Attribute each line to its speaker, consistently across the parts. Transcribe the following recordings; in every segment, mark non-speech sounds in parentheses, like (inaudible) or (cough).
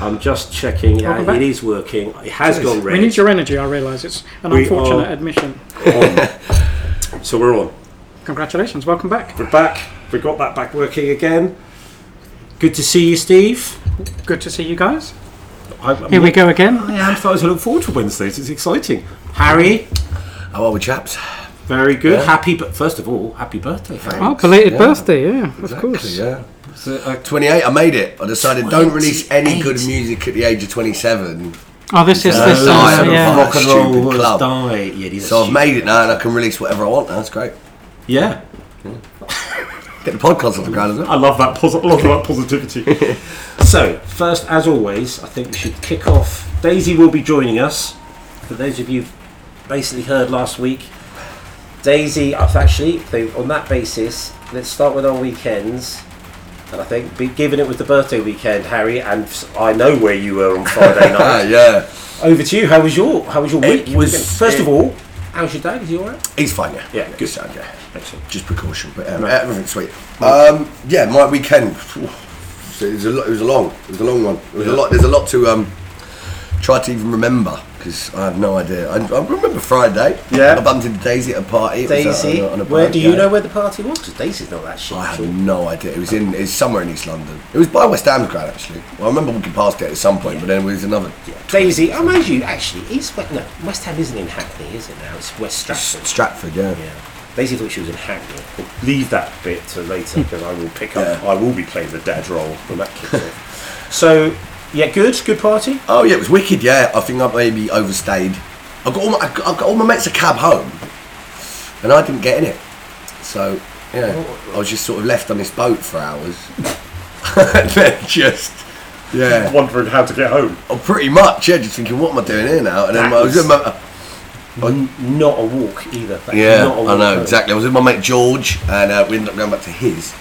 Speaker 1: I'm just checking. Yeah,
Speaker 2: Welcome back.
Speaker 1: it is working. It has gone
Speaker 2: We need
Speaker 1: red.
Speaker 2: your energy, I realise. It's an
Speaker 1: We
Speaker 2: unfortunate
Speaker 1: are-
Speaker 2: admission.
Speaker 1: On. (laughs) So we're on.
Speaker 2: Congratulations, welcome back.
Speaker 1: We're back. We got that back working again. Good to see you, Steve.
Speaker 2: Good to see you guys.
Speaker 1: I,
Speaker 2: Here we go again.
Speaker 1: I am starting to look forward to Wednesdays. It's exciting. Harry,
Speaker 3: How are we, chaps?
Speaker 1: very good.
Speaker 3: Yeah.
Speaker 1: Happy, but first of all, happy birthday, Harry.
Speaker 2: Oh, belated
Speaker 3: Yeah.
Speaker 2: birthday, yeah, of
Speaker 3: Exactly,
Speaker 2: course.
Speaker 3: yeah. So, uh, 28, I made it. I decided don't release any
Speaker 1: 28.
Speaker 3: good music at the age of 27.
Speaker 2: Oh, this is
Speaker 3: No,
Speaker 2: this.
Speaker 3: no,
Speaker 2: Uh,
Speaker 3: I'm
Speaker 2: yeah.
Speaker 3: fine.
Speaker 1: Rock and roll
Speaker 3: Stupid
Speaker 1: has
Speaker 3: club.
Speaker 1: died. Yeah, it is
Speaker 3: So I've
Speaker 1: stupid.
Speaker 3: made it now and I can release whatever I want now. That's great.
Speaker 1: Yeah,
Speaker 3: Get the podcast off the ground
Speaker 1: (laughs)
Speaker 3: as well.
Speaker 1: I love that. Posi- love that positivity. (laughs) so, first, as always, I think we should kick off. Daisy will be joining us. For those of you who've basically heard last week, Daisy. I've actually they, on that basis. Let's start with our weekends. And I think, be, given it was the birthday weekend, Harry, and s- I know where you were on (laughs) Friday
Speaker 3: Ah,
Speaker 1: night.
Speaker 3: yeah.
Speaker 1: Over to you. How was your How was your
Speaker 3: It
Speaker 1: week? your
Speaker 3: was-
Speaker 1: weekend? First of
Speaker 3: it-
Speaker 1: all, how was your day? Was you all right?
Speaker 3: He's fine, yeah.
Speaker 1: Yeah, good.
Speaker 3: sound, yeah.
Speaker 1: Excellent.
Speaker 3: Just precaution, but um, everything's sweet. Um, yeah, my weekend. phew, It was, a, lo- it was a long, it was a long one. It was a lot. There's a lot to um, try to even remember because I have no idea. I, I remember Friday.
Speaker 1: Yeah.
Speaker 3: I bumped into Daisy at a party. It was, uh,
Speaker 1: Daisy,
Speaker 3: on a- on a
Speaker 1: where
Speaker 3: party,
Speaker 1: do you
Speaker 3: yeah.
Speaker 1: know where the party was? Because Daisy's not that shit.
Speaker 3: I have no idea. It was in. It's somewhere in East London. It was by West Ham's ground actually. Well, I remember walking past it at some point, but then it was another
Speaker 1: Daisy, I mind you, actually, East West, no, West Ham isn't in Hackney, is it now? It's West Stratford.
Speaker 3: Stratford. Yeah.
Speaker 1: Yeah. Daisy thought she was in Hackney. We'll leave that bit to later because I will pick up.
Speaker 3: Yeah.
Speaker 1: I will be playing the dad role when that kicks off. So, yeah, good, good party.
Speaker 3: Oh yeah, it was wicked. Yeah, I think I maybe overstayed. I got all my, I got, I got all my mates a cab home, and I didn't get in it. So yeah, I was just sort of left on this boat for hours, (laughs) and then just yeah,
Speaker 1: Wondering how to get home.
Speaker 3: oh, pretty much yeah, just thinking what am I doing here now? And then
Speaker 1: That
Speaker 3: I was
Speaker 1: was-
Speaker 3: in my,
Speaker 1: Not a walk either. That's
Speaker 3: yeah,
Speaker 1: not a walk
Speaker 3: I know
Speaker 1: home.
Speaker 3: exactly. I was with my mate George, and uh, we ended up going back to his,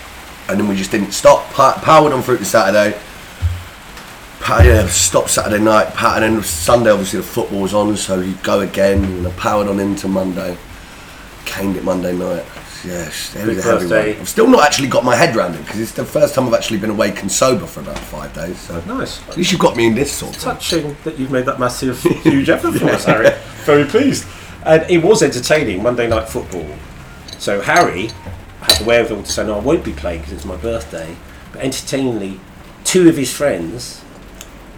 Speaker 3: and then we just didn't stop. Pa- powered on through to Saturday. Pa- yeah, stopped Saturday night. Pa- and then Sunday, obviously, the football was on, so you go again. And I powered on into Monday. Caned it Monday night. Yes, it
Speaker 1: Big
Speaker 3: was a heavy
Speaker 1: birthday.
Speaker 3: one. I've still not actually got my head round it because it's the first time I've actually been awake and sober for about five days. So at
Speaker 1: Nice.
Speaker 3: least you've got me in this sort of.
Speaker 1: touching that you've made that massive, huge effort for us, Harry. (laughs) Very pleased. And it was entertaining Monday night football. So Harry had the wherewithal to say, "No, I won't be playing because it's my birthday." But entertainingly, two of his friends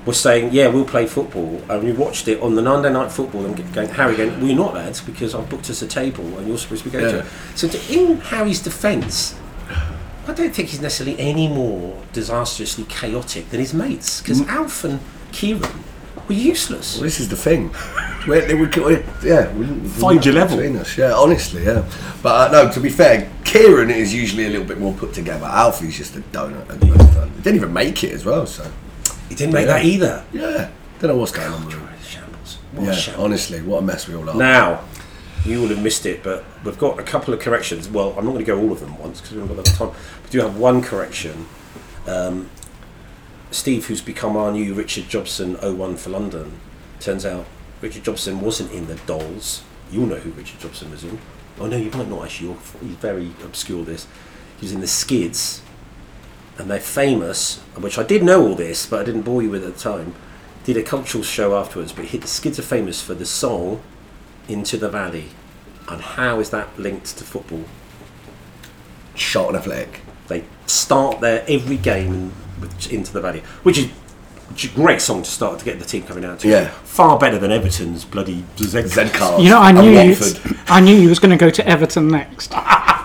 Speaker 1: were saying, "Yeah, we'll play football," and we watched it on the Monday night football. And going, Harry going, "We're not lads because I've booked us a table and you're supposed to be going to."
Speaker 3: Yeah.
Speaker 1: it." So to, in Harry's defence. I don't think he's necessarily any more disastrously chaotic than his mates because Alf and Kieran were useless.
Speaker 3: Mm. Well, this is the thing. we we we we yeah, we didn't-
Speaker 1: Find your level.
Speaker 3: Between us, yeah, honestly, yeah. But uh, no, to be fair, Kieran is usually a little bit more put together. Alfie's just a donut at the most time. He didn't even make it as well, so
Speaker 1: He didn't make
Speaker 3: Yeah.
Speaker 1: that either.
Speaker 3: yeah. Don't know what's going on with him.
Speaker 1: Shambles. What a
Speaker 3: Yeah,
Speaker 1: shambles.
Speaker 3: honestly, what a mess we all are.
Speaker 1: Now, you will have missed it, but we've got a couple of corrections. Well, I'm not going to go all of them once because we haven't got enough time. We do have one correction. Um, Steve, who's become our new Richard Jobson 01 for London, turns out Richard Jobson wasn't in the Dolls. You'll know who Richard Jobson was in. Oh no, you might not actually. You're, you're very obscure. This he was in the Skids, and they're famous. Which I did know all this, but I didn't bore you with it at the time. Did a cultural show afterwards, but hit the Skids are famous for the song into the valley. And how is that linked to football?
Speaker 3: Shot on a flick.
Speaker 1: They start their every game in, with Into the Valley, which is which is a great song to start to get the team coming out to.
Speaker 3: Yeah.
Speaker 1: Far better than Everton's bloody Z
Speaker 3: Zed card.
Speaker 2: You know, I
Speaker 3: and
Speaker 2: knew you,
Speaker 3: Watford.
Speaker 2: I knew you was going to go to Everton next.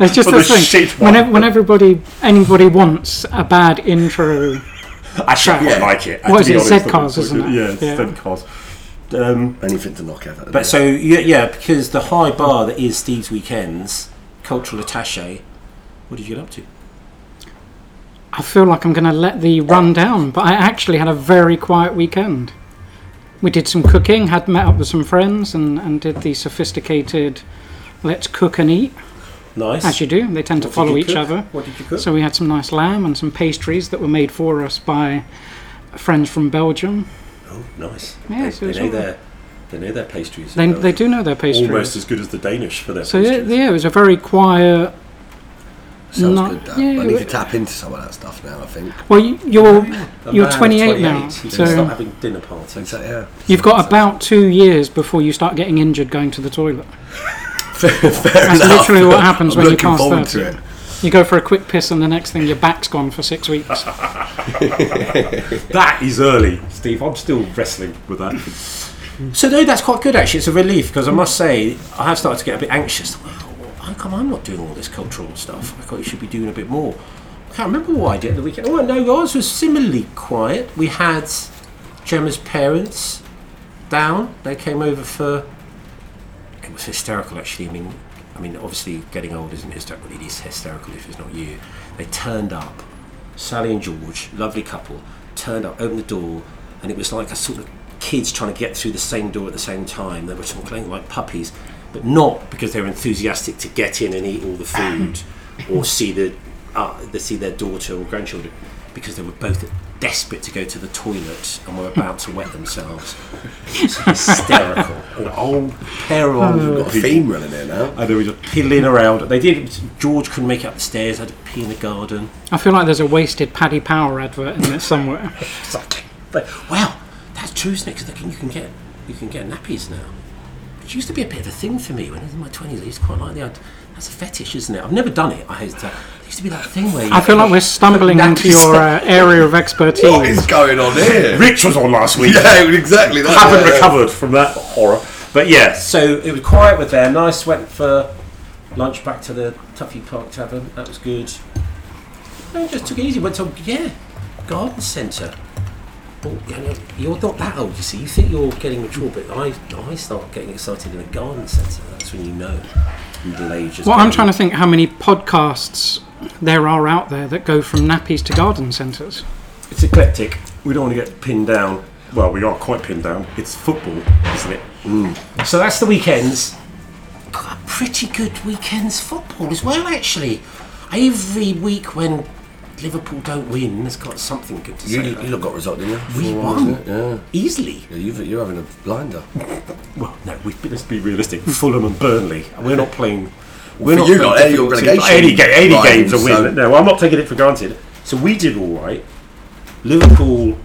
Speaker 2: It's just
Speaker 1: For
Speaker 2: this
Speaker 1: the
Speaker 2: thing.
Speaker 1: shit
Speaker 2: When,
Speaker 1: one.
Speaker 2: ev- when everybody, anybody wants a bad intro,
Speaker 1: (laughs) I should
Speaker 3: Yeah.
Speaker 1: like it.
Speaker 2: What
Speaker 1: to
Speaker 2: is
Speaker 1: be
Speaker 2: it,
Speaker 1: honest, I
Speaker 2: Zed
Speaker 1: think
Speaker 2: cars,
Speaker 1: it's
Speaker 2: isn't
Speaker 1: good.
Speaker 2: it?
Speaker 1: Yeah, it's
Speaker 2: Yeah.
Speaker 1: Zed cars. Um,
Speaker 3: Anything to knock out.
Speaker 1: But so yeah, yeah, because the high bar that is Steve's weekends, cultural attaché. What did you get up to?
Speaker 2: I feel like I'm going to let the run down. But I actually had a very quiet weekend. We did some cooking, had met up with some friends, and, and did the sophisticated let's cook and eat,
Speaker 1: Nice.
Speaker 2: as you do. They tend to
Speaker 1: What did
Speaker 2: follow
Speaker 1: you
Speaker 2: each
Speaker 1: cook?
Speaker 2: other.
Speaker 1: What did you cook?
Speaker 2: So we had some nice lamb and some pastries that were made for us by friends from Belgium.
Speaker 1: oh, nice.
Speaker 2: Yeah,
Speaker 1: they,
Speaker 2: so
Speaker 1: they
Speaker 2: it's
Speaker 1: know
Speaker 2: all-
Speaker 1: their they know their pastries.
Speaker 2: They, they do know their pastries.
Speaker 1: almost as good as the Danish for their
Speaker 2: So yeah,
Speaker 1: pastries.
Speaker 2: yeah, it was a very quiet
Speaker 3: Sounds
Speaker 2: No,
Speaker 3: good. That.
Speaker 2: yeah,
Speaker 3: I need to
Speaker 2: it-
Speaker 3: tap into some of that stuff now. I think.
Speaker 2: Well, you- you're
Speaker 1: A man
Speaker 2: you're
Speaker 1: of
Speaker 2: 28 now,
Speaker 1: You can start
Speaker 2: so
Speaker 1: having dinner parties.
Speaker 3: So, yeah.
Speaker 2: you've got about two years before you start getting injured going to the toilet.
Speaker 3: (laughs) Fair
Speaker 2: That's
Speaker 3: enough.
Speaker 2: literally what happens
Speaker 3: I'm
Speaker 2: when you
Speaker 3: looking
Speaker 2: pass
Speaker 3: forward
Speaker 2: 30.
Speaker 3: to it.
Speaker 2: You go for a quick piss, and the next thing your back's gone for six
Speaker 3: (laughs)
Speaker 2: weeks.
Speaker 4: That is early, Steve. I'm still wrestling with that.
Speaker 1: So no, that's quite good actually. It's a relief because I must say I have started to get a bit anxious. Wow, how come I'm not doing all this cultural stuff? I thought you should be doing a bit more. I can't remember what I did at the weekend. Oh no, ours was similarly quiet. We had Gemma's parents down. They came over for. It was hysterical actually. I mean, I mean, obviously getting old isn't hysterical. It is hysterical if it's not you. They turned up. Sally and George, lovely couple, turned up, opened the door, and it was like a sort of kids trying to get through the same door at the same time. They were sort of playing like puppies, but not because they were enthusiastic to get in and eat all the food or see the uh, they see their daughter or grandchildren, because they were both desperate to go to the toilet and were about to wet themselves. It's hysterical. An old pair of
Speaker 3: Oh, Got a theme running there now.
Speaker 1: Uh,
Speaker 4: And there was a
Speaker 1: piddling around. They did. George couldn't make it up the stairs. Had to pee in the garden.
Speaker 2: I feel like there's a wasted Paddy Power advert in there somewhere.
Speaker 1: Exactly. But well, that's true, isn't it? Because you can get you can get nappies now. It used to be a bit of a thing for me when I was in my twenties. I used to quite like the idea. That's a fetish, isn't it? I've never done it. I hate to, it used to be that thing where you
Speaker 2: I feel like we're stumbling into your uh, area of
Speaker 3: What is
Speaker 2: expertise.
Speaker 3: going on here?
Speaker 4: Rich was on last
Speaker 2: (laughs)
Speaker 4: week.
Speaker 3: (laughs) yeah, exactly. That's
Speaker 4: Haven't
Speaker 3: yeah.
Speaker 4: recovered from that horror. But yes,
Speaker 1: So it was quiet with there. Nice went for lunch back to the Tuffy Park Tavern. That was good. No, just took it easy. Went to yeah, garden centre. Well, you know, you're not that old, you see. You think you're getting mature, but I, I start getting excited in a garden centre. That's when you know middle age. is
Speaker 2: Well, I'm
Speaker 1: coming.
Speaker 2: trying to think how many podcasts there are out there that go from nappies to garden centres.
Speaker 4: it's eclectic. We don't want to get pinned down. Well, we are quite pinned down. It's football, isn't it?
Speaker 1: Mm. So that's the weekends. Got a pretty good weekends football as well, actually. Every week when Liverpool don't win, there's got something good to
Speaker 3: You,
Speaker 1: say.
Speaker 3: you
Speaker 1: about.
Speaker 3: look got a result, didn't you?
Speaker 1: we
Speaker 3: Four one,
Speaker 1: won
Speaker 3: wasn't it? Yeah.
Speaker 1: easily.
Speaker 3: yeah you've, you're having a blinder.
Speaker 1: Well, no, we've been, let's be realistic. Fulham and Burnley. We're not playing. We're
Speaker 3: for you
Speaker 1: playing
Speaker 3: lot, eh, your
Speaker 1: difficult
Speaker 3: relegation
Speaker 1: teams. Any, ga- any
Speaker 3: rivals,
Speaker 1: game's a win.
Speaker 3: so-
Speaker 4: No, I'm not taking it for granted.
Speaker 1: So we did all right. Liverpool.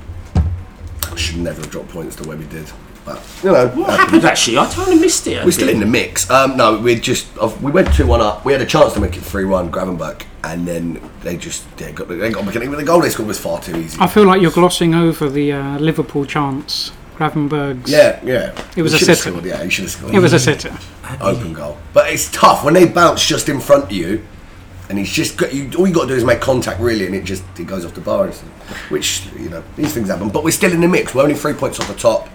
Speaker 3: Should never have dropped points the way we did. But, you know.
Speaker 1: What happened uh, actually? I totally missed it. I
Speaker 3: We're still
Speaker 1: think.
Speaker 3: in the mix. Um, no, we just of- we went two one up. We had a chance to make it three one, grab 'em back, and then they just they got they got the goal they scored was far too easy.
Speaker 2: I feel like you're glossing over the uh, Liverpool chance, Gravenberg's.
Speaker 3: Yeah, yeah.
Speaker 2: It was
Speaker 3: You
Speaker 2: a
Speaker 3: should have
Speaker 2: sitter.
Speaker 3: scored, Yeah, you should have scored.
Speaker 2: It was a
Speaker 3: (laughs)
Speaker 2: sitter.
Speaker 3: open goal. But it's tough when they bounce just in front of you, and he's just got you. All you got to do is make contact, really, and it just it goes off the bar, and stuff, which you know these things happen. But we're still in the mix. We're only three points off the top.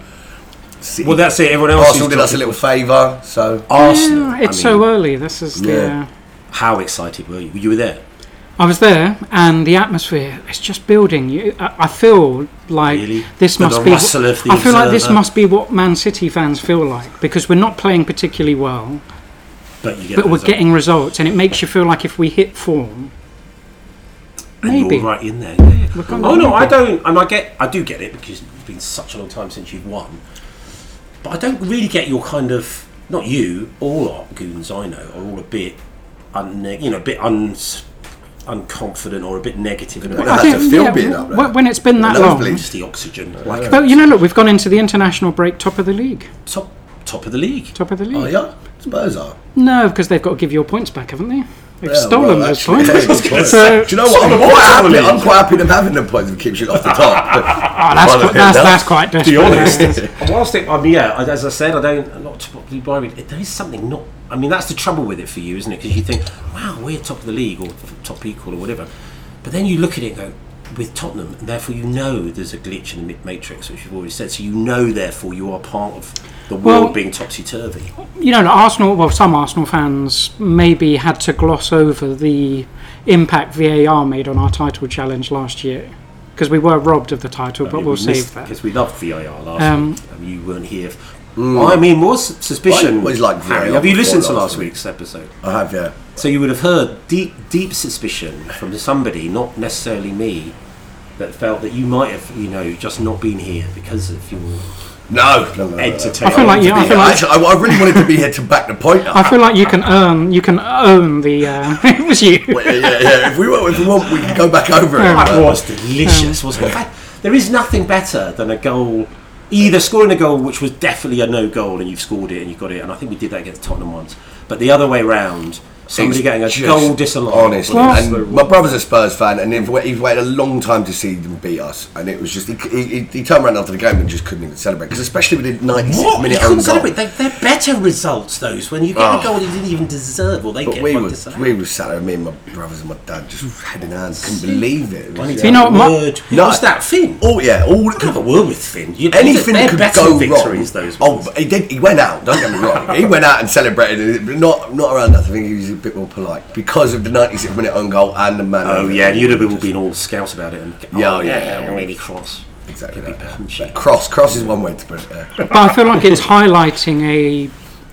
Speaker 3: City-
Speaker 1: Well, that's it. Everyone else.
Speaker 3: Arsenal
Speaker 1: is
Speaker 3: did us Oh, a little favour, so
Speaker 1: Arsenal.
Speaker 2: Yeah,
Speaker 1: I
Speaker 2: it's
Speaker 1: mean,
Speaker 2: so early. This is the.
Speaker 3: Yeah.
Speaker 2: Uh,
Speaker 1: How excited were you? You were there.
Speaker 2: I was there, and the atmosphere is just building. You, I, I feel like
Speaker 1: Really?
Speaker 2: this
Speaker 1: With
Speaker 2: must
Speaker 1: the
Speaker 2: be.
Speaker 1: rustle of the
Speaker 2: I feel like this
Speaker 1: observer.
Speaker 2: must be what Man City fans feel like because we're not playing particularly well,
Speaker 1: But you get.
Speaker 2: but
Speaker 1: the
Speaker 2: we're
Speaker 1: result.
Speaker 2: getting results, and it makes you feel like if we hit form,
Speaker 1: And you're
Speaker 2: maybe.
Speaker 1: right in there. Yeah, yeah.
Speaker 2: We're kind of
Speaker 1: Oh no, I
Speaker 2: maybe.
Speaker 1: don't. And I get. I do get it because it's been such a long time since you've won. But I don't really get your kind of. Not you. All art goons I know are all a bit, un, you know, a bit un, unconfident or a bit negative and a bit
Speaker 3: I
Speaker 2: I
Speaker 3: had
Speaker 2: think
Speaker 3: to feel
Speaker 2: yeah,
Speaker 3: being
Speaker 2: w-
Speaker 3: up there.
Speaker 2: w- when it's been that long.
Speaker 3: nosebleeds.
Speaker 1: Just the oxygen, like
Speaker 2: But you know, look, we've gone into the international break top of the league.
Speaker 1: top top of the league.
Speaker 2: Top of the
Speaker 3: oh
Speaker 2: league.
Speaker 3: yeah, Spurs are.
Speaker 2: No, because they've got to give your points back, haven't they? They've
Speaker 3: Yeah,
Speaker 2: stolen
Speaker 3: well,
Speaker 2: those
Speaker 3: actually, (laughs)
Speaker 2: (laughs)
Speaker 3: yeah,
Speaker 2: points.
Speaker 3: good point.
Speaker 2: So-
Speaker 3: Do you know what? I'm
Speaker 4: Solid,
Speaker 3: quite happy.
Speaker 4: solid.
Speaker 3: I'm quite happy them having them points. It keeps you off the top.
Speaker 2: (laughs) Oh, that's,
Speaker 3: Well,
Speaker 2: qu- that's,
Speaker 3: that's-
Speaker 2: that's quite
Speaker 4: To be
Speaker 2: desperate.
Speaker 1: (laughs)
Speaker 4: honest,
Speaker 1: And Whilst it, I mean, yeah, I- as I said, I don't, I'm not particularly worried. It- There is something not, I mean, that's the trouble with it for you, isn't it? Because you think, wow, we're top of the league or top equal or whatever. But then you look at it and go, with Tottenham, and therefore you know there's a glitch in the mid matrix, which you've already said. So you know, therefore, you are part of the world
Speaker 2: Well-
Speaker 1: being topsy turvy.
Speaker 2: you know, Arsenal, well, some Arsenal fans maybe had to gloss over the impact VAR made on our title challenge last year because we were robbed of the title, but we'll save that.
Speaker 1: Because we loved VIR last
Speaker 2: Um,
Speaker 1: week. and you weren't here. I mean, more s- suspicion.
Speaker 3: I always liked
Speaker 1: Harry,
Speaker 3: VAR
Speaker 1: have you
Speaker 3: before
Speaker 1: listened to
Speaker 3: last
Speaker 1: last
Speaker 3: week.
Speaker 1: week's episode?
Speaker 3: I have yeah.
Speaker 1: So you would have heard deep, deep suspicion from somebody, not necessarily me, that felt that you might have, you know, just not been here because of your
Speaker 3: No, no, no, no, no.
Speaker 4: entertainment.
Speaker 2: I feel like you.
Speaker 3: Yeah,
Speaker 2: I feel like.
Speaker 3: actually, I, I really wanted to be here to back the point up.
Speaker 2: I feel like you can earn. You can own the. Uh, (laughs) it was you.
Speaker 3: yeah, yeah, yeah. If we want, if we want, we can go back over it.
Speaker 1: That was
Speaker 2: um,
Speaker 1: delicious, wasn't it? In fact, There is nothing better than a goal, either scoring a goal which was definitely a no goal and you've scored it and you've got it, and I think we did that against Tottenham once. But the other way round, somebody
Speaker 3: It's
Speaker 1: getting a
Speaker 3: just
Speaker 1: goal disallowed.
Speaker 3: Honestly,
Speaker 1: was
Speaker 3: and my brother's a Spurs fan, and he'd wa- he'd waited a long time to see them beat us, and it was just he, he, he turned around after the game and just couldn't even celebrate because especially with the 96
Speaker 1: What? You
Speaker 3: minute
Speaker 1: couldn't
Speaker 3: own
Speaker 1: celebrate.
Speaker 3: goal.
Speaker 1: They, they're better results, those, when you get a
Speaker 3: Oh.
Speaker 1: goal you didn't even deserve, or they
Speaker 3: But
Speaker 1: get
Speaker 3: we
Speaker 1: one
Speaker 3: were
Speaker 1: disallowed.
Speaker 3: we were sat there, me and my brothers and my dad just had in hand, couldn't believe it. It was-
Speaker 1: Bloody
Speaker 3: yeah.
Speaker 2: You know, my-
Speaker 1: word.
Speaker 3: No.
Speaker 1: What's that, Finn?
Speaker 3: Oh yeah, all
Speaker 1: Have a word with Finn. You,
Speaker 3: anything
Speaker 1: they're
Speaker 3: that could
Speaker 1: better
Speaker 3: go wrong.
Speaker 1: victories, Those
Speaker 3: oh,
Speaker 1: ones.
Speaker 3: but he did. He went out. Don't get me
Speaker 1: (laughs)
Speaker 3: wrong. he went out and celebrated, but not not around us. I think he was a bit more polite because of the 96 minute own goal and the man.
Speaker 1: Oh
Speaker 3: over.
Speaker 1: yeah, and you'd have been, been all scout about it. And, oh,
Speaker 3: Yeah, oh, yeah.
Speaker 1: yeah, really cross.
Speaker 3: exactly.
Speaker 1: Could be
Speaker 3: that.
Speaker 1: punchy.
Speaker 3: But cross, cross is one way to put it. yeah.
Speaker 2: But I feel like it's highlighting a.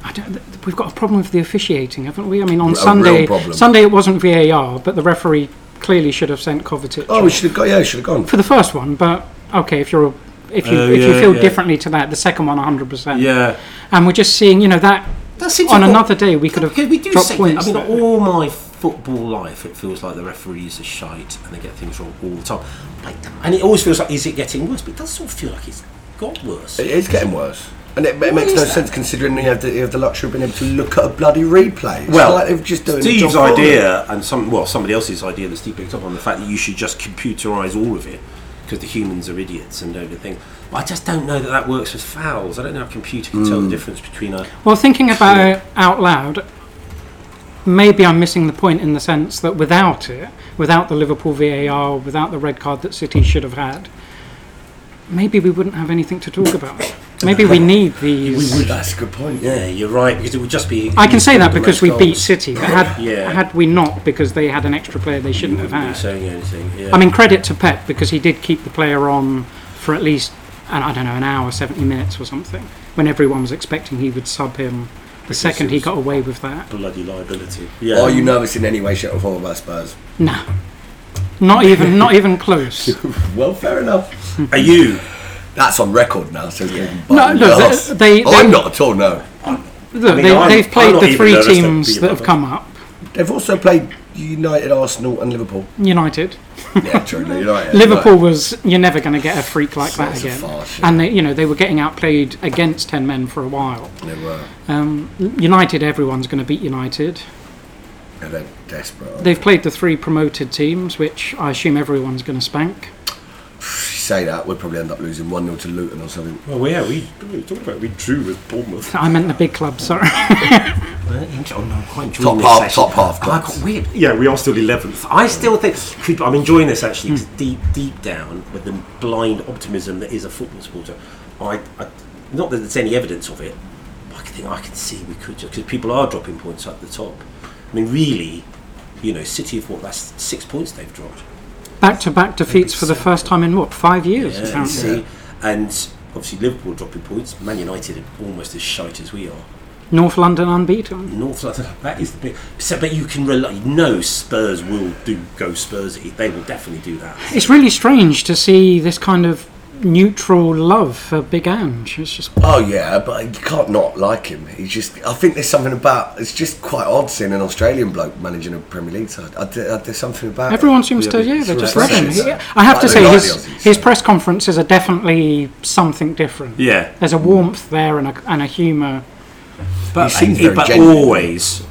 Speaker 2: I don't, th- we've got a problem with the officiating, haven't we? I mean, on
Speaker 3: real
Speaker 2: Sunday,
Speaker 3: problem.
Speaker 2: Sunday it wasn't VAR, but the referee clearly should have sent Kovacic
Speaker 3: Oh, we should have gone. Yeah, we should have gone.
Speaker 2: for the first one. But okay, if you're if you
Speaker 4: Oh,
Speaker 2: if you
Speaker 4: yeah,
Speaker 2: feel
Speaker 4: yeah.
Speaker 2: differently to that, the second one, 100. percent
Speaker 4: Yeah.
Speaker 2: And we're just seeing, you know, that
Speaker 1: That seems
Speaker 2: on
Speaker 1: like
Speaker 2: another day we could have
Speaker 1: Because we do
Speaker 2: dropped
Speaker 1: say
Speaker 2: points.
Speaker 1: that. I mean,
Speaker 2: there.
Speaker 1: all my football life, it feels like the referees are shite and they get things wrong all the time. Like, and it always feels like, is it getting worse? But it does sort of feel like it's got worse.
Speaker 3: It is getting worse, and it, it makes
Speaker 1: is
Speaker 3: no
Speaker 1: that?
Speaker 3: sense considering you have, the, you have the luxury of being able to look at a bloody replay. It's
Speaker 1: Well,
Speaker 3: not like they're just doing the
Speaker 1: Steve's
Speaker 3: job for them.
Speaker 1: idea, and some well, somebody else's idea that Steve picked up on the fact that you should just computerize all of it because the humans are idiots and don't do things. But I just don't know that that works with fouls. I don't know how a computer can
Speaker 4: Mm.
Speaker 1: tell the difference between a.
Speaker 2: Well, thinking about it out loud, maybe I'm missing the point in the sense that without it, without the Liverpool VAR, without the red card that City should have had, maybe we wouldn't have anything to talk about. Maybe we need these.
Speaker 3: That's a good point. Yeah.
Speaker 1: Yeah, you're right because it would just be.
Speaker 2: I can say that
Speaker 1: the
Speaker 2: because
Speaker 1: red
Speaker 2: we
Speaker 1: goals.
Speaker 2: beat City, but had
Speaker 1: Yeah.
Speaker 2: had we not, because they had an extra player they shouldn't have
Speaker 1: Wouldn't be
Speaker 2: had.
Speaker 1: saying anything. Yeah.
Speaker 2: I mean, credit to Pep because he did keep the player on for at least, and I don't know, an hour, seventy minutes or something, when everyone was expecting he would sub him. The second he
Speaker 1: was-
Speaker 2: got away with that.
Speaker 1: bloody liability. Yeah.
Speaker 3: Are you nervous in any way, shape, or form about Spurs? (laughs)
Speaker 2: No.
Speaker 1: (laughs)
Speaker 2: Not even not even close.
Speaker 3: Well, fair enough.
Speaker 1: Are you?
Speaker 3: That's on record now. So it's getting
Speaker 2: No,
Speaker 3: buttoned
Speaker 2: no,
Speaker 3: off.
Speaker 2: they- they-
Speaker 3: Oh, I'm not at all. No,
Speaker 2: Look,
Speaker 1: mean,
Speaker 2: they,
Speaker 1: I'm-
Speaker 2: they've
Speaker 1: I'm
Speaker 2: played
Speaker 1: not
Speaker 2: the
Speaker 1: even
Speaker 2: three
Speaker 1: nervous to
Speaker 2: teams
Speaker 1: be
Speaker 2: that have
Speaker 1: bothered.
Speaker 2: come up.
Speaker 3: they've also played United, Arsenal, and Liverpool.
Speaker 2: (laughs) United,
Speaker 3: Yeah, true. United, United.
Speaker 2: Liverpool was you're never going to get a freak like that
Speaker 3: It's a
Speaker 2: again.
Speaker 3: farce, yeah.
Speaker 2: And they, you know they were getting outplayed against ten men for a while.
Speaker 3: They were.
Speaker 2: Um, United, everyone's going to beat United.
Speaker 3: Yeah, they're desperate. aren't
Speaker 2: They've played the three promoted teams, which I assume everyone's going to spank.
Speaker 3: If you say that, we'll probably end up losing 1 0 to Luton or something.
Speaker 4: Well, yeah, we, what are you talking about? We drew with Bournemouth.
Speaker 2: I meant the big clubs. Sorry, (laughs)
Speaker 1: Oh, no, I'm quite enjoying
Speaker 3: Top
Speaker 1: this
Speaker 3: half,
Speaker 1: session. Oh,
Speaker 3: top half
Speaker 1: I
Speaker 3: clubs.
Speaker 1: got weird.
Speaker 4: Yeah, we are still Hmm. 11th.
Speaker 1: I still think could, I'm enjoying this actually 'cause deep, deep down with the blind optimism that is a football supporter, I, I not that there's any evidence of it, but I can think I can see we could just because people are dropping points at the top. I mean, really, you know, City of what that's six points they've dropped.
Speaker 2: back to back defeats for the first time in what five years?
Speaker 1: Yeah, you
Speaker 2: apparently.
Speaker 1: Uh, see, and obviously Liverpool dropping points. Man United are almost as shite as we are.
Speaker 2: North London unbeaten.
Speaker 1: North London. That is the bit. So, but you can rely. You know, Spurs will do go Spursy. They will definitely do that.
Speaker 2: It's really strange to see this kind of neutral love for Big Ange. It's just
Speaker 3: Oh, yeah, but you can't not like him. He's just. I think there's something about. It's just quite odd seeing an Australian bloke managing a Premier League side. I, d- I- there's something about.
Speaker 2: everyone seems to yeah,
Speaker 3: it's
Speaker 2: they just love
Speaker 3: refreshing,
Speaker 2: him.
Speaker 3: isn't
Speaker 2: He-
Speaker 3: it?
Speaker 2: I have to
Speaker 3: Like,
Speaker 2: say
Speaker 3: they like
Speaker 2: his
Speaker 3: the Aussies,
Speaker 2: his
Speaker 3: so.
Speaker 2: press conferences are definitely something different.
Speaker 4: Yeah.
Speaker 2: There's a warmth there and a and a humour.
Speaker 1: But,
Speaker 3: He seems
Speaker 1: I-
Speaker 3: very
Speaker 1: but
Speaker 3: genuine.
Speaker 1: always,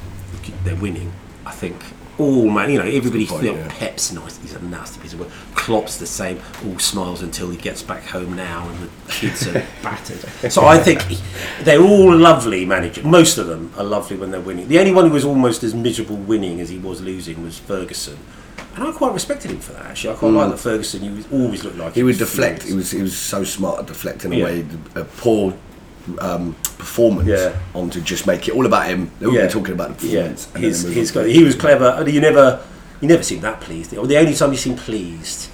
Speaker 1: they're winning. I think. All man, you know, everybody
Speaker 3: Good
Speaker 1: thought
Speaker 3: point, yeah.
Speaker 1: Pep's nice. He's a nasty piece of work. Klopp's the same. All smiles until he gets back home now, and the kids
Speaker 3: (laughs)
Speaker 1: are battered. So I think he- they're all lovely managers. Most of them are lovely when they're winning. The only one who was almost as miserable winning as he was losing was Ferguson, and I quite respected him for that. Actually, I quite like that Ferguson. He was, always looked like
Speaker 3: Hmm. He would
Speaker 1: was
Speaker 3: deflect.
Speaker 1: furious.
Speaker 3: He was he was so smart at deflecting
Speaker 1: Yeah.
Speaker 3: away the- a poor um, performance
Speaker 1: Yeah.
Speaker 3: onto just make it all about him. They wouldn't be talking about the performance.
Speaker 1: Yeah.
Speaker 3: and then
Speaker 1: His,
Speaker 3: they move
Speaker 1: his
Speaker 3: on.
Speaker 1: guy- he was clever, and you never, you never seemed that pleased. The the only time you seemed pleased,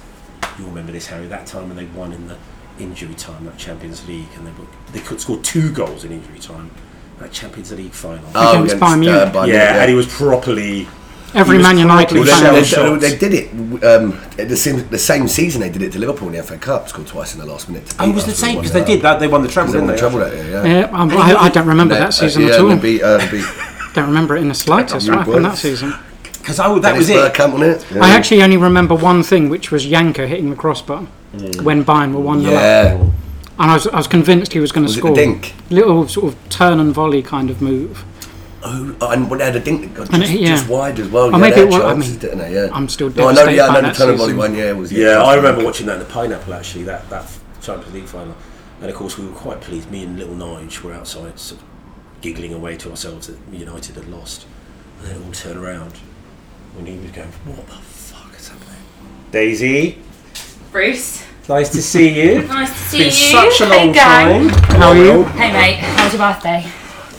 Speaker 1: you remember this, Harry, that time when they won in the injury time, that Champions League, and they were, they could score two goals in injury time, that Champions League final.
Speaker 3: Oh,
Speaker 2: Against Bayern Munich.
Speaker 3: Bayern
Speaker 1: yeah, and he was properly.
Speaker 2: Every Man United
Speaker 3: Well,
Speaker 1: Well,
Speaker 2: fan.
Speaker 3: they,
Speaker 1: shots.
Speaker 3: they- they did it um, at the, same, the same season they did it to Liverpool in the FA Cup, scored twice in the last minute. to
Speaker 1: Oh,
Speaker 3: beat uh,
Speaker 1: it was the
Speaker 3: us,
Speaker 1: same
Speaker 3: we
Speaker 1: because
Speaker 3: won
Speaker 1: they
Speaker 3: that.
Speaker 1: did that. They won the treble,
Speaker 3: They won
Speaker 1: didn't they?
Speaker 3: the treble that year, yeah.
Speaker 2: Yeah, um, I, I don't remember that season
Speaker 3: uh, yeah,
Speaker 2: at all.
Speaker 3: and they beat, uh,
Speaker 1: (laughs)
Speaker 3: they beat
Speaker 2: Don't remember it in the slightest. What happened that
Speaker 3: boys.
Speaker 2: season?
Speaker 1: Because I that
Speaker 3: Dennis
Speaker 1: was it.
Speaker 3: Bergkamp on it.
Speaker 2: I actually only remember one thing, which was Yanka hitting the crossbar when Bayern were one 0
Speaker 3: Mm. Yeah.
Speaker 2: and I was, I was convinced he was going to
Speaker 3: Was it
Speaker 2: score.
Speaker 3: the dink?
Speaker 2: Little sort of turn and volley kind of move.
Speaker 3: Oh, and when they had a dink that got
Speaker 2: And
Speaker 3: just,
Speaker 2: it- yeah.
Speaker 3: just wide as well.
Speaker 2: Oh,
Speaker 3: yeah,
Speaker 2: maybe
Speaker 3: they
Speaker 2: it
Speaker 3: had
Speaker 2: was- I
Speaker 3: chances,
Speaker 2: mean,
Speaker 3: didn't they? Yeah.
Speaker 2: I'm still
Speaker 3: No, I know,
Speaker 2: devastated
Speaker 3: yeah, I
Speaker 2: by
Speaker 3: know
Speaker 2: that
Speaker 3: the ton of volley
Speaker 2: season.
Speaker 3: one. Yeah, it was.
Speaker 1: Yeah, I remember watching that in the pineapple actually, that, that Champions League final. And of course, we were quite pleased. Me and little Nige were outside, sort of giggling away to ourselves that United had lost. And then it all turned around when he was going, What the fuck is happening? Daisy,
Speaker 5: Bruce,
Speaker 1: nice to see
Speaker 5: (laughs)
Speaker 1: you.
Speaker 5: nice to see
Speaker 1: Been
Speaker 5: you.
Speaker 1: such a
Speaker 5: hey,
Speaker 1: long
Speaker 5: gang.
Speaker 1: time. How are
Speaker 3: oh,
Speaker 1: you?
Speaker 5: Hey, mate. How was your birthday?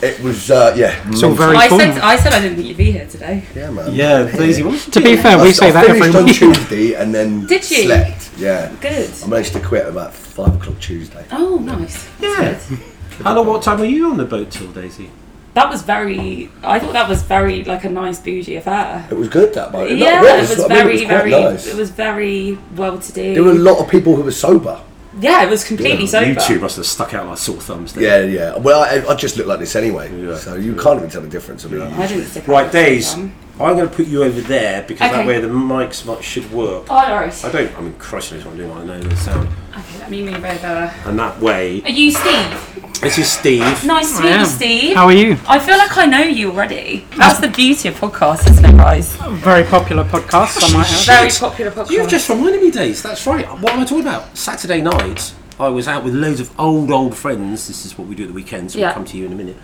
Speaker 3: It was. Uh, yeah.
Speaker 2: It's all
Speaker 3: mental.
Speaker 2: very
Speaker 5: I
Speaker 2: formal.
Speaker 5: said, I said I didn't think you'd be here today.
Speaker 3: Yeah, man.
Speaker 1: Yeah, Daisy, what
Speaker 2: to be fair, we
Speaker 3: I
Speaker 2: say that every
Speaker 3: finished on
Speaker 2: week.
Speaker 3: Tuesday and then
Speaker 5: (laughs) Did you?
Speaker 3: slept. Yeah.
Speaker 5: Good.
Speaker 3: I managed to quit about five o'clock Tuesday.
Speaker 5: Oh, nice.
Speaker 1: Yeah. How long, what time were you on the boat till, Daisy?
Speaker 5: That was very. I thought that was very like a nice bougie affair.
Speaker 3: It was good that moment.
Speaker 5: Yeah,
Speaker 3: really,
Speaker 5: it was
Speaker 3: I mean,
Speaker 5: very,
Speaker 3: quite
Speaker 5: very.
Speaker 3: nice.
Speaker 5: It was very well to do.
Speaker 3: There were a lot of people who were sober.
Speaker 5: yeah, it was completely sober.
Speaker 1: You two must have stuck out like sore thumbs there.
Speaker 3: Yeah, yeah. Well, I, I just look like this anyway,
Speaker 1: Yeah.
Speaker 3: so you can't even tell the difference. I mean,
Speaker 5: I didn't stick
Speaker 1: Right,
Speaker 5: out
Speaker 1: Days,
Speaker 5: Um,
Speaker 1: I'm going to put you over there because that
Speaker 5: Okay.
Speaker 1: way the mics might, should work.
Speaker 5: Oh, Doris.
Speaker 1: I
Speaker 5: Okay,
Speaker 1: don't, I mean, Christ knows what I'm doing, I know the sound.
Speaker 5: let me move over.
Speaker 1: And that way,
Speaker 5: Are you Steve?
Speaker 1: this is Steve.
Speaker 5: Nice
Speaker 2: I
Speaker 5: to meet you,
Speaker 2: am.
Speaker 5: Steve.
Speaker 2: How are you?
Speaker 5: I feel like I know you already. That's the beauty of podcasts, isn't it, guys?
Speaker 2: Very popular podcast, I might add.
Speaker 5: Very popular podcast.
Speaker 1: You've just reminded me, Days. That's right. What am I talking about? Saturday night, I was out with loads of old, old friends. This is what we do at the weekends.
Speaker 5: Yeah.
Speaker 1: We'll come to you in a minute.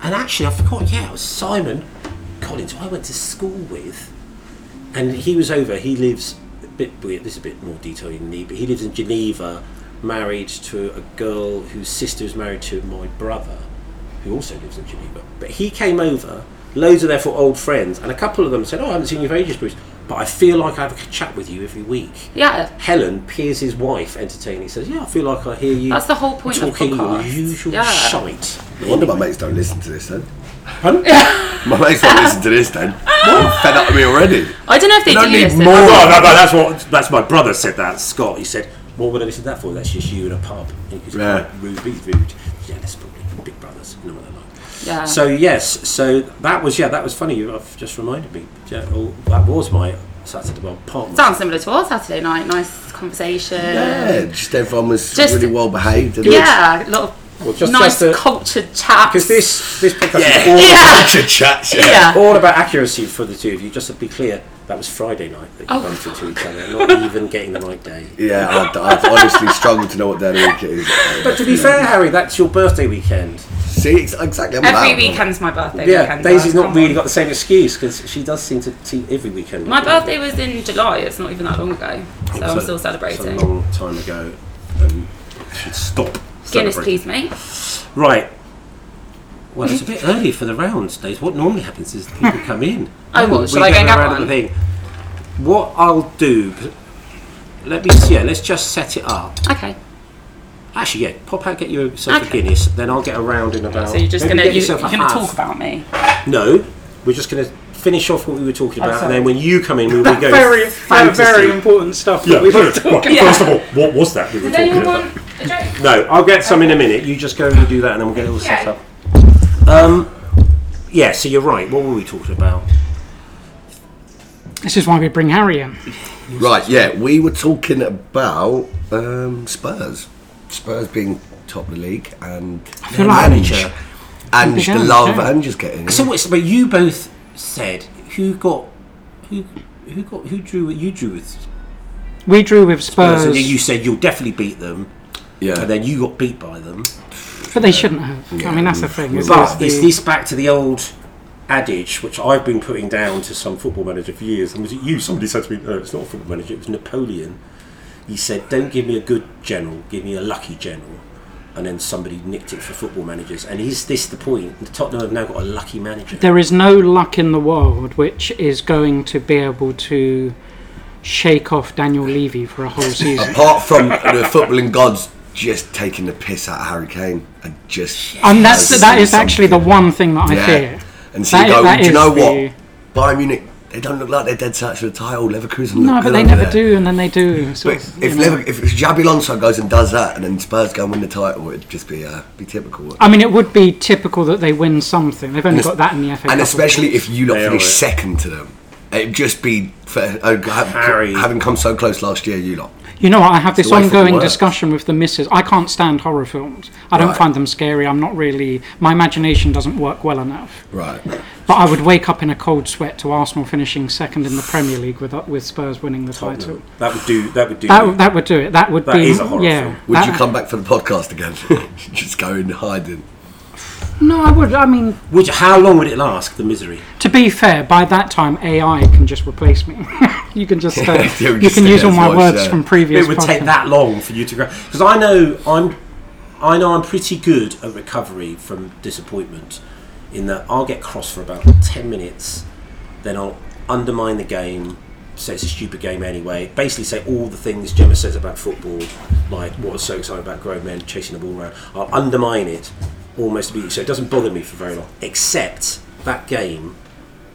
Speaker 1: And actually, I forgot. Yeah, it was Simon Collins, who I went to school with, and he was over. He lives a bit weird. This is a bit more detail you need, but he lives in Geneva, married to a girl whose sister is married to my brother, who also lives in Geneva. But he came over. Loads of therefore old friends, and a couple of them said, "Oh, I haven't seen you for ages, Bruce, but I feel like I have a chat with you every week."
Speaker 5: yeah.
Speaker 1: Helen, Piers' wife, entertaining, says, Yeah, I feel like I hear you.
Speaker 5: That's the whole point of
Speaker 1: talking your
Speaker 5: podcasts.
Speaker 1: usual
Speaker 5: Yeah.
Speaker 1: shite.
Speaker 3: no wonder my mates don't listen to this then. (laughs) my mates don't listen to this then. They're fed up with me already.
Speaker 5: I don't know if
Speaker 3: They
Speaker 5: they do
Speaker 3: don't need
Speaker 5: listen.
Speaker 3: more.
Speaker 1: Oh, no, no, that's what that's my brother said that, Scott. He said, What would I listen to that for? That's just you in a pub. And he was
Speaker 3: Yeah.
Speaker 1: quite rude, be rude. Yeah, that's probably big brothers. You know what they're like.
Speaker 5: Yeah.
Speaker 1: So, yes, so that was, yeah, that was funny. You've just reminded me. Yeah, well, that was my Saturday well, part. of my-
Speaker 5: sounds similar to our Saturday night. Nice conversation.
Speaker 3: Yeah, just everyone was
Speaker 5: Just-
Speaker 3: really well behaved. And
Speaker 5: Yeah, a lot of
Speaker 1: Well, just-
Speaker 5: nice
Speaker 1: just a-
Speaker 5: cultured chats.
Speaker 1: Because this, this podcast is
Speaker 3: Yeah.
Speaker 1: all
Speaker 5: Yeah.
Speaker 3: Bunch of chats. (laughs) Yeah.
Speaker 5: (laughs) yeah.
Speaker 1: All about accuracy for the two of you. Just to be clear, that was Friday night that you
Speaker 5: Oh.
Speaker 1: bumped into each other, not even getting the right day.
Speaker 3: Yeah, I've, I've honestly struggled to know what day of the week it is.
Speaker 1: But to be fair, Harry, that's your birthday weekend.
Speaker 3: See, ex- exactly. I'm
Speaker 5: Every
Speaker 3: about-
Speaker 5: weekend's my birthday.
Speaker 1: yeah,
Speaker 5: weekend,
Speaker 1: Daisy's
Speaker 5: guys,
Speaker 1: not
Speaker 5: come
Speaker 1: really
Speaker 5: on.
Speaker 1: got the same excuse because she does seem to cheat every weekend.
Speaker 5: My birthday was in July. It's not even that long ago, so I'm
Speaker 1: It's a-
Speaker 5: still celebrating.
Speaker 1: It's a
Speaker 3: oh,
Speaker 1: long time ago. Um, I should stop.
Speaker 5: Guinness,
Speaker 1: celebrating.
Speaker 5: please, mate.
Speaker 1: Right. Well, it's a bit early for the rounds, Days. What normally happens is
Speaker 5: (laughs)
Speaker 1: people come in.
Speaker 5: Oh, what,
Speaker 1: we
Speaker 5: shall I go
Speaker 1: have
Speaker 5: and
Speaker 1: a
Speaker 5: get
Speaker 1: round of
Speaker 5: one?
Speaker 1: the thing. What I'll do. Let me see. Yeah, let's just set it up.
Speaker 5: Okay.
Speaker 1: Actually, yeah, pop out, get yourself a
Speaker 5: Okay.
Speaker 1: Guinness, then I'll get around in about.
Speaker 5: So you're just
Speaker 1: maybe
Speaker 5: gonna
Speaker 1: get
Speaker 5: you, you're
Speaker 1: yourself a
Speaker 5: gonna
Speaker 1: half.
Speaker 5: talk about me.
Speaker 1: No, we're just gonna finish off what we were talking about, and
Speaker 5: sorry.
Speaker 1: then when you come in, we will go.
Speaker 2: Very,
Speaker 1: fantasy.
Speaker 2: very important stuff that we were talking
Speaker 5: Yeah.
Speaker 1: First of all, what was that we were
Speaker 5: Does anyone want a drink?
Speaker 1: No, I'll get some in a minute. You just go and do that, and then we'll get it all set
Speaker 5: Okay.
Speaker 1: up. Um, yeah, so you're right. What were we talking about?
Speaker 2: This is why we bring Harry in.
Speaker 3: Right, yeah, we were talking about um, Spurs. Spurs being top of the league and
Speaker 2: feel like-
Speaker 3: Ange. Ange, the
Speaker 2: Ange,
Speaker 3: love
Speaker 2: yeah.
Speaker 3: Ange is getting.
Speaker 1: So,
Speaker 3: in.
Speaker 1: what's, but you both said who got who who got who drew you drew with Spurs,
Speaker 2: We drew with
Speaker 1: and
Speaker 2: Spurs,
Speaker 1: then you said you'll definitely beat them,
Speaker 3: Yeah.
Speaker 1: and then you got beat by them.
Speaker 2: but they shouldn't have. I mean, that's the thing. is
Speaker 1: But
Speaker 2: this
Speaker 1: is
Speaker 2: the-
Speaker 1: this back to the old adage, which I've been putting down to some football manager for years? And was it you? Somebody said to me, no, it's not a football manager, it was Napoleon. He said, don't give me a good general, give me a lucky general. And then somebody nicked it for football managers. And is this the point? The Tottenham have now got a lucky manager.
Speaker 2: There is no luck in the world which is going to be able to shake off Daniel Levy for a whole season.
Speaker 3: Apart from the footballing gods just taking the piss out of Hurricane and just.
Speaker 2: And that's
Speaker 3: has
Speaker 2: that is
Speaker 3: something.
Speaker 2: actually the one thing that I fear.
Speaker 3: And so
Speaker 2: That
Speaker 3: you
Speaker 2: is-
Speaker 3: go,
Speaker 2: that
Speaker 3: do you
Speaker 2: is
Speaker 3: know
Speaker 2: the-
Speaker 3: what? Bayern Munich They don't look like they're dead sets of the title. Leverkusen look
Speaker 2: No, but
Speaker 3: good
Speaker 2: they
Speaker 3: under
Speaker 2: never
Speaker 3: there.
Speaker 2: do, and then they do. Sort
Speaker 3: But
Speaker 2: of,
Speaker 3: if
Speaker 2: you know.
Speaker 3: Lever, if Xabi Alonso goes and does that, and then Spurs go and win the title, it'd just be uh, be typical.
Speaker 2: I mean, it would be typical that they win something. They've only
Speaker 3: es-
Speaker 2: got that in the FA.
Speaker 3: and
Speaker 2: Cup.
Speaker 3: especially if you lot
Speaker 4: They are
Speaker 3: finish
Speaker 4: it.
Speaker 3: second to them, it'd just be for, uh,
Speaker 4: Harry.
Speaker 3: having, having come so close last year. You lot,
Speaker 2: You know what? I have this
Speaker 3: the way football
Speaker 2: ongoing
Speaker 3: works.
Speaker 2: discussion with the missus. I can't stand horror films. I don't
Speaker 3: Right.
Speaker 2: find them scary. I'm not really. My imagination doesn't work well enough.
Speaker 3: right?
Speaker 2: But I would wake up in a cold sweat to Arsenal finishing second in the Premier League with with Spurs winning the title.
Speaker 1: That would do. That would do.
Speaker 2: That,
Speaker 1: me.
Speaker 2: would- that would do it. That would
Speaker 1: That
Speaker 2: be.
Speaker 1: is a horror
Speaker 2: yeah.
Speaker 1: film.
Speaker 3: Would
Speaker 2: that-
Speaker 3: you come back for the podcast again? (laughs) just go and hide in.
Speaker 2: No, I would. I mean,
Speaker 1: Would you- how long would it last? The misery.
Speaker 2: to be fair, by that time AI can just replace me. (laughs) you can just. Uh,
Speaker 3: (laughs) Yeah, we
Speaker 2: you
Speaker 3: just
Speaker 2: can
Speaker 3: sit
Speaker 2: use
Speaker 3: there
Speaker 2: all
Speaker 3: and
Speaker 2: my
Speaker 3: watch
Speaker 2: words
Speaker 3: that.
Speaker 2: from previous.
Speaker 1: it would take
Speaker 2: podcasts.
Speaker 1: that long for you to go because I know I'm I know I'm pretty good at recovery from disappointment in that I'll get cross for about 10 minutes then I'll undermine the game say it's a stupid game anyway basically say all the things Gemma says about football like what was so exciting about grown men chasing the ball around I'll undermine it almost immediately so it doesn't bother me for very long except that game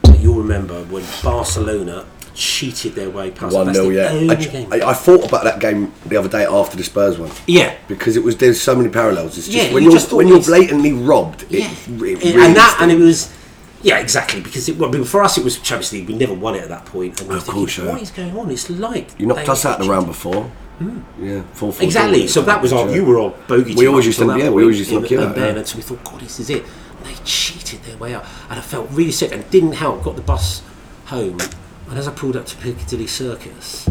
Speaker 1: that you'll remember when Barcelona cheated their way past
Speaker 3: One
Speaker 1: that's the
Speaker 3: 0 yeah.
Speaker 1: only
Speaker 3: I,
Speaker 1: game.
Speaker 3: I, I thought about that game the other day after the Spurs one
Speaker 1: yeah
Speaker 3: because it was there's so many parallels. It's just
Speaker 1: Yeah,
Speaker 3: when
Speaker 1: you
Speaker 3: you are
Speaker 1: just thought
Speaker 3: when you're
Speaker 1: it's-
Speaker 3: blatantly robbed, it,
Speaker 1: Yeah,
Speaker 3: it, it
Speaker 1: and,
Speaker 3: really
Speaker 1: that, and it
Speaker 3: stinks.
Speaker 1: was, yeah, exactly. Because it, well, I mean, for us, it was Champions League. We never won it at that point. And we were
Speaker 3: Of course,
Speaker 1: thinking,
Speaker 3: yeah.
Speaker 1: what is going on? It's like
Speaker 3: you knocked
Speaker 1: they-
Speaker 3: us out in the round before. Yeah, four four.
Speaker 1: Exactly.
Speaker 3: draw.
Speaker 1: So that was our.
Speaker 3: Yeah.
Speaker 1: You were our bogey.
Speaker 3: We
Speaker 1: team
Speaker 3: always used to-
Speaker 1: until that
Speaker 3: yeah, we always used to
Speaker 1: point.
Speaker 3: knock you
Speaker 1: And
Speaker 3: out,
Speaker 1: then
Speaker 3: yeah.
Speaker 1: until we thought, God, this is it. And they cheated their way out, and I felt really sick, and didn't help. Got the bus home, and as I pulled up to Piccadilly Circus,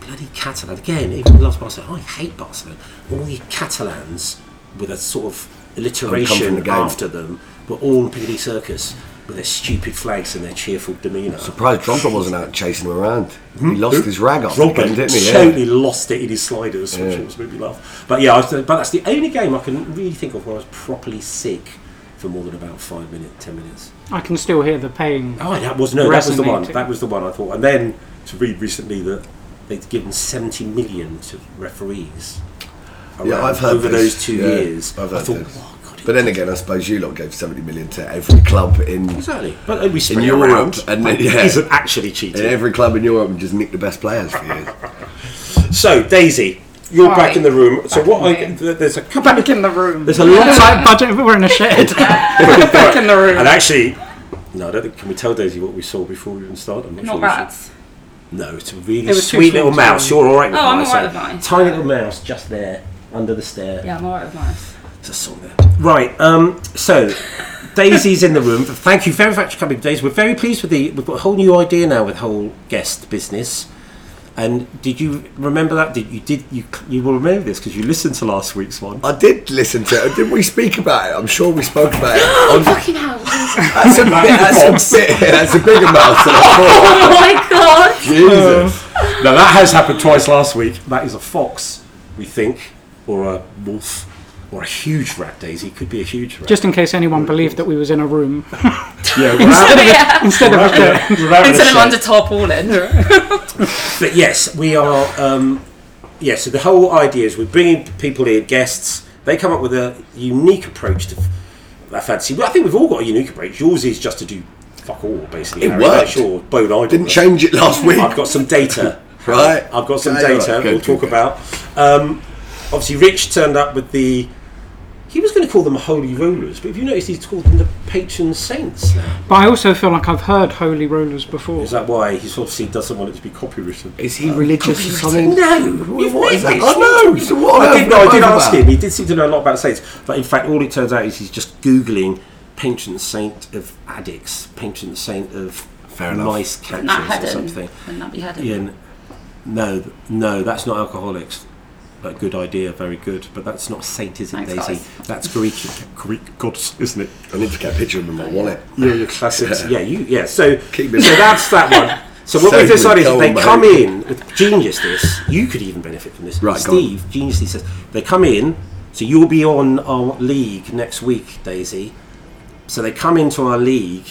Speaker 1: bloody Catalan again. Even the last Barcelona, I hate Barcelona. All the Catalans with a sort of alliteration
Speaker 3: the game.
Speaker 1: after them were all in Piccadilly Circus with their stupid flags and their cheerful demeanour.
Speaker 3: Surprised Drogba wasn't out chasing him around.
Speaker 1: Hmm?
Speaker 3: He lost his rag off,
Speaker 1: Robin
Speaker 3: didn't he? Yeah.
Speaker 1: totally lost it in his sliders, which always made me laugh. But yeah, I was, but that's the only game I can really think of where I was properly sick for more than about five minutes, ten minutes.
Speaker 2: I can still hear the pain.
Speaker 1: Oh, that was no, that was the one.
Speaker 2: Resonating.
Speaker 1: That was the one I thought. And then to read recently that they'd given seventy million to referees.
Speaker 3: Yeah,
Speaker 1: around
Speaker 3: I've heard
Speaker 1: over
Speaker 3: this.
Speaker 1: those two
Speaker 3: Yeah,
Speaker 1: years.
Speaker 3: I've
Speaker 1: I
Speaker 3: heard
Speaker 1: thought,
Speaker 3: this.
Speaker 1: oh, God,
Speaker 3: But then again, I suppose you lot gave 70 million to every club in
Speaker 1: exactly. But we spread
Speaker 3: in
Speaker 1: it
Speaker 3: Europe,
Speaker 1: around.
Speaker 3: and then-
Speaker 1: It
Speaker 3: yeah.
Speaker 1: isn't actually cheating.
Speaker 3: in every club in Europe and just nicked the best players for years.
Speaker 1: So Daisy, you're
Speaker 5: Right.
Speaker 1: back in the room. So what? I,
Speaker 5: room.
Speaker 1: there's a couple.
Speaker 2: Back in the room.
Speaker 1: There's a lot of
Speaker 2: Tight budget. We're in a shed. Back in the room.
Speaker 1: And actually, no, I don't think. Can we tell Daisy what we saw before we even started? I'm
Speaker 5: Not
Speaker 1: we should.
Speaker 5: rats.
Speaker 1: No, it's a really
Speaker 2: It was too
Speaker 1: sweet little
Speaker 2: small to
Speaker 1: mouse.
Speaker 2: be-
Speaker 1: You're all right with
Speaker 5: Oh, I'm
Speaker 1: mice,
Speaker 5: all right
Speaker 1: eh?
Speaker 5: with mice.
Speaker 1: Tiny little mouse just there under the stair.
Speaker 5: Yeah, I'm alright with mice.
Speaker 1: It's a song there. Right. Um. So. Daisy's in the room. Thank you very much for coming, Daisy. We're very pleased with the. We've got a whole new idea now with whole guest business. And did you remember that? Did you did you you will remember this because you listened to last week's one?
Speaker 3: I did listen to it. Didn't we speak about it? I'm sure we spoke about it.
Speaker 5: (gasps)
Speaker 3: On,
Speaker 5: Fucking hell.
Speaker 3: that's, a bit, that's, a bit, that's a bigger mouse than I thought.
Speaker 5: (laughs) (laughs) Oh my god.
Speaker 3: Jesus.
Speaker 1: Now that has happened twice last week. That is a fox, we think, or a wolf, or a huge rat. Daisy could be a huge rat.
Speaker 2: Just in case anyone believed that we was in a room.
Speaker 1: yeah, we're
Speaker 5: (laughs)
Speaker 1: out,
Speaker 5: yeah.
Speaker 2: Instead of
Speaker 1: we're out- (laughs) we're out in
Speaker 5: Instead
Speaker 1: the
Speaker 5: of
Speaker 1: shed.
Speaker 5: under tarpaulin.
Speaker 1: But yes, we are. Um, yeah, so the whole idea is we're bringing people in, guests. They come up with a unique approach to that fantasy. Well, I think we've all got a unique approach. Yours is just to do fuck all, basically.
Speaker 3: It
Speaker 1: Harry. That's
Speaker 3: worked.
Speaker 1: your bone idol.
Speaker 3: Didn't change it last week.
Speaker 1: I've got some data.
Speaker 3: Right.
Speaker 1: I've got some
Speaker 3: Okay,
Speaker 1: data
Speaker 3: right. Good,
Speaker 1: we'll
Speaker 3: good,
Speaker 1: talk
Speaker 3: good.
Speaker 1: about. Um, obviously, Rich turned up with the. He was going to call them holy rollers, but if you notice, he's called them the patron saints now.
Speaker 2: But I also feel like I've heard Holy Rollers before.
Speaker 1: Is that why he obviously doesn't want it to be copywritten?
Speaker 3: Is he religious or something?
Speaker 1: No, you've
Speaker 3: What is
Speaker 1: made
Speaker 3: that?
Speaker 1: this.
Speaker 3: I know. So what on
Speaker 1: I
Speaker 3: earth
Speaker 1: did, no,
Speaker 3: am
Speaker 1: I did
Speaker 3: on
Speaker 1: ask
Speaker 3: about?
Speaker 1: him. He did seem to know a lot about saints, but in fact, all it turns out is he's just googling patron saint of addicts, patron saint of
Speaker 3: Fair enough.
Speaker 1: mice catchers
Speaker 5: Not
Speaker 1: or
Speaker 5: heading.
Speaker 1: something.
Speaker 5: Wouldn't that be heading?
Speaker 1: Yeah, n- no, no, that's not alcoholics. But good idea, very good. But that's not saint, is it,
Speaker 5: Thanks,
Speaker 1: Daisy?
Speaker 5: guys.
Speaker 1: That's Greek, Greek gods, isn't it?
Speaker 3: I need to get a picture of him in my wallet.
Speaker 1: Yeah, your classics. Yeah, you. Yeah. So, so
Speaker 3: Keep it-
Speaker 1: that's that one. So what we've
Speaker 3: Segment,
Speaker 1: decided is
Speaker 3: go
Speaker 1: if they
Speaker 3: on, mate.
Speaker 1: come in with genius. This you could even benefit from this.
Speaker 3: Right, go on.
Speaker 1: Steve geniusly says they come in. So you'll be on our league next week, Daisy. So they come into our league,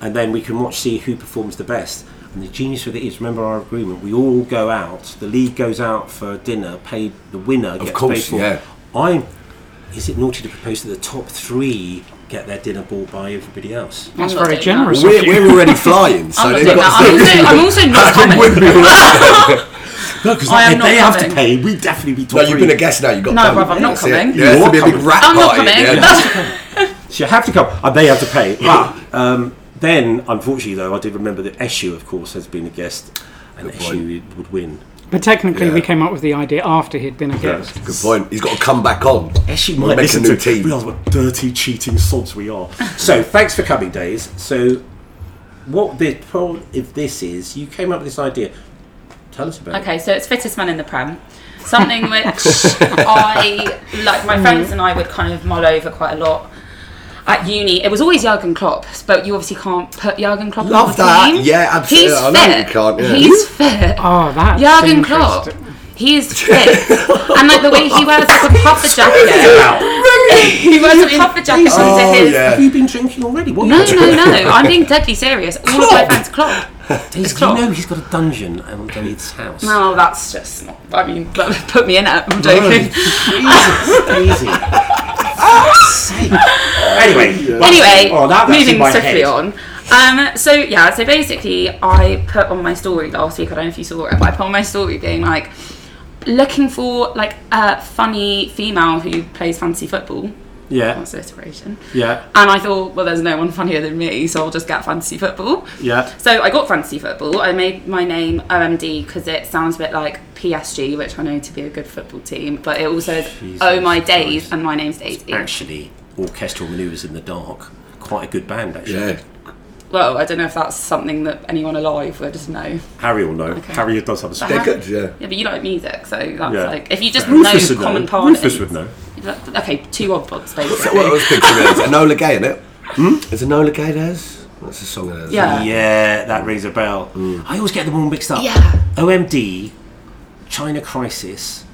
Speaker 1: and then we can watch see who performs the best. And the genius with it is, remember our agreement. We all go out. The league goes out for dinner. Paid the winner. Gets
Speaker 3: course,
Speaker 1: paid for.
Speaker 3: yeah.
Speaker 1: I is it naughty to propose that the top three get their dinner bought by everybody else?
Speaker 2: That's
Speaker 5: not
Speaker 2: very
Speaker 5: doing that.
Speaker 2: generous
Speaker 3: We're,
Speaker 2: of you.
Speaker 3: we're already flying, so
Speaker 5: I'm not
Speaker 3: they've
Speaker 5: doing that.
Speaker 3: got
Speaker 5: I'm also, I'm
Speaker 3: (laughs)
Speaker 5: also
Speaker 3: to
Speaker 5: not coming.
Speaker 3: with me.
Speaker 1: No, because
Speaker 5: I
Speaker 1: they,
Speaker 5: am not
Speaker 1: they have to
Speaker 5: coming.
Speaker 1: pay. We definitely be top
Speaker 3: Well, you've
Speaker 1: three.
Speaker 3: been a guest now. You've got
Speaker 5: No,
Speaker 3: done.
Speaker 5: bruv, I'm not
Speaker 3: That's it.
Speaker 5: coming.
Speaker 3: Yeah, it's
Speaker 1: You're
Speaker 3: to be a big
Speaker 1: coming.
Speaker 3: rat
Speaker 5: I'm not
Speaker 3: party.
Speaker 5: coming. (laughs)
Speaker 3: yeah.
Speaker 1: So you have to come. And they have to
Speaker 3: (laughs)
Speaker 1: pay. But um, then, unfortunately, though, I did remember that Eshu, of course, has been a guest, and Eshu would win.
Speaker 2: But technically, we
Speaker 3: Yeah.
Speaker 2: came up with the idea after he'd been a guest.
Speaker 3: Good point. He's got to come back on.
Speaker 1: Eshu
Speaker 3: We'll
Speaker 1: might
Speaker 3: make a
Speaker 1: listen
Speaker 3: new
Speaker 1: to
Speaker 3: team.
Speaker 1: realise what dirty, cheating sods we are. so thanks for coming, Days. So what the problem if this is you came up with this idea. Tell us about it.
Speaker 5: Okay, so it's fittest man in the pram.
Speaker 3: (laughs)
Speaker 5: Something which I like my friends and I would kind of mull over quite a lot at uni. It was always Jurgen Klopp, but you obviously can't put Jurgen Klopp.
Speaker 3: Love
Speaker 5: on the
Speaker 3: that.
Speaker 5: Team.
Speaker 3: Yeah, absolutely.
Speaker 5: He's
Speaker 3: I know
Speaker 5: fit.
Speaker 3: you can't, yeah.
Speaker 2: (laughs)
Speaker 5: He's fit.
Speaker 2: Oh, that's
Speaker 5: Jurgen
Speaker 2: interesting.
Speaker 5: Klopp. He
Speaker 3: (laughs)
Speaker 5: is fit, and like the way he wears like a puffer jacket. (laughs) he wears a puffer jacket
Speaker 3: Oh,
Speaker 5: under his.
Speaker 3: yeah.
Speaker 1: Have you been drinking already? What
Speaker 5: No,
Speaker 1: are you
Speaker 3: (laughs)
Speaker 5: no, no! I'm being deadly serious. All of my
Speaker 3: Klopp.
Speaker 5: friends Klopp.
Speaker 1: He's, you
Speaker 5: Klopp.
Speaker 1: know he's got a dungeon at David's house.
Speaker 5: No, Oh, that's just not. I mean, put me in it. I'm joking.
Speaker 1: Jesus, Daisy. Fuck's sake. Anyway, well,
Speaker 5: anyway,
Speaker 1: oh, that- that's in
Speaker 5: moving
Speaker 1: my
Speaker 5: swiftly
Speaker 1: head.
Speaker 5: on. Um, so yeah, so basically, I put on my story last week. I don't know if you saw it, but I put on my story being like, looking for like a funny female who plays fantasy football.
Speaker 4: Yeah,
Speaker 5: That's alliteration.
Speaker 4: yeah,
Speaker 5: And I thought, well, there's no one funnier than me, so I'll just get fantasy football.
Speaker 4: yeah.
Speaker 5: So I got fantasy football. I made my name OMD because it sounds a bit like PSG, which I know to be a good football team, but it also is
Speaker 1: Jesus
Speaker 5: Oh My Days,
Speaker 1: Christ.
Speaker 5: and my name's Daisy.
Speaker 1: actually, orchestral manoeuvres in the dark. Quite a good band, actually.
Speaker 3: Yeah.
Speaker 5: Uh-huh. Well, I don't know if that's something that anyone alive would know.
Speaker 4: Harry will know.
Speaker 5: Okay.
Speaker 4: Harry does have a
Speaker 3: They're
Speaker 5: Huh?
Speaker 3: good, yeah.
Speaker 5: Yeah, but you like music, so that's
Speaker 4: Yeah.
Speaker 5: like if you just
Speaker 4: Rufus
Speaker 5: know
Speaker 4: would
Speaker 5: common
Speaker 4: know.
Speaker 5: parlance.
Speaker 4: Rufus would know.
Speaker 5: Okay, two odd pods basically.
Speaker 3: Well, let's picture it. Is it Enola Gay in it? Hmm? Is Enola Gay theirs? That's a song of theirs.
Speaker 5: Yeah.
Speaker 1: Yeah, that rings a bell.
Speaker 3: Mm.
Speaker 1: I always get them all mixed up.
Speaker 5: Yeah.
Speaker 1: OMD, China Crisis,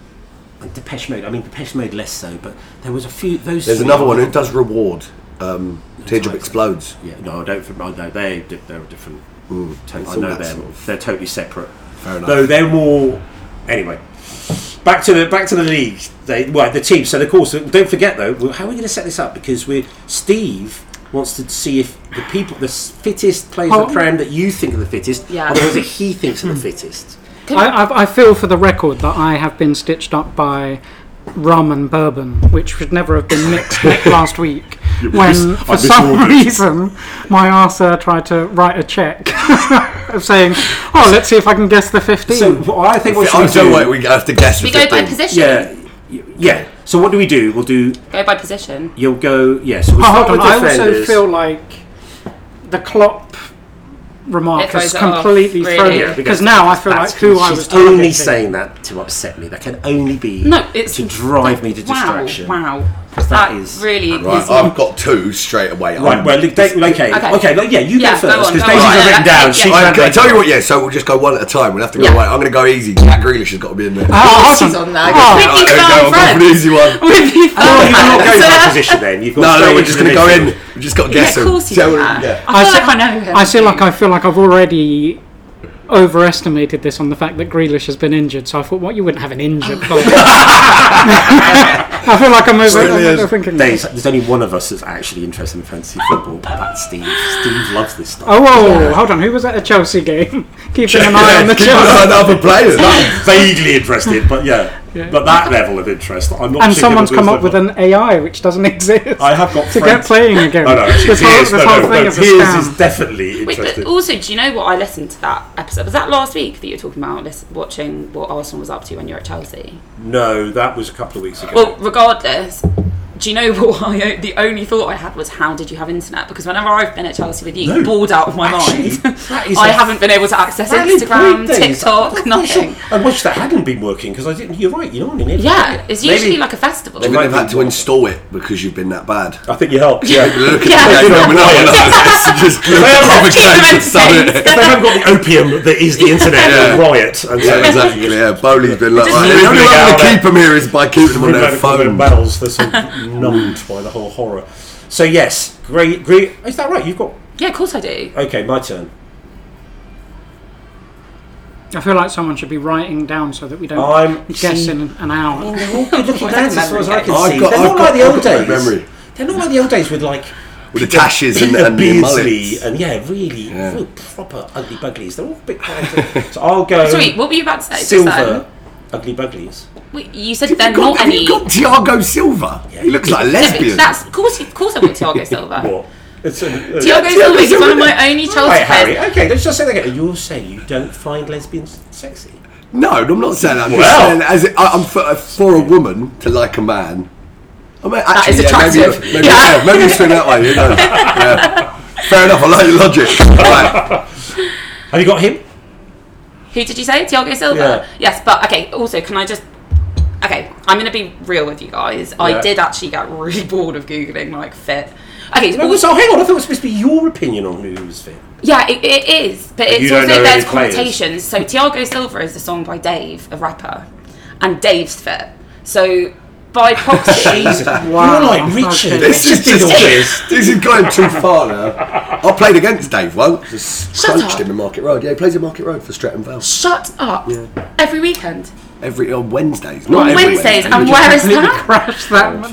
Speaker 1: and Depeche Mode. I mean, Depeche Mode less so, but there was a few. Those.
Speaker 3: There's
Speaker 1: three-
Speaker 3: another one who does reward. Um, Teardrop Explodes.
Speaker 1: Yeah, no, I don't. think- I know they. They're a different.
Speaker 3: Mm.
Speaker 1: to-
Speaker 3: it's
Speaker 1: I
Speaker 3: all
Speaker 1: know
Speaker 3: that
Speaker 1: they're.
Speaker 3: sort of-
Speaker 1: They're totally separate.
Speaker 3: Fair enough.
Speaker 1: No, they're more. Anyway, back to the back to the league. They well the team. So of course, don't forget though. well, How are we going to set this up? Because we are Steve wants to see if the people, the s- fittest players of
Speaker 2: Oh. Hmm.
Speaker 1: the pram that you think are the fittest,
Speaker 5: Yeah.
Speaker 1: are the ones that he thinks are the fittest.
Speaker 2: I, I, I feel for the record that I have been stitched up by rum and bourbon, which should never have been mixed
Speaker 3: (laughs)
Speaker 2: like last week. When,
Speaker 4: mis- I
Speaker 2: for some
Speaker 4: misordered.
Speaker 2: reason, my arser tried to write a check (laughs) of saying, "Oh, let's see if I can guess the 15.
Speaker 1: So what I think what should
Speaker 3: I
Speaker 1: we
Speaker 3: don't
Speaker 1: do?
Speaker 3: know what we have to guess.
Speaker 5: We
Speaker 3: the
Speaker 5: go by
Speaker 3: 15.
Speaker 5: position.
Speaker 1: yeah, y- yeah. So what do we do? We'll do.
Speaker 5: Go by position.
Speaker 1: You'll go. Yeah. So we'll
Speaker 2: Oh,
Speaker 1: start
Speaker 2: hold on. I
Speaker 1: with
Speaker 2: also
Speaker 1: defenders.
Speaker 2: feel like the Klopp remark
Speaker 5: It
Speaker 2: has
Speaker 5: throws it off,
Speaker 2: completely
Speaker 5: really.
Speaker 2: thrown
Speaker 5: Yeah,
Speaker 2: because now I feel like
Speaker 1: That's-
Speaker 2: who I
Speaker 1: she's
Speaker 2: was
Speaker 1: only
Speaker 2: targeting.
Speaker 1: saying that to upset me. That can only be
Speaker 5: No, it's
Speaker 1: to drive me to distraction.
Speaker 5: Wow, wow.
Speaker 1: That
Speaker 5: that
Speaker 1: is-
Speaker 5: really
Speaker 3: Right, Oh,
Speaker 5: is.
Speaker 3: I've got two straight away.
Speaker 1: Right,
Speaker 3: I'm-
Speaker 1: well, look, Dave, okay,
Speaker 5: Okay.
Speaker 1: okay, like, yeah, you
Speaker 5: Yeah,
Speaker 1: go first
Speaker 5: go on,
Speaker 1: because
Speaker 5: go
Speaker 1: Daisy's
Speaker 5: on.
Speaker 1: are
Speaker 5: Yeah,
Speaker 1: written
Speaker 5: yeah,
Speaker 1: down.
Speaker 5: yeah.
Speaker 1: She's
Speaker 5: Right,
Speaker 3: I,
Speaker 1: written
Speaker 3: I tell you
Speaker 1: down.
Speaker 3: what, yeah, so we'll just go one at a time. We'll have to go
Speaker 5: Yeah.
Speaker 3: away. I'm going to go easy. Jack Grealish has got to be in there.
Speaker 5: Oh, she's
Speaker 2: hold (laughs)
Speaker 5: on there.
Speaker 3: All
Speaker 5: We'd
Speaker 3: right, there we
Speaker 5: be
Speaker 3: go,
Speaker 5: firm
Speaker 3: I'll go for the
Speaker 5: friends.
Speaker 3: easy one.
Speaker 5: We'd be
Speaker 1: You're
Speaker 5: firm
Speaker 1: not going
Speaker 5: friends.
Speaker 1: by position then. You've got
Speaker 3: No,
Speaker 1: straight
Speaker 3: no, we're just
Speaker 1: into
Speaker 3: going
Speaker 1: the
Speaker 3: to go in.
Speaker 1: midfield.
Speaker 3: We've just got to
Speaker 5: Yeah,
Speaker 3: guess
Speaker 5: of course
Speaker 3: him.
Speaker 5: you
Speaker 3: See how we-
Speaker 5: are.
Speaker 3: yeah.
Speaker 5: I feel
Speaker 2: se-
Speaker 5: like I know him.
Speaker 2: I feel like I feel like I've already overestimated this on the fact that Grealish has been injured. So I thought, what you wouldn't have an injured player. (laughs) I feel like I'm over,
Speaker 3: Certainly
Speaker 2: I'm
Speaker 3: is.
Speaker 2: overthinking
Speaker 1: Days,
Speaker 2: this.
Speaker 1: there's only one of us that's actually interested in fantasy football, but that's Steve. Steve loves this stuff.
Speaker 2: Oh, whoa, hold on. Who was at the Chelsea game? (laughs) Keeping an eye on the (laughs)
Speaker 3: Keep an (laughs)
Speaker 2: Chelsea.
Speaker 3: eye on the other players.
Speaker 1: (laughs)
Speaker 4: Vaguely interested, but yeah. But that level of interest, I'm not.
Speaker 2: And
Speaker 4: particularly
Speaker 2: someone's come up
Speaker 4: interested,
Speaker 2: with
Speaker 4: but
Speaker 2: an AI which doesn't (laughs) exist
Speaker 4: I have got
Speaker 2: to get
Speaker 4: friends-
Speaker 2: playing again.
Speaker 4: No, no, actually,
Speaker 2: this whole,
Speaker 4: Piers-
Speaker 2: this
Speaker 4: no,
Speaker 2: whole
Speaker 4: no,
Speaker 2: thing
Speaker 4: no,
Speaker 2: is a
Speaker 4: Piers
Speaker 2: scam.
Speaker 4: is definitely
Speaker 5: Wait, but
Speaker 4: interested.
Speaker 5: also, do you know what? I listened to that episode. Was that last week that you were talking about lis- watching what Arsenal was up to when you were at Chelsea?
Speaker 4: No, that was a couple of weeks ago.
Speaker 5: Well, regardless, do you know what? I, the only thought I had was, how did you have internet? Because whenever I've been at Chelsea with you,
Speaker 1: No.
Speaker 5: you balled out of my
Speaker 1: Actually,
Speaker 5: mind.
Speaker 1: that
Speaker 5: (laughs)
Speaker 1: is
Speaker 5: I
Speaker 1: a
Speaker 5: haven't been able to access Instagram, TikTok, nothing.
Speaker 1: I wish that hadn't been working because I didn't. You're right. You know what I mean?
Speaker 5: Yeah, it's
Speaker 1: Maybe-
Speaker 5: usually like a festival.
Speaker 3: They wouldn't have had to install it because you've been that bad.
Speaker 4: I think you helped.
Speaker 3: (laughs)
Speaker 4: Yeah.
Speaker 3: Look at
Speaker 5: Yeah.
Speaker 3: the game coming up. and
Speaker 5: (laughs)
Speaker 3: us, Just
Speaker 5: Keep them
Speaker 3: provocation.
Speaker 5: entertained.
Speaker 4: they haven't got the opium that is the internet
Speaker 3: Yeah.
Speaker 1: (laughs)
Speaker 4: and riot, and so
Speaker 3: Yeah, exactly. Yeah, Bowley's been like,
Speaker 5: Just-
Speaker 3: right, the only way I'm
Speaker 4: Yeah.
Speaker 3: going to keep them here is by keeping them on their
Speaker 4: Rhythmic
Speaker 3: phone.
Speaker 4: battles,
Speaker 5: (laughs)
Speaker 4: they're sort of numbed by the whole horror.
Speaker 1: So yes, great, great. Is that right? You've got
Speaker 5: Yeah, of course I do.
Speaker 1: okay. My turn.
Speaker 2: I feel like someone should be writing down so that we don't
Speaker 1: I'm-
Speaker 2: guess in an
Speaker 6: I mean,
Speaker 4: (laughs)
Speaker 2: hour. (laughs)
Speaker 6: they're all good
Speaker 5: (laughs)
Speaker 6: looking dads as far as I can
Speaker 3: I've
Speaker 6: see.
Speaker 3: got-
Speaker 6: they're
Speaker 3: I've
Speaker 6: not
Speaker 3: got-
Speaker 6: like the
Speaker 3: I've
Speaker 6: old
Speaker 3: got
Speaker 6: days.
Speaker 3: great memory.
Speaker 6: They're not like the old days with like
Speaker 3: With the tashes and,
Speaker 1: Peter
Speaker 3: and the
Speaker 1: Beardsley
Speaker 3: mullets.
Speaker 1: and yeah, really, real proper ugly buglies. They're all a bit bad. so I'll go
Speaker 5: Sorry, what were you about to say? just
Speaker 1: Um, silver ugly buglies.
Speaker 5: then? Wait, You said they're not
Speaker 3: have
Speaker 5: any.
Speaker 3: you got Tiago Silva? He looks like a
Speaker 5: Yeah, but
Speaker 3: lesbian.
Speaker 5: That's of course, of course, I want Thiago Silva.
Speaker 1: (laughs) What? It's a, uh,
Speaker 5: Thiago Silva is one of my only Chelsea
Speaker 1: Right, Harry.
Speaker 5: players.
Speaker 1: Okay, let's just say that again. You're saying you don't find lesbians sexy.
Speaker 3: no, I'm not saying that. I'm just
Speaker 1: Well.
Speaker 3: saying as it, I, I'm for, uh, for a woman to like a man. I mean, actually,
Speaker 5: is
Speaker 3: yeah,
Speaker 5: attractive.
Speaker 3: maybe, maybe,
Speaker 5: Yeah.
Speaker 3: yeah. maybe you swing that way. You know. Yeah. Fair enough. I like your logic. Right.
Speaker 1: Have you got him?
Speaker 5: Who did you say? Thiago Silva.
Speaker 1: Yeah.
Speaker 5: Yes, but okay. Also, can I just? Okay, I'm gonna be real with you guys. I
Speaker 1: Yeah.
Speaker 5: did actually get really (laughs) bored of googling like fit. Okay,
Speaker 1: No,
Speaker 5: well,
Speaker 1: Oh, so hang on. I thought it was supposed to be your opinion on who was fit.
Speaker 5: yeah, it, it is, but it's
Speaker 4: you don't
Speaker 5: also
Speaker 4: know
Speaker 5: there's
Speaker 4: any players.
Speaker 5: connotations. So Thiago Silva is a song by Dave, a rapper, and Dave's fit. So by proxy,
Speaker 1: Jesus,
Speaker 2: Wow.
Speaker 1: you're like Richard.
Speaker 2: Okay.
Speaker 3: This
Speaker 1: Just
Speaker 3: is
Speaker 1: did all
Speaker 3: just
Speaker 1: this.
Speaker 3: (laughs) this is going too far now. I played against Dave once. Just
Speaker 5: Shut
Speaker 3: crunched
Speaker 5: up.
Speaker 3: him in Market Road. Yeah, he plays in Market Road for Streatham Vale
Speaker 5: shut up. Every weekend
Speaker 3: every on Wednesdays. Not
Speaker 5: on
Speaker 3: every
Speaker 5: Wednesdays,
Speaker 3: Wednesday.
Speaker 5: and where is
Speaker 2: Completely
Speaker 5: that?
Speaker 2: crashed that.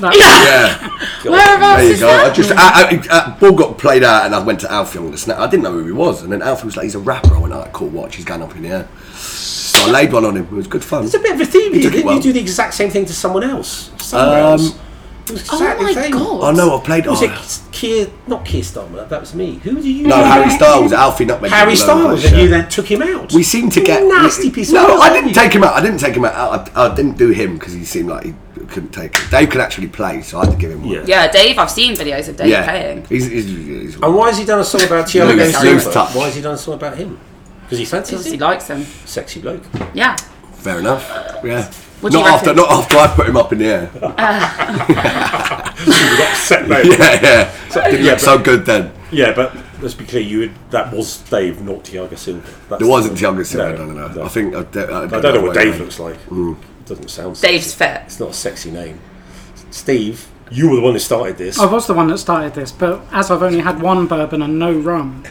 Speaker 1: (laughs)
Speaker 2: that
Speaker 3: Yeah.
Speaker 5: Whereabouts
Speaker 3: There you
Speaker 5: is
Speaker 3: go.
Speaker 5: that?
Speaker 3: I just I, I, I, ball got played out, and I went to Alfie on the snap. I didn't know who he was, and then Alfie was like, "He's a rapper." I went, "All right, cool. Watch, he's going up in the air." So I laid one on him. It was good fun.
Speaker 1: It's a bit of a theme. You,
Speaker 3: took it
Speaker 1: didn't
Speaker 3: well.
Speaker 1: you do the exact same thing to someone else? Somewhere
Speaker 3: Um,
Speaker 1: else. It was exactly
Speaker 5: oh my
Speaker 1: the same.
Speaker 5: God.
Speaker 3: I know. I played.
Speaker 1: Was
Speaker 3: oh,
Speaker 1: it Keir, not Keir Starmer? That was me. Who did you?
Speaker 3: no, Harry Styles. Alfie Nutmeg.
Speaker 1: Harry
Speaker 3: did a load of
Speaker 1: Styles,
Speaker 3: that
Speaker 1: and you
Speaker 3: shit.
Speaker 1: then took him out.
Speaker 3: We seemed to
Speaker 1: You
Speaker 3: get
Speaker 1: nasty
Speaker 3: we-
Speaker 1: piece. of
Speaker 3: No,
Speaker 1: work,
Speaker 3: I
Speaker 1: aren't
Speaker 3: didn't
Speaker 1: you?
Speaker 3: take him out. I didn't take him out. I, I didn't do him because he seemed like he couldn't take it. Dave could actually play, so I had to give him. One.
Speaker 1: Yeah.
Speaker 5: Yeah, Dave. I've seen videos of Dave
Speaker 3: yeah.
Speaker 5: playing.
Speaker 3: He's, he's, he's,
Speaker 4: Oh.
Speaker 1: And why has he done a song about Thiago
Speaker 3: Lose-
Speaker 1: Silva?
Speaker 3: lose touch.
Speaker 1: Why has he done a song about him? Because he fancies
Speaker 5: Because he
Speaker 1: him.
Speaker 5: likes him.
Speaker 1: Sexy bloke.
Speaker 5: Yeah.
Speaker 3: fair enough. Yeah.
Speaker 5: What do
Speaker 3: not
Speaker 5: you
Speaker 3: after,
Speaker 5: reckon?
Speaker 3: not after I put him up in the air. (laughs)
Speaker 1: (laughs)
Speaker 4: Set mate.
Speaker 3: yeah, yeah. Didn't
Speaker 4: yeah,
Speaker 3: look so good then.
Speaker 1: Yeah, but let's be clear. You would, that was Dave, not Thiago Silva. That's
Speaker 3: There wasn't
Speaker 1: the-
Speaker 3: Tiago Silva,
Speaker 1: No,
Speaker 3: I don't know.
Speaker 1: no.
Speaker 3: I think I, I,
Speaker 4: I don't know what Dave looks like.
Speaker 1: Mm.
Speaker 4: It doesn't sound. sexy.
Speaker 5: Dave's fit.
Speaker 1: It's not a sexy name. Steve, you were the one who started this.
Speaker 2: I was the one that started this, but as I've only had one bourbon and no rum,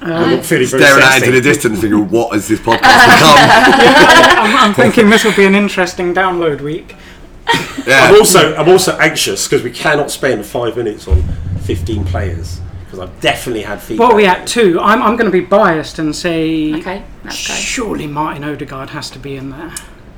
Speaker 1: I'm not feeling very
Speaker 3: Staring out
Speaker 1: sexy.
Speaker 3: into the distance, thinking, "What has this
Speaker 5: (laughs)
Speaker 3: podcast become?"
Speaker 2: I'm, I'm thinking this will be an interesting download week.
Speaker 1: I'm
Speaker 3: yeah.
Speaker 1: also, I'm also anxious because we cannot spend five minutes on 15 players because I've definitely had feedback.
Speaker 2: What are we at two? I'm, I'm going to be biased and say
Speaker 5: Okay, let's go.
Speaker 2: surely Martin Odegaard has to be in there.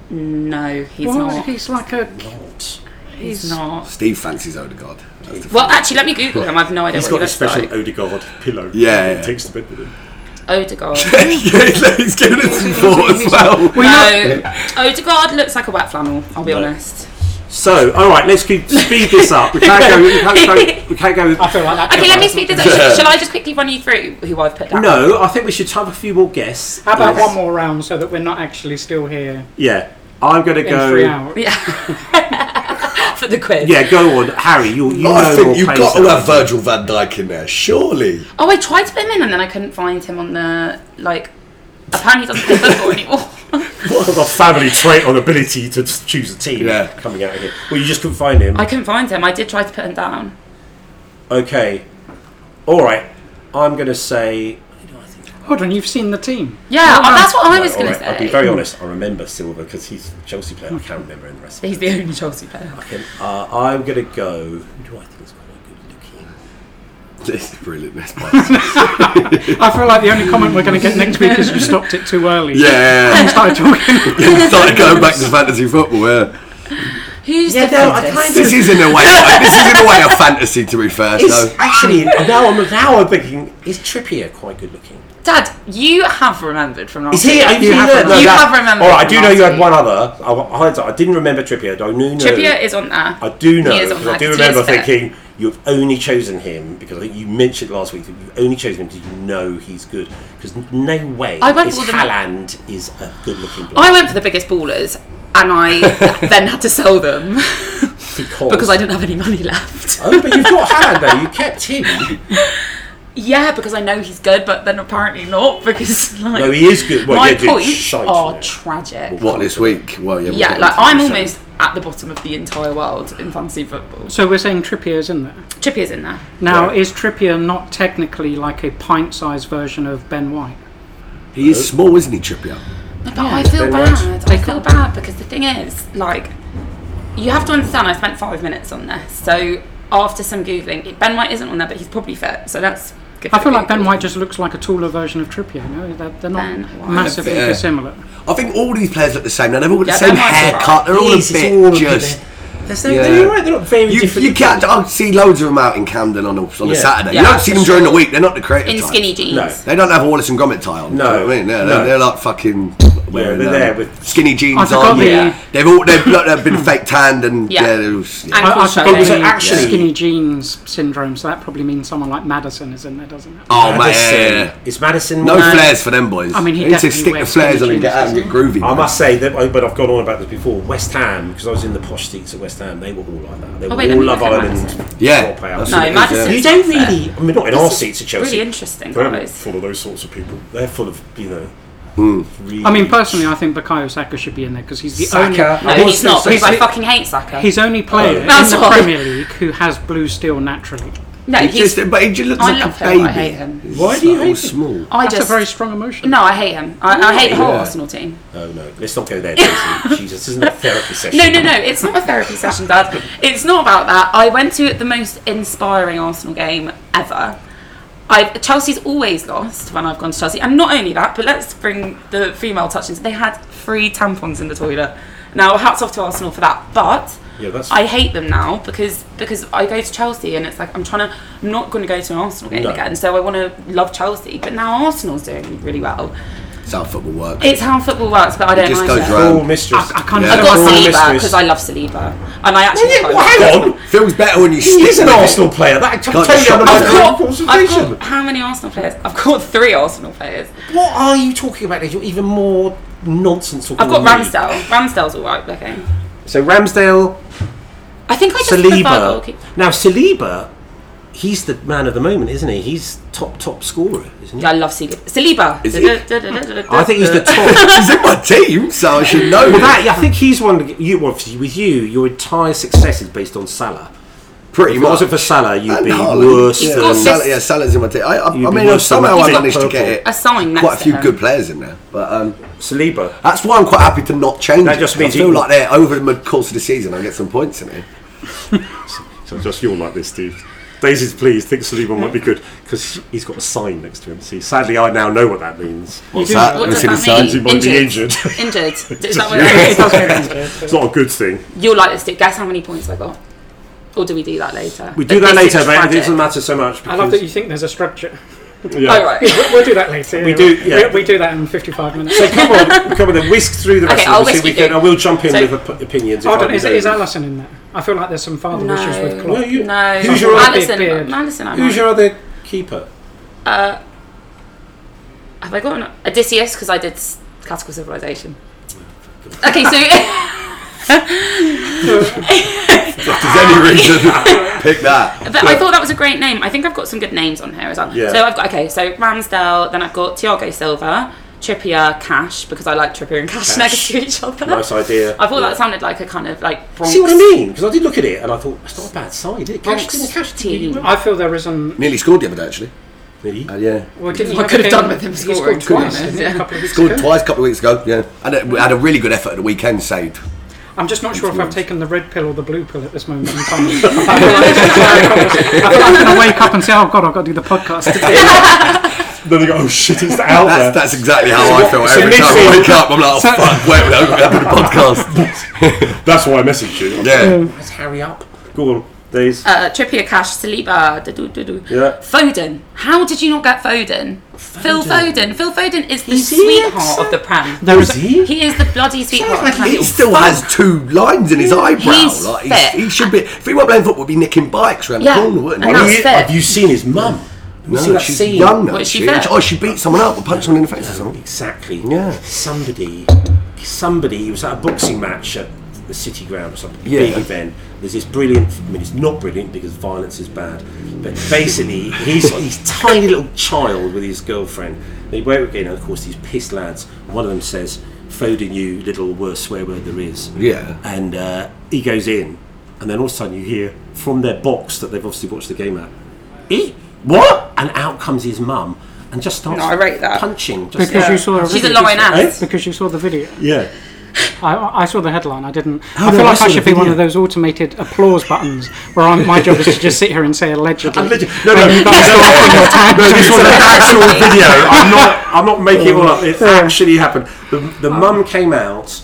Speaker 5: No, he's
Speaker 2: Well,
Speaker 5: not.
Speaker 2: he's like a
Speaker 1: What?
Speaker 5: He's, not.
Speaker 3: Steve fancies Odegaard. That's the (laughs)
Speaker 5: Well, actually, let me Google him. I've no idea
Speaker 1: He's got
Speaker 5: what he
Speaker 1: a
Speaker 5: looks
Speaker 1: special (laughs)
Speaker 5: like.
Speaker 1: Odegaard pillow.
Speaker 3: Yeah,
Speaker 1: He
Speaker 3: yeah.
Speaker 1: takes the bed with him. (laughs)
Speaker 5: Odegaard.
Speaker 3: yeah, he's giving it some thought
Speaker 5: (laughs)
Speaker 3: as well.
Speaker 5: no,
Speaker 1: (laughs)
Speaker 5: Odegaard looks like a wet flannel. I'll be honest.
Speaker 1: So, all right, let's keep, speed this up. We can't go. We can't go. We can't go.
Speaker 2: (laughs) I feel like that.
Speaker 5: Okay, let
Speaker 1: (laughs)
Speaker 5: me speak this. up. Shall shall I just quickly run you through who I've put down?
Speaker 1: No, I think we should have a few more guests.
Speaker 2: How about
Speaker 1: Yes.
Speaker 2: one more round so that we're not actually still here
Speaker 1: Yeah, I'm going to
Speaker 2: in three
Speaker 1: go.
Speaker 2: hours?
Speaker 5: (laughs) for the quiz.
Speaker 1: Yeah, go on, Harry. You, you know
Speaker 3: I think
Speaker 1: more
Speaker 3: you've
Speaker 1: players
Speaker 3: got
Speaker 1: than
Speaker 3: to
Speaker 1: I
Speaker 3: have
Speaker 1: do.
Speaker 3: Virgil Van Dyke in there, surely.
Speaker 5: Oh, I tried to put him in and then I couldn't find him on the like. Apparently, he doesn't play football anymore. (laughs)
Speaker 1: What a family trait on ability to just choose a team
Speaker 3: Yeah.
Speaker 1: coming out of here. Well, you just couldn't find him.
Speaker 5: I couldn't find him. I did try to put him down.
Speaker 1: okay. All right. I'm going to say.
Speaker 2: Hold on, you've seen the team.
Speaker 5: Yeah,
Speaker 2: no.
Speaker 5: that's what I was
Speaker 1: Oh, All
Speaker 5: going
Speaker 1: right,
Speaker 5: to
Speaker 1: I'll be
Speaker 5: say.
Speaker 1: very honest. I remember Silver because he's a Chelsea player. I can't remember in the rest. Of
Speaker 5: He's the only Chelsea player.
Speaker 1: him. Uh, I'm going to go. Who do I think is quite good looking?
Speaker 3: This is brilliant, this (laughs) podcast.
Speaker 2: I feel like the only comment we're going to get next week is you stopped it too early. (laughs)
Speaker 3: yeah.
Speaker 2: Started talking.
Speaker 3: Started going back to fantasy football, yeah.
Speaker 5: Who's the
Speaker 1: no, I
Speaker 5: fittest?
Speaker 1: kind
Speaker 3: This is in a way this is in a way a fantasy to be fair,
Speaker 1: It's
Speaker 3: so
Speaker 1: actually now I'm now I'm thinking is Trippier quite good looking?
Speaker 5: Dad, you have remembered from last
Speaker 1: Is he?
Speaker 5: week.
Speaker 1: Are you,
Speaker 5: you
Speaker 1: have,
Speaker 5: have,
Speaker 1: no,
Speaker 5: you
Speaker 1: that-
Speaker 5: have remembered.
Speaker 1: All right, I
Speaker 5: from
Speaker 1: do know
Speaker 5: last
Speaker 1: you had
Speaker 5: week.
Speaker 1: one other. I, I, I didn't remember Trippier. I do know.
Speaker 5: Trippier is on there.
Speaker 1: I do know.
Speaker 5: He is on
Speaker 1: 'cause
Speaker 5: there.
Speaker 1: I do
Speaker 5: 'cause he is
Speaker 1: remember
Speaker 5: fit.
Speaker 1: thinking you've only chosen him because I think you mentioned last week that you've only chosen him because you know he's good. Because no way
Speaker 5: I went
Speaker 1: is
Speaker 5: for the-
Speaker 1: Haaland is a good looking bloke
Speaker 5: I went for the biggest ballers, and
Speaker 1: (laughs)
Speaker 5: I then had to sell them
Speaker 1: because,
Speaker 5: because I didn't have any money left.
Speaker 1: Oh, but you've
Speaker 5: (laughs)
Speaker 1: got Haaland though. You kept him.
Speaker 5: Yeah, because I know he's good, but then apparently not because like
Speaker 1: No, he is good. Well,
Speaker 5: my
Speaker 1: yeah, dude,
Speaker 5: points
Speaker 1: shite,
Speaker 5: are
Speaker 1: yeah.
Speaker 5: tragic.
Speaker 3: what this week? Well yeah, we'll
Speaker 5: Yeah,
Speaker 3: get
Speaker 5: like
Speaker 3: into it,
Speaker 5: I'm
Speaker 3: so.
Speaker 5: almost at the bottom of the entire world in fantasy football.
Speaker 2: So we're saying Trippier's in there.
Speaker 5: Trippier's in there.
Speaker 2: Now, is Trippier not technically like a pint-sized version of Ben White?
Speaker 3: He is small, isn't he, Trippier?
Speaker 5: But I feel
Speaker 4: Then
Speaker 5: bad. I
Speaker 2: they
Speaker 5: feel bad because the thing is, like, you have to understand. I spent five minutes on this, so after some googling, Ben White isn't on there, but he's probably fit, so that's good.
Speaker 2: I
Speaker 5: for
Speaker 2: feel like Ben
Speaker 5: Google.
Speaker 2: White just looks like a taller version of Trippier. You know? they're, they're not
Speaker 5: Ben White.
Speaker 2: massively
Speaker 3: Yeah.
Speaker 2: dissimilar.
Speaker 3: I think all these players look the same. They've all got the
Speaker 5: Yeah,
Speaker 3: same
Speaker 5: they're nice,
Speaker 3: haircut. They're all
Speaker 6: Yes,
Speaker 3: a
Speaker 6: it's
Speaker 3: bit
Speaker 6: all a bit
Speaker 3: just.
Speaker 6: There's no,
Speaker 3: Yeah.
Speaker 1: Uh,
Speaker 6: You're right, they're not very
Speaker 3: You,
Speaker 6: different.
Speaker 3: you can't. I see loads of them out in Camden on a, on a
Speaker 1: Yeah.
Speaker 3: Saturday.
Speaker 5: Yeah,
Speaker 3: you don't see them
Speaker 5: for
Speaker 3: during
Speaker 5: sure.
Speaker 3: the week. They're not the creative
Speaker 5: in
Speaker 3: type.
Speaker 5: skinny jeans.
Speaker 1: No.
Speaker 3: They don't have a Wallace and Gromit tie on. do you know what I mean, they're,
Speaker 1: No.
Speaker 3: they're like fucking. wearing,
Speaker 4: they're
Speaker 3: uh,
Speaker 4: there with-
Speaker 3: skinny jeans
Speaker 2: I forgot
Speaker 3: on.
Speaker 2: the-
Speaker 3: Yeah. They've all they've, look, they've been fake tanned and
Speaker 5: Yeah.
Speaker 3: yeah. they're all, yeah.
Speaker 5: And
Speaker 2: I, I
Speaker 5: full
Speaker 2: forgot
Speaker 5: shoulders.
Speaker 2: the
Speaker 1: actually-
Speaker 2: skinny jeans syndrome, so that probably means someone like Madison is in there, doesn't it?
Speaker 3: Oh man,
Speaker 1: Madison.
Speaker 3: yeah, yeah.
Speaker 1: Is Madison
Speaker 3: no
Speaker 1: one?
Speaker 3: flares for them boys.
Speaker 2: I mean, he
Speaker 3: they need to
Speaker 2: definitely
Speaker 3: stick the
Speaker 2: wears
Speaker 3: flares on
Speaker 2: skinny
Speaker 3: and get out and get
Speaker 2: jeans.
Speaker 3: groovy.
Speaker 1: I
Speaker 3: man.
Speaker 1: must say that, but I've gone on about this before. West Ham, because I was in the posh seats at West Ham, they were all like that. They were
Speaker 5: Oh, wait,
Speaker 1: all
Speaker 5: let
Speaker 1: Love
Speaker 5: me look at
Speaker 1: Island.
Speaker 3: Yeah,
Speaker 1: drop out.
Speaker 3: that's
Speaker 5: No,
Speaker 3: what it is,
Speaker 5: Madison.
Speaker 1: You don't really. I mean, not in our seats at Chelsea.
Speaker 5: Really interesting.
Speaker 4: They're
Speaker 5: that was.
Speaker 4: full of those sorts of people. They're full of you know. really-
Speaker 2: I mean, personally, I think Bakayo Saka should be in there because he's the
Speaker 1: Saka.
Speaker 2: only
Speaker 5: No,
Speaker 1: I was
Speaker 5: he's not
Speaker 1: gonna
Speaker 5: because
Speaker 1: say-
Speaker 5: I fucking hate Saka.
Speaker 2: he's only player
Speaker 5: Oh, That's
Speaker 2: in the
Speaker 5: all.
Speaker 2: Premier League who has blue steel naturally.
Speaker 5: no,
Speaker 3: He
Speaker 5: he's.
Speaker 3: just, but he just looks
Speaker 5: I
Speaker 3: like
Speaker 5: love
Speaker 3: a
Speaker 5: him,
Speaker 3: baby.
Speaker 5: I hate him.
Speaker 1: Why do you hate him?
Speaker 3: small?
Speaker 5: I
Speaker 2: That's
Speaker 5: just
Speaker 2: a very strong emotion.
Speaker 5: no. I hate him. I, I hate the whole
Speaker 3: Yeah.
Speaker 5: Arsenal team.
Speaker 1: Oh no, let's not go there, Daisy. Jesus, this isn't a therapy session.
Speaker 5: No, no, no. It's not a therapy session, Dad. It's not about that. I went to the most inspiring Arsenal game ever. I Chelsea's always lost when I've gone to Chelsea, and not only that, but let's bring the female touch into. They had three tampons in the toilet. Now, hats off to Arsenal for that, but
Speaker 1: Yeah, that's-
Speaker 5: I hate them now because because I go to Chelsea and it's like I'm trying to. I'm not going to go to an Arsenal game
Speaker 1: No.
Speaker 5: again, so I want to love Chelsea. But now Arsenal's doing really well.
Speaker 3: It's how football works.
Speaker 5: It's how football works, but I don't
Speaker 3: just
Speaker 5: like
Speaker 3: goes
Speaker 5: it.
Speaker 3: round.
Speaker 1: Full Um, mistress.
Speaker 2: I, I can't.
Speaker 3: Yeah.
Speaker 5: I
Speaker 2: Yeah.
Speaker 5: got
Speaker 1: Full
Speaker 5: Saliba
Speaker 1: mistress.
Speaker 5: because I love Saliba, and I actually. quite
Speaker 1: Well,
Speaker 5: like
Speaker 1: hang on.
Speaker 3: Feels better when you
Speaker 1: He
Speaker 3: stick
Speaker 1: is an
Speaker 3: with it.
Speaker 1: Arsenal player. That
Speaker 3: Can't
Speaker 1: totally
Speaker 3: shut
Speaker 1: undermines
Speaker 3: up.
Speaker 1: the
Speaker 5: I've got, I've
Speaker 1: concentration.
Speaker 5: got how many Arsenal players? I've got three Arsenal players.
Speaker 6: What are you talking about? You're even more nonsense.
Speaker 5: I've got Ramsdale. Ramsdale's all right looking.
Speaker 1: So Ramsdale,
Speaker 5: I think I just prefer
Speaker 1: Saliba.
Speaker 5: goalkeeper.
Speaker 1: Now Saliba, he's the man of the moment, isn't he? He's top top scorer, isn't he?
Speaker 5: I love Saliba. Saliba.
Speaker 3: Is he?
Speaker 1: I think
Speaker 5: (laughs)
Speaker 1: he's the top.
Speaker 3: He's in my team, so I should know.
Speaker 1: Well,
Speaker 3: that
Speaker 1: that, I think he's one. of the- You well, obviously with you, your entire success is based on Salah.
Speaker 3: pretty
Speaker 1: If it
Speaker 3: much.
Speaker 1: wasn't for Salah, you'd
Speaker 3: And
Speaker 1: be
Speaker 3: Haaland.
Speaker 1: worse
Speaker 3: Yeah,
Speaker 1: than.
Speaker 5: Scored
Speaker 3: Salah, yeah, Salah's in my team. I, I, I
Speaker 1: You'd be
Speaker 3: mean,
Speaker 1: worse than
Speaker 3: somehow
Speaker 1: that.
Speaker 3: I
Speaker 1: He's
Speaker 3: managed to
Speaker 1: purple.
Speaker 3: get it.
Speaker 5: a sign next
Speaker 3: Quite a
Speaker 5: to
Speaker 3: few
Speaker 5: him.
Speaker 3: good players in there, but um,
Speaker 1: Saliba.
Speaker 3: that's why I'm quite happy to not change.
Speaker 1: That
Speaker 3: it.
Speaker 1: just means
Speaker 3: I feel
Speaker 1: he-
Speaker 3: like they're over the course of the season. I get some points in it.
Speaker 4: So just you're like this, Steve. Daisy's pleased. Thinks Saliba might be good because he's got a sign next to him. See, sadly, I now know what that means.
Speaker 3: What's
Speaker 2: do-
Speaker 3: that?
Speaker 5: What
Speaker 3: Have you
Speaker 5: does
Speaker 3: seen the
Speaker 5: that
Speaker 3: signs?
Speaker 5: mean?
Speaker 4: He might be injured.
Speaker 5: (laughs) Injured.
Speaker 1: (laughs)
Speaker 5: Is that what it is?
Speaker 4: It's not a good thing.
Speaker 5: You'll like this. Dude. Guess how many points I got? Or do we do that later?
Speaker 1: We do that
Speaker 5: But this is
Speaker 1: later, but it
Speaker 5: tragic.
Speaker 1: doesn't matter so much
Speaker 2: I love that
Speaker 1: because
Speaker 2: you think there's a structure.
Speaker 4: Yeah.
Speaker 5: Oh, right.
Speaker 1: (laughs)
Speaker 2: We'll we'll do that later. We
Speaker 1: do, yeah.
Speaker 2: We, do that in 55 minutes.
Speaker 1: So come on, come on, then whisk through the rest
Speaker 5: Okay,
Speaker 1: of
Speaker 5: I'll
Speaker 1: it. so
Speaker 5: whisk
Speaker 1: we
Speaker 5: you
Speaker 1: can,
Speaker 5: through.
Speaker 1: I will jump in
Speaker 5: So-
Speaker 1: with op- opinions. if
Speaker 2: Hold
Speaker 1: I
Speaker 2: on, is,
Speaker 1: can.
Speaker 2: is Allison in there? I feel like there's some father
Speaker 5: No.
Speaker 2: issues with Klopp.
Speaker 1: Well, you-
Speaker 5: No.
Speaker 1: Who's your other
Speaker 5: Allison?
Speaker 2: beard?
Speaker 5: Allison. I
Speaker 1: Who's
Speaker 5: like.
Speaker 1: your other keeper?
Speaker 5: Uh, have I got an Odysseus? Because I did s- classical civilization. Okay, so (laughs)
Speaker 3: If there's (laughs) any
Speaker 5: (laughs)
Speaker 3: reason, pick that.
Speaker 5: but I thought that was a great name. I think I've got some good names on here as well.
Speaker 1: Yeah.
Speaker 5: So I've got okay, so Ramsdale, then I've got Thiago Silva, Trippier, Cash because I like Trippier and Cash,
Speaker 1: Cash.
Speaker 5: next to each other.
Speaker 1: Nice idea.
Speaker 5: I thought that sounded like a kind of like Bronx.
Speaker 1: See what I mean? Because I did look at it and I thought that's not a bad side. It
Speaker 5: Bronx
Speaker 1: cash didn't cash
Speaker 5: team.
Speaker 1: team.
Speaker 2: I feel there is an.
Speaker 3: Nearly scored the other day, actually.
Speaker 1: Really?
Speaker 3: Uh, yeah,
Speaker 2: Well, didn't he
Speaker 5: What could have
Speaker 2: a
Speaker 5: done
Speaker 2: game-
Speaker 5: with him
Speaker 2: he scored
Speaker 5: scoring, to be
Speaker 2: twice didn't
Speaker 5: honest,
Speaker 2: he,
Speaker 5: yeah.
Speaker 2: a couple of weeks
Speaker 3: scored
Speaker 2: ago?
Speaker 3: twice a couple of weeks ago. Yeah, and it, we had a really good effort at the weekend. Saved.
Speaker 2: I'm just not sure if I've taken the red pill or the blue pill at this moment in time. I feel like I'm going to wake up and say, oh god, I've got to do the podcast today.
Speaker 4: Then they go, oh
Speaker 1: (laughs)
Speaker 4: shit, it's out
Speaker 3: That's,
Speaker 4: there.
Speaker 3: that's exactly how I feel
Speaker 1: so
Speaker 3: every time I
Speaker 1: midfield-
Speaker 3: wake up. I'm like, oh,
Speaker 2: so-
Speaker 3: fuck, wait,
Speaker 5: (laughs)
Speaker 3: we're having a podcast.
Speaker 4: That's why I messaged you.
Speaker 3: Yeah,
Speaker 6: Let's hurry up.
Speaker 4: Go on, Daisy.
Speaker 5: Uh, Trippier, Cash, Saliba, do-do-do-do.
Speaker 4: Yeah.
Speaker 5: Foden. How did you not get Foden? Phil Foden. Phil Foden is the
Speaker 6: he
Speaker 5: sweetheart
Speaker 6: excellent?
Speaker 5: of the Prem.
Speaker 2: There is
Speaker 5: He is the bloody sweetheart.
Speaker 6: like
Speaker 5: of the Prem.
Speaker 3: he still has two lines in his eyebrow.
Speaker 5: He's
Speaker 3: like he's,
Speaker 5: fit.
Speaker 3: he should be. If he weren't playing football, he'd be nicking bikes around
Speaker 5: Yeah,
Speaker 3: the corner, wouldn't he?
Speaker 5: and that's
Speaker 1: Have you-
Speaker 5: fair.
Speaker 1: Have you seen his mum?
Speaker 3: No,
Speaker 1: see that
Speaker 3: she's
Speaker 1: scene?
Speaker 3: young now.
Speaker 5: What, is she
Speaker 3: she,
Speaker 5: fat?
Speaker 3: oh, she beat someone up or punched someone in the face or something.
Speaker 1: Exactly.
Speaker 3: Yeah.
Speaker 1: Somebody, somebody. It was at a boxing match at the City Ground or something.
Speaker 3: Yeah.
Speaker 1: Big event. There's this brilliant. I mean, it's not brilliant because violence is bad. But basically, he's he's tiny little child with his girlfriend. They were again, and of course, these pissed lads. One of them says, "Foden, you little worst swear word there is."
Speaker 3: Yeah.
Speaker 1: And uh, he goes in, and then all of a sudden you hear from their box that they've obviously watched the game at. Eh? What? And out comes his mum, and just starts
Speaker 5: No, I rate that.
Speaker 1: punching. Just
Speaker 2: Because you saw a
Speaker 5: She's a
Speaker 2: video-
Speaker 5: lioness.
Speaker 2: Because you saw the video.
Speaker 4: Yeah.
Speaker 2: I, I saw the headline. I didn't.
Speaker 1: Oh,
Speaker 2: I
Speaker 1: no,
Speaker 2: feel
Speaker 1: I
Speaker 2: like
Speaker 1: saw
Speaker 2: I
Speaker 1: the
Speaker 2: should be one
Speaker 1: video.
Speaker 2: of those automated applause buttons where I'm, my job is to just sit here and say allegedly.
Speaker 4: Alleged- No, no,
Speaker 2: You
Speaker 4: no,
Speaker 2: guys go off on your
Speaker 4: no,
Speaker 2: tangent.
Speaker 4: this was an
Speaker 2: (laughs)
Speaker 4: actual video. I'm not,
Speaker 1: (laughs)
Speaker 4: I'm not making it all up. It actually happened.
Speaker 1: the, the
Speaker 5: Oh.
Speaker 1: mum came out.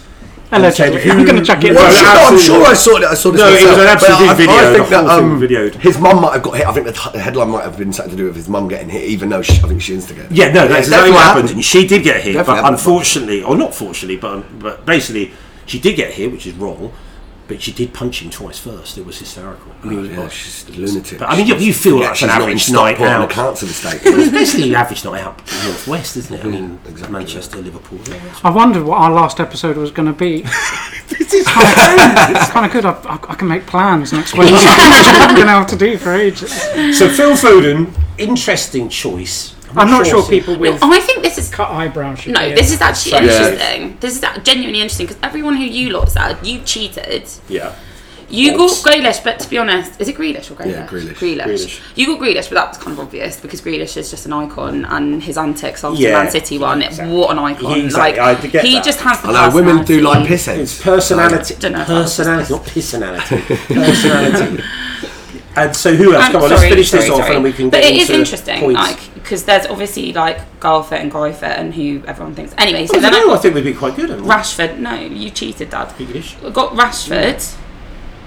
Speaker 2: Allegedly.
Speaker 1: Who-
Speaker 2: I'm going to chuck it.
Speaker 4: Well,
Speaker 2: in.
Speaker 3: Well,
Speaker 4: no,
Speaker 3: sure, I'm sure
Speaker 4: absolutely not.
Speaker 3: I saw it. I saw this.
Speaker 4: No, it
Speaker 3: myself,
Speaker 4: was an
Speaker 3: but
Speaker 4: absolute
Speaker 3: I,
Speaker 4: video,
Speaker 3: I think
Speaker 4: the
Speaker 3: that
Speaker 4: whole
Speaker 3: um,
Speaker 4: thing videoed.
Speaker 3: his mum might have got hit. I think the, t- the headline might have been something to do with his mum getting hit, even though she, I think she instigated. it.
Speaker 4: Yeah, no, that's
Speaker 3: definitely
Speaker 4: exactly what happened. She did get hit,
Speaker 3: Definitely
Speaker 4: but
Speaker 3: happened.
Speaker 1: Unfortunately, or not fortunately, but um, but basically, she did get hit, which is wrong. But she did punch him twice first. It was hysterical. I mean, it was,
Speaker 4: Oh,
Speaker 3: Yeah, she's a lunatic.
Speaker 1: But I mean, you, you feel
Speaker 3: Yeah,
Speaker 1: like
Speaker 3: she's
Speaker 1: an
Speaker 3: not in
Speaker 1: average night
Speaker 3: Stockport on a
Speaker 1: out.
Speaker 3: council
Speaker 5: (laughs)
Speaker 3: estate.
Speaker 1: It's basically an average night out in the northwest, isn't it? I mean, Manchester, Liverpool.
Speaker 2: I wondered what our last episode was going to be. it's kind of good. I, I, I can make plans next week. I'm going to have to do for ages.
Speaker 4: So Phil Foden,
Speaker 1: Interesting choice.
Speaker 2: I'm not sure people
Speaker 5: No,
Speaker 2: with
Speaker 5: Oh, I think this is
Speaker 2: cut eyebrows should.
Speaker 5: no.
Speaker 2: be
Speaker 5: This is actually
Speaker 3: Yeah.
Speaker 5: interesting. This is a- genuinely interesting because everyone who you lot said you cheated.
Speaker 4: yeah,
Speaker 5: You got
Speaker 4: Oops.
Speaker 5: Grealish, but to be honest, is it Grealish or Grealish?
Speaker 3: Yeah, Grealish.
Speaker 5: Grealish.
Speaker 4: Grealish.
Speaker 5: You got Grealish, but that's kind of obvious because Grealish is just an icon, and his antics after
Speaker 4: Yeah,
Speaker 5: Man City one,
Speaker 4: exactly.
Speaker 5: what an icon!
Speaker 4: Exactly,
Speaker 5: Like
Speaker 4: I get
Speaker 5: he
Speaker 4: that.
Speaker 5: just has the.
Speaker 3: I know women do like
Speaker 5: personality.
Speaker 3: piss heads.
Speaker 1: It's personality.
Speaker 5: Don't know if that was
Speaker 1: personality, (laughs) not personality. personality. And so, who else?
Speaker 5: Um,
Speaker 1: Come on, let's
Speaker 5: sorry,
Speaker 1: finish
Speaker 5: sorry,
Speaker 1: this off,
Speaker 5: sorry.
Speaker 1: and we can.
Speaker 5: But
Speaker 1: get
Speaker 5: it is
Speaker 1: into
Speaker 5: interesting,
Speaker 1: points.
Speaker 5: like because there's obviously like Garth and Guy Fit and who everyone thinks. Anyway, so
Speaker 1: I
Speaker 5: then I
Speaker 1: don't know. I
Speaker 5: got
Speaker 1: think we'd be quite good at that.
Speaker 5: Rashford. No, you cheated, Dad.
Speaker 1: English.
Speaker 5: I got Rashford.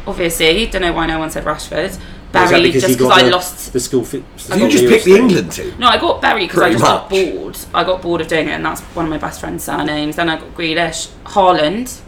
Speaker 5: Obviously, don't know why no one said Rashford.
Speaker 1: Was that
Speaker 5: Barry, just
Speaker 1: you
Speaker 5: because
Speaker 1: got
Speaker 5: I
Speaker 1: the-
Speaker 5: lost
Speaker 1: the school. Fi-
Speaker 3: Have you just picked the England team?
Speaker 5: No, I got Berry because I
Speaker 3: Pretty
Speaker 5: just
Speaker 3: much.
Speaker 5: got bored. I got bored of doing it, and that's one of my best friend's surnames. Then I got Grealish, Haaland.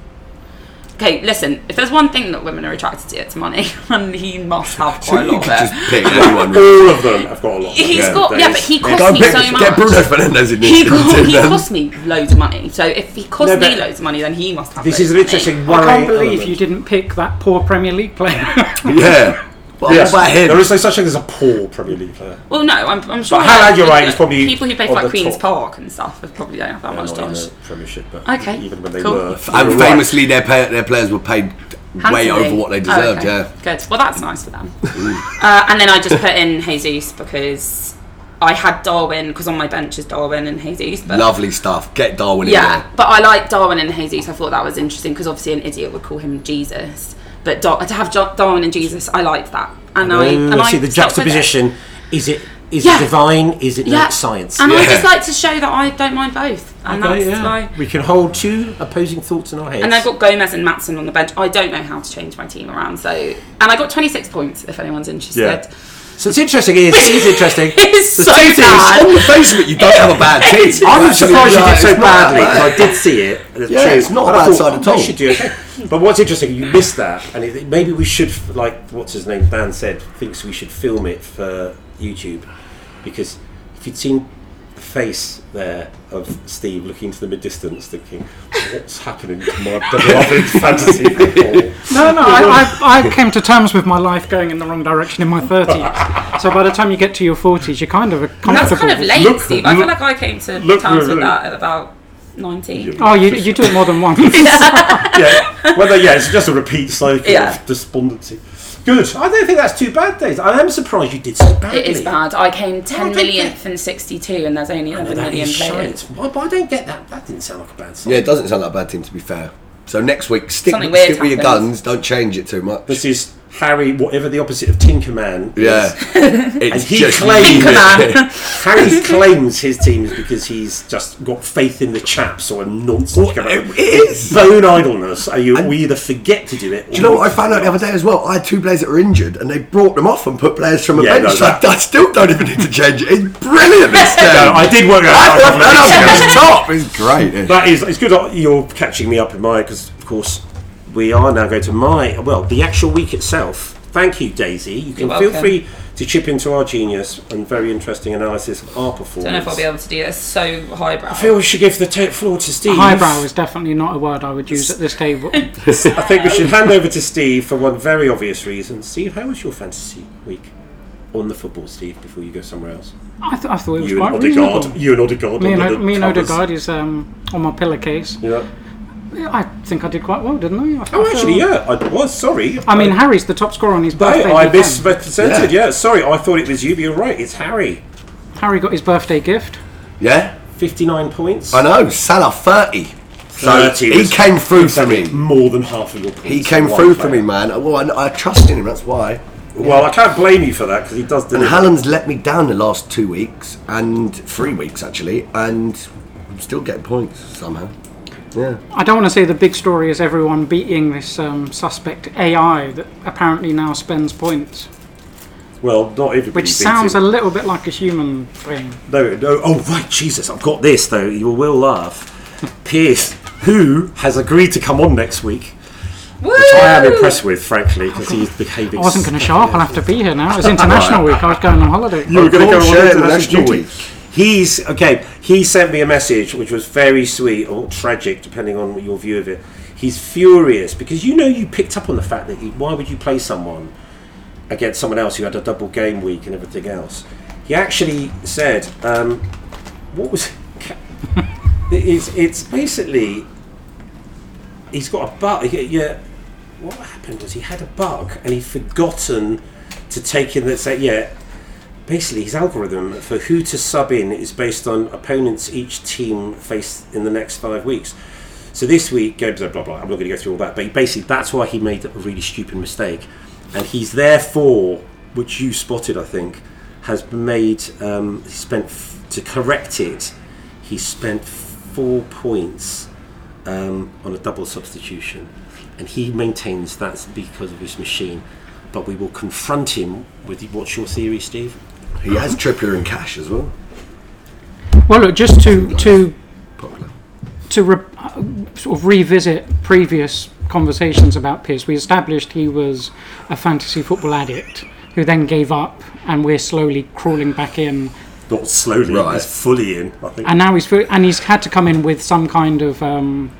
Speaker 5: Okay, listen. If there's one thing that women are attracted to, it's money, (laughs) and he must have
Speaker 3: So
Speaker 5: quite a
Speaker 3: you
Speaker 5: lot
Speaker 3: could
Speaker 5: of it.
Speaker 3: just pick
Speaker 5: (laughs)
Speaker 3: anyone. really.
Speaker 4: all of them have got a lot. of
Speaker 5: He's
Speaker 4: them
Speaker 5: got yeah, but
Speaker 4: nowadays.
Speaker 5: he cost
Speaker 3: Go and
Speaker 5: me
Speaker 3: pick-
Speaker 5: so much.
Speaker 3: Get Bruno Fernandez in this
Speaker 5: he,
Speaker 3: team,
Speaker 5: co- he
Speaker 3: too, man.
Speaker 5: cost me loads of money. So if he cost
Speaker 1: No,
Speaker 5: me
Speaker 1: but-
Speaker 5: loads of money, then he must have.
Speaker 1: This
Speaker 5: loads
Speaker 1: is an
Speaker 5: of
Speaker 1: interesting
Speaker 2: I
Speaker 1: worry.
Speaker 2: can't believe
Speaker 1: element.
Speaker 2: you didn't pick that poor Premier League player.
Speaker 3: (laughs) Yeah. Well,
Speaker 4: Yes.
Speaker 3: What about him?
Speaker 4: There is no such thing as a poor Premier League player.
Speaker 5: Money. Well, no, I'm, I'm sure.
Speaker 4: But Haaland,
Speaker 5: like,
Speaker 4: you're right,
Speaker 5: people-
Speaker 4: he's probably
Speaker 5: people who play
Speaker 4: on
Speaker 5: for like
Speaker 4: the
Speaker 5: Queens
Speaker 4: top.
Speaker 5: Park and stuff have probably don't have that
Speaker 1: They're
Speaker 5: much
Speaker 1: not in
Speaker 5: dollars.
Speaker 1: the Premiership, but
Speaker 5: Okay,
Speaker 1: even when they
Speaker 5: cool.
Speaker 1: were, they
Speaker 3: And
Speaker 1: were
Speaker 3: famously, their, pay, their players were paid way
Speaker 5: Handsomely.
Speaker 3: over what they
Speaker 5: Oh,
Speaker 3: deserved.
Speaker 5: okay.
Speaker 3: Yeah.
Speaker 5: Good. Well, that's nice for them. uh, and then I just put in Jesus because I had Darwin because on my bench is Darwin and Jesus. But
Speaker 3: Lovely stuff. Get Darwin in
Speaker 5: Yeah,
Speaker 3: there.
Speaker 5: but I like Darwin and Jesus. I thought that was interesting because obviously an idiot would call him Jesus, but Dar- to have jo- Darwin and Jesus, I liked that. And I
Speaker 1: Mm,
Speaker 5: and
Speaker 1: I
Speaker 5: I
Speaker 1: see the
Speaker 5: stuck with it.
Speaker 1: juxtaposition. Is it is
Speaker 5: Yeah.
Speaker 1: it divine? Is it
Speaker 5: Yeah,
Speaker 1: not science?
Speaker 5: And I
Speaker 3: Yeah.
Speaker 5: just like to show that I don't mind both, and
Speaker 1: Okay,
Speaker 5: that's
Speaker 1: yeah.
Speaker 5: like.
Speaker 1: we can hold two opposing thoughts in our heads.
Speaker 5: And I've got Gomez and Matson on the bench. I don't know how to change my team around, so and I got 26 points. If anyone's interested,
Speaker 4: Yeah.
Speaker 1: so it's interesting. It is, it is interesting.
Speaker 5: it's
Speaker 1: The
Speaker 5: so
Speaker 1: two things-
Speaker 5: bad.
Speaker 3: On the face of it, you don't have a bad team.
Speaker 1: I'm
Speaker 3: Actually,
Speaker 1: surprised you
Speaker 3: yeah,
Speaker 1: did
Speaker 3: it's
Speaker 1: so
Speaker 3: not that
Speaker 1: badly
Speaker 3: bad.
Speaker 1: because I did see it. It's
Speaker 3: Yeah, it's not a bad side at all."
Speaker 1: "Oh, Should do okay. (laughs) But what's interesting, you missed that, and it, maybe we should, like what's his name, Dan said, thinks we should film it for YouTube because if you'd seen the face there of Steve looking to the mid-distance, thinking, "What's happening to my (laughs) beloved fantasy football?"
Speaker 2: no, no, I, I, I came to terms with my life going in the wrong direction in my 30s. So by the time you get to your 40s, you're kind of a comfortable.
Speaker 5: That's kind of late,
Speaker 4: Look-
Speaker 5: Steve. I feel
Speaker 4: look-
Speaker 5: like I came to
Speaker 4: look-
Speaker 5: terms with
Speaker 4: look-
Speaker 5: that at about 19.
Speaker 2: Oh, you, you do it more than
Speaker 5: (laughs)
Speaker 2: once.
Speaker 4: yeah, whether yeah, it's just a repeat cycle
Speaker 5: Yeah.
Speaker 4: of despondency.
Speaker 1: Good. I don't think that's too bad, Dave. I am surprised you did so badly.
Speaker 5: It is bad. I came 10
Speaker 1: don't
Speaker 5: millionth and 62, and there's only
Speaker 1: No,
Speaker 5: 11
Speaker 1: that
Speaker 5: million
Speaker 1: is
Speaker 5: players.
Speaker 1: shite. Why- but I don't get that. That didn't sound like a bad song.
Speaker 3: Yeah, it doesn't sound like a bad team to be fair. So next week, stick,
Speaker 5: Something weird
Speaker 3: stick with your guns.
Speaker 5: happens.
Speaker 3: Don't change it too much.
Speaker 1: This is Harry, whatever the opposite of Tinker Man. is.
Speaker 3: yeah, it's
Speaker 1: And he
Speaker 3: just
Speaker 1: claims-
Speaker 3: you.
Speaker 1: Come (laughs)
Speaker 3: (laughs)
Speaker 5: on.
Speaker 1: Harry claims his team is because he's just got faith in the chaps or a nonsense.
Speaker 3: Well,
Speaker 1: about
Speaker 3: it is.
Speaker 1: bone idleness. Are you? we either forget to do it.
Speaker 3: Do you know what I found out the other day as well? I had two players that were injured, and they brought them off and put players from a
Speaker 4: Yeah,
Speaker 3: bench.
Speaker 4: no,
Speaker 3: I, I still don't even need to change it. It's brilliant. This
Speaker 4: (laughs)
Speaker 3: game.
Speaker 4: No, I did work
Speaker 3: I
Speaker 4: out.
Speaker 3: thought
Speaker 4: that.
Speaker 3: that
Speaker 4: (laughs)
Speaker 3: was top. It's great. eh?
Speaker 1: That is. It's good that you're catching me up in my because of course we are now going to my well the actual week itself. Thank you, Daisy. You can
Speaker 5: You're
Speaker 1: feel
Speaker 5: welcome.
Speaker 1: free to chip into our genius and very interesting analysis of our performance.
Speaker 5: I don't know if I'll be able to do this. So highbrow.
Speaker 1: I feel we should give the t- floor to Steve.
Speaker 2: Highbrow is definitely not a word I would use at this table.
Speaker 1: I think we should hand over to Steve for one very obvious reason. Steve, how was your fantasy week on the football, Steve? Before you go somewhere else,
Speaker 2: I, th- I thought it was
Speaker 4: You and
Speaker 2: quite
Speaker 4: Odegaard.
Speaker 2: reasonable.
Speaker 4: You and Odegaard.
Speaker 2: Me and,
Speaker 4: under
Speaker 2: o-
Speaker 4: the
Speaker 2: me and
Speaker 4: covers.
Speaker 2: Odegaard is um, on my pillowcase.
Speaker 1: yeah.
Speaker 2: Yeah, I think I did quite well, didn't I? I I
Speaker 1: Oh,
Speaker 2: feel-
Speaker 1: actually, yeah, I was sorry.
Speaker 2: I mean, Harry's the top scorer on his
Speaker 1: I,
Speaker 2: birthday.
Speaker 1: I
Speaker 2: weekend.
Speaker 1: misrepresented. Yeah. sorry, I thought it was you, but you're right. It's Harry.
Speaker 2: Harry got his birthday gift.
Speaker 3: Yeah?
Speaker 7: 59 points.
Speaker 3: I know, Salah 30. So
Speaker 7: 30
Speaker 3: he
Speaker 7: was-
Speaker 3: came through for
Speaker 7: Exactly.
Speaker 3: me.
Speaker 7: More than half of your points.
Speaker 3: He came
Speaker 7: for one
Speaker 3: through for
Speaker 7: player.
Speaker 3: me, man. Well, I, I trust in him, that's why.
Speaker 1: Well, I can't blame you for that because he does
Speaker 3: And (laughs)
Speaker 1: deliver.
Speaker 3: Hallam's let me down the last two weeks, and three weeks actually, and I'm still getting points somehow. Yeah.
Speaker 2: I don't want to say the big story is everyone beating this um, suspect AI that apparently now spends points,
Speaker 1: Well, not everybody.
Speaker 2: which
Speaker 1: beats
Speaker 2: sounds a
Speaker 1: him.
Speaker 2: little bit like a human thing.
Speaker 1: no, no. Oh right, Jesus! I've got this though. You will laugh. Pierce, who has agreed to come on next week, which I am impressed with, frankly, because he's behaving.
Speaker 2: I wasn't going to show up. I'll have to be here now. It was International Week. I was going on holiday.
Speaker 1: You were going to go
Speaker 3: Of
Speaker 1: on
Speaker 3: course, yeah,
Speaker 1: international
Speaker 3: International
Speaker 1: duty.
Speaker 3: Week.
Speaker 1: He's okay. He sent me a message which was very sweet or tragic, depending on your view of it. He's furious because you know you picked up on the fact that he, why would you play someone against someone else who had a double game week and everything else. He actually said, um, "What was?" (laughs) it's it's basically he's got a bug. Yeah, yeah. what happened was he had a bug and he'd forgotten to take in that. Say, yeah. Basically, his algorithm for who to sub in is based on opponents each team face in the next five weeks. So this week, blah blah blah. blah. I'm not going to go through all that, but he basically that's why he made a really stupid mistake, and he's therefore, which you spotted, I think, has made um, he spent f- to correct it. He spent four points um, on a double substitution, and he maintains that's because of his machine. But we will confront him with what's your theory, Steve?
Speaker 3: He has Trippier and Cash as well.
Speaker 2: Well, look, just to to
Speaker 3: Popular.
Speaker 2: to re- uh, sort of revisit previous conversations about Pierce, we established he was a fantasy football addict who then gave up, and we're slowly crawling back in.
Speaker 1: Not (laughs) slowly,
Speaker 3: Right.
Speaker 1: he's fully in. I think.
Speaker 2: And now he's fu- and he's had to come in with some kind of um,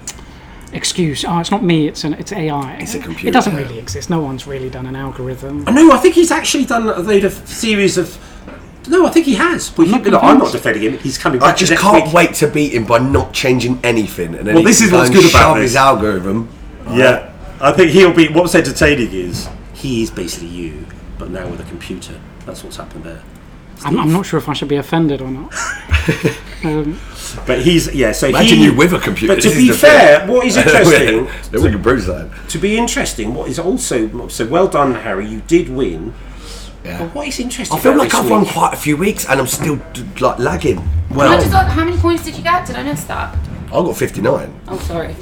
Speaker 2: excuse. Oh, it's not me. It's an it's AI. It's
Speaker 3: a
Speaker 2: It
Speaker 3: computer.
Speaker 2: doesn't really exist. No one's really done an algorithm.
Speaker 1: No, I think he's actually done a load of series of. No, I think he has. But he-
Speaker 2: not
Speaker 1: look, I'm not
Speaker 2: convinced.
Speaker 1: defending him. He's coming back.
Speaker 3: I just
Speaker 1: next
Speaker 3: can't
Speaker 1: week.
Speaker 3: wait to beat him by not changing anything. And then
Speaker 1: Well,
Speaker 3: he
Speaker 1: this
Speaker 3: can
Speaker 1: is
Speaker 3: go
Speaker 1: what's
Speaker 3: and
Speaker 1: good about
Speaker 3: shove
Speaker 1: this.
Speaker 3: his (laughs) algorithm.
Speaker 1: Yeah, I think he'll be. What's entertaining is he is basically you, but now with a computer. That's what's happened there.
Speaker 2: I'm, I'm not sure if I should be offended or not.
Speaker 1: But he's yeah. So
Speaker 3: Imagine
Speaker 1: he,
Speaker 3: you with a computer.
Speaker 1: But
Speaker 3: This
Speaker 1: to
Speaker 3: is
Speaker 1: be
Speaker 3: the
Speaker 1: fair,
Speaker 3: thing.
Speaker 1: what (laughs) is
Speaker 3: (laughs)
Speaker 1: interesting
Speaker 3: then we can bruise that.
Speaker 1: to be interesting. What is also so well done, Harry. You did win.
Speaker 3: Yeah.
Speaker 1: But what is interesting?
Speaker 3: I feel
Speaker 1: about
Speaker 3: like
Speaker 1: this
Speaker 3: I've run
Speaker 1: week-
Speaker 3: quite a few weeks and I'm still d- like lagging.
Speaker 5: Can I
Speaker 3: Well,
Speaker 5: just ask, how many points did you get? Did I miss that?
Speaker 3: I got 59.
Speaker 5: Oh, sorry.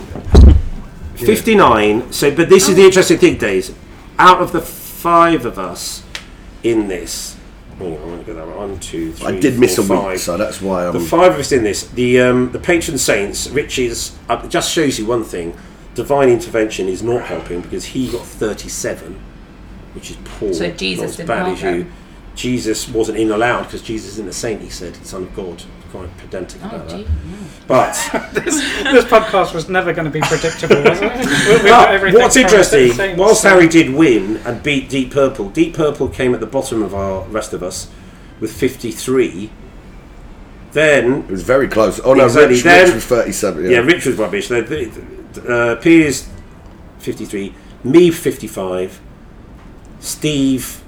Speaker 1: 59. So, but this
Speaker 5: Oh.
Speaker 1: is the interesting thing, Days. Out of the five of us in this, oh, hang on, I'm going to get that right. One, two, three.
Speaker 3: I did miss a
Speaker 1: four,
Speaker 3: week,
Speaker 1: five.
Speaker 3: so that's why I'm.
Speaker 1: the five of us in this, the um, the patron saints, Richie's, uh, it just shows you one thing: divine intervention is not helping because he got thirty-seven, which is poor.
Speaker 5: So Jesus
Speaker 1: not as
Speaker 5: didn't
Speaker 1: bad
Speaker 5: help
Speaker 1: as you.
Speaker 5: him.
Speaker 1: Jesus wasn't in allowed because Jesus isn't a saint. He said, "Son of God." Quite pedantic
Speaker 5: Oh,
Speaker 1: about
Speaker 5: gee.
Speaker 1: that. But
Speaker 2: (laughs) this podcast was never going to be predictable, was (laughs) it? We- we got
Speaker 1: But
Speaker 2: everything
Speaker 1: what's
Speaker 2: from the
Speaker 1: interesting,
Speaker 2: same-
Speaker 1: whilst Harry did win and beat Deep Purple, Deep Purple came at the bottom of our rest of us with 53. Then,
Speaker 3: It was very close. Oh no,
Speaker 1: Exactly.
Speaker 3: Rich,
Speaker 1: Then-
Speaker 3: Rich was 37. Yeah.
Speaker 1: yeah, Rich was rubbish. Then, Uh, Piers 53, me 55, Steve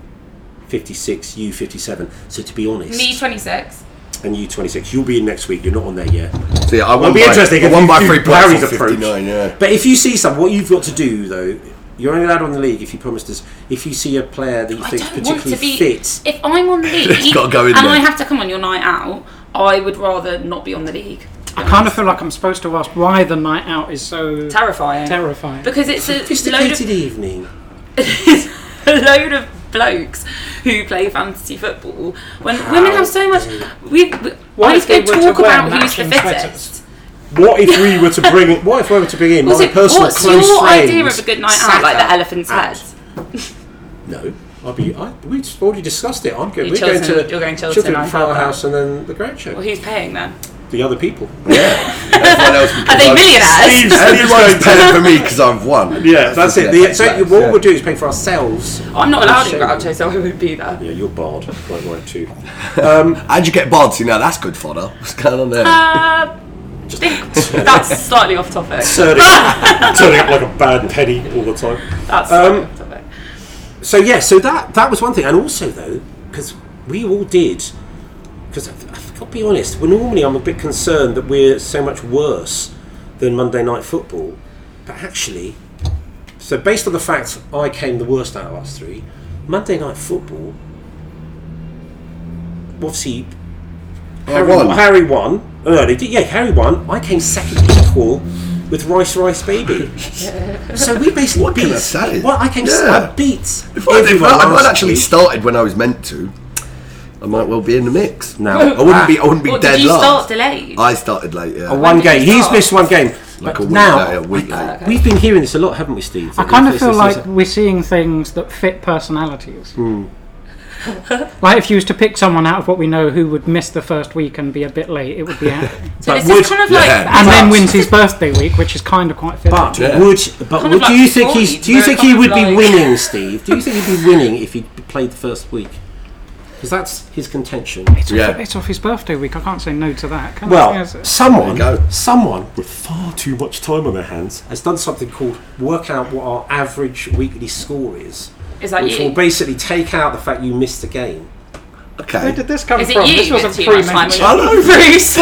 Speaker 1: 56, you 57. So to be honest,
Speaker 5: Me, 26.
Speaker 1: and you 26. You'll be in next week. You're not on there yet.
Speaker 3: So, yeah, I won
Speaker 1: It'll be
Speaker 3: by,
Speaker 1: interesting.
Speaker 3: I
Speaker 1: if
Speaker 3: won
Speaker 1: you
Speaker 3: by
Speaker 1: do
Speaker 3: three points.
Speaker 1: Barry's
Speaker 3: on
Speaker 1: approach.
Speaker 3: 59. Yeah.
Speaker 1: But if you see some, what you've got to do though, you're only allowed on the league if you promised us. If you see a player that you
Speaker 5: I
Speaker 1: think
Speaker 5: don't want
Speaker 1: particularly
Speaker 5: to be.
Speaker 1: fit,
Speaker 5: If I'm on league
Speaker 3: gotta go in
Speaker 5: and
Speaker 3: there.
Speaker 5: I have to come on your night out, I would rather not be on the league.
Speaker 2: I kind of feel like I'm supposed to ask why the night out is so
Speaker 5: Terrifying.
Speaker 2: terrifying.
Speaker 5: because it's a load
Speaker 1: sophisticated
Speaker 5: of
Speaker 1: evening.
Speaker 5: is (laughs) a load of blokes who play fantasy football. When women have so much, we, we
Speaker 2: What
Speaker 5: I
Speaker 2: if they
Speaker 5: could
Speaker 2: were to
Speaker 5: talk
Speaker 2: wear
Speaker 5: about who's the
Speaker 2: matching
Speaker 5: fittest.
Speaker 2: sweaters?
Speaker 1: What if we were to bring? in- What if we were to bring in
Speaker 5: Also,
Speaker 1: my personal
Speaker 5: what's
Speaker 1: close
Speaker 5: your
Speaker 1: friend,
Speaker 5: idea of a good night out,
Speaker 1: Saka?
Speaker 5: like the elephant's head?
Speaker 1: No, I'll be. I, we've already discussed it. I'm going.
Speaker 5: You're
Speaker 1: We're going
Speaker 5: Chilton-
Speaker 1: to
Speaker 5: you're going Chilton,
Speaker 1: Chilton
Speaker 5: I heard
Speaker 1: Firehouse and then the Grand Show.
Speaker 5: Well, who's paying then?
Speaker 1: The other people.
Speaker 3: Everyone else (laughs) can
Speaker 5: Are they
Speaker 3: (laughs)
Speaker 5: millionaires?
Speaker 3: Everyone's paying for me because I've won.
Speaker 1: Yeah, that's it. The, so
Speaker 3: Yeah.
Speaker 1: what we'll do is pay for ourselves.
Speaker 5: I'm not allowed in
Speaker 1: Shame.
Speaker 5: Groucho, so I won't be there.
Speaker 1: Yeah, you're barred. Right, right, (laughs) too.
Speaker 3: How'd you get Bardsy now? That's good fodder. What's going on there?
Speaker 5: Uh, I think that's slightly off topic.
Speaker 1: turning, turning up like a bad penny all the time.
Speaker 5: That's slightly
Speaker 1: Um,
Speaker 5: off topic.
Speaker 1: So yeah, so that that was one thing, and also though, because we all did because I've, I've got to be honest. Well, normally I'm a bit concerned that we're so much worse than Monday Night Football, but actually, so based on the fact I came the worst out of us three, Monday Night Football, obviously
Speaker 3: I
Speaker 1: Harry
Speaker 3: won.
Speaker 1: won. Harry won. Oh, no, they did, yeah, Harry won. I came second equal with Rice Rice
Speaker 5: (laughs)
Speaker 1: Baby. so we basically
Speaker 3: What
Speaker 1: beat.
Speaker 3: kind of sad is-
Speaker 1: well, I came.
Speaker 3: Yeah.
Speaker 1: I beat.
Speaker 3: If I'd, if
Speaker 1: everyone
Speaker 3: I'd- if I'd
Speaker 1: last
Speaker 3: actually
Speaker 1: week.
Speaker 3: started when I was meant to, I might well be in the mix.
Speaker 1: No. (laughs)
Speaker 3: I wouldn't be. I wouldn't be
Speaker 5: Well,
Speaker 3: dead
Speaker 5: did you
Speaker 3: last.
Speaker 5: start delayed?
Speaker 3: I started late. Yeah.
Speaker 1: A one
Speaker 5: did you
Speaker 1: game. He's
Speaker 5: start?
Speaker 1: missed one game.
Speaker 3: like
Speaker 1: But
Speaker 3: a week
Speaker 1: now,
Speaker 3: late. A week late.
Speaker 1: We've been hearing this a lot, haven't we, Steve?
Speaker 2: I
Speaker 1: That
Speaker 2: kind of
Speaker 1: this-
Speaker 2: feel
Speaker 1: this-
Speaker 2: like
Speaker 1: this-
Speaker 2: we're seeing things that fit personalities.
Speaker 3: Hmm.
Speaker 2: (laughs) like if you was to pick someone out of what we know who would miss the first week and be a bit late, it would be
Speaker 3: (laughs)
Speaker 2: Harry.
Speaker 5: So
Speaker 1: but
Speaker 5: this
Speaker 1: would-
Speaker 5: is kind of
Speaker 3: yeah.
Speaker 5: like
Speaker 2: and then
Speaker 1: But-
Speaker 2: wins his birthday week, which is kind of quite fitting.
Speaker 1: But
Speaker 3: Yeah.
Speaker 1: would but
Speaker 5: Kind
Speaker 1: would,
Speaker 5: of
Speaker 1: do
Speaker 5: like
Speaker 1: you think
Speaker 5: before
Speaker 1: he's
Speaker 5: you
Speaker 1: do you
Speaker 5: know,
Speaker 1: think
Speaker 5: kind
Speaker 1: he
Speaker 5: of
Speaker 1: would be
Speaker 5: like-
Speaker 1: winning, Steve? Do you think he'd be winning if he played the first week? Because that's his contention.
Speaker 2: it's,
Speaker 3: Yeah.
Speaker 2: off, it's off his birthday week. I can't say no to that. Can I?
Speaker 1: Well,
Speaker 2: Yes.
Speaker 1: someone,
Speaker 3: There you go.
Speaker 1: someone with far too much time on their (laughs) hands has done something called work out what our average weekly score is,
Speaker 5: Is that
Speaker 1: which
Speaker 5: you?
Speaker 1: will basically take out the fact you missed a game.
Speaker 2: where
Speaker 3: Okay.
Speaker 2: did this come
Speaker 5: Is it
Speaker 2: from?
Speaker 5: you
Speaker 2: This
Speaker 5: with
Speaker 2: wasn't
Speaker 5: too much
Speaker 2: pre-mentioned.
Speaker 1: Oh,
Speaker 5: time?
Speaker 3: Hello.
Speaker 1: (laughs)
Speaker 5: Bruce.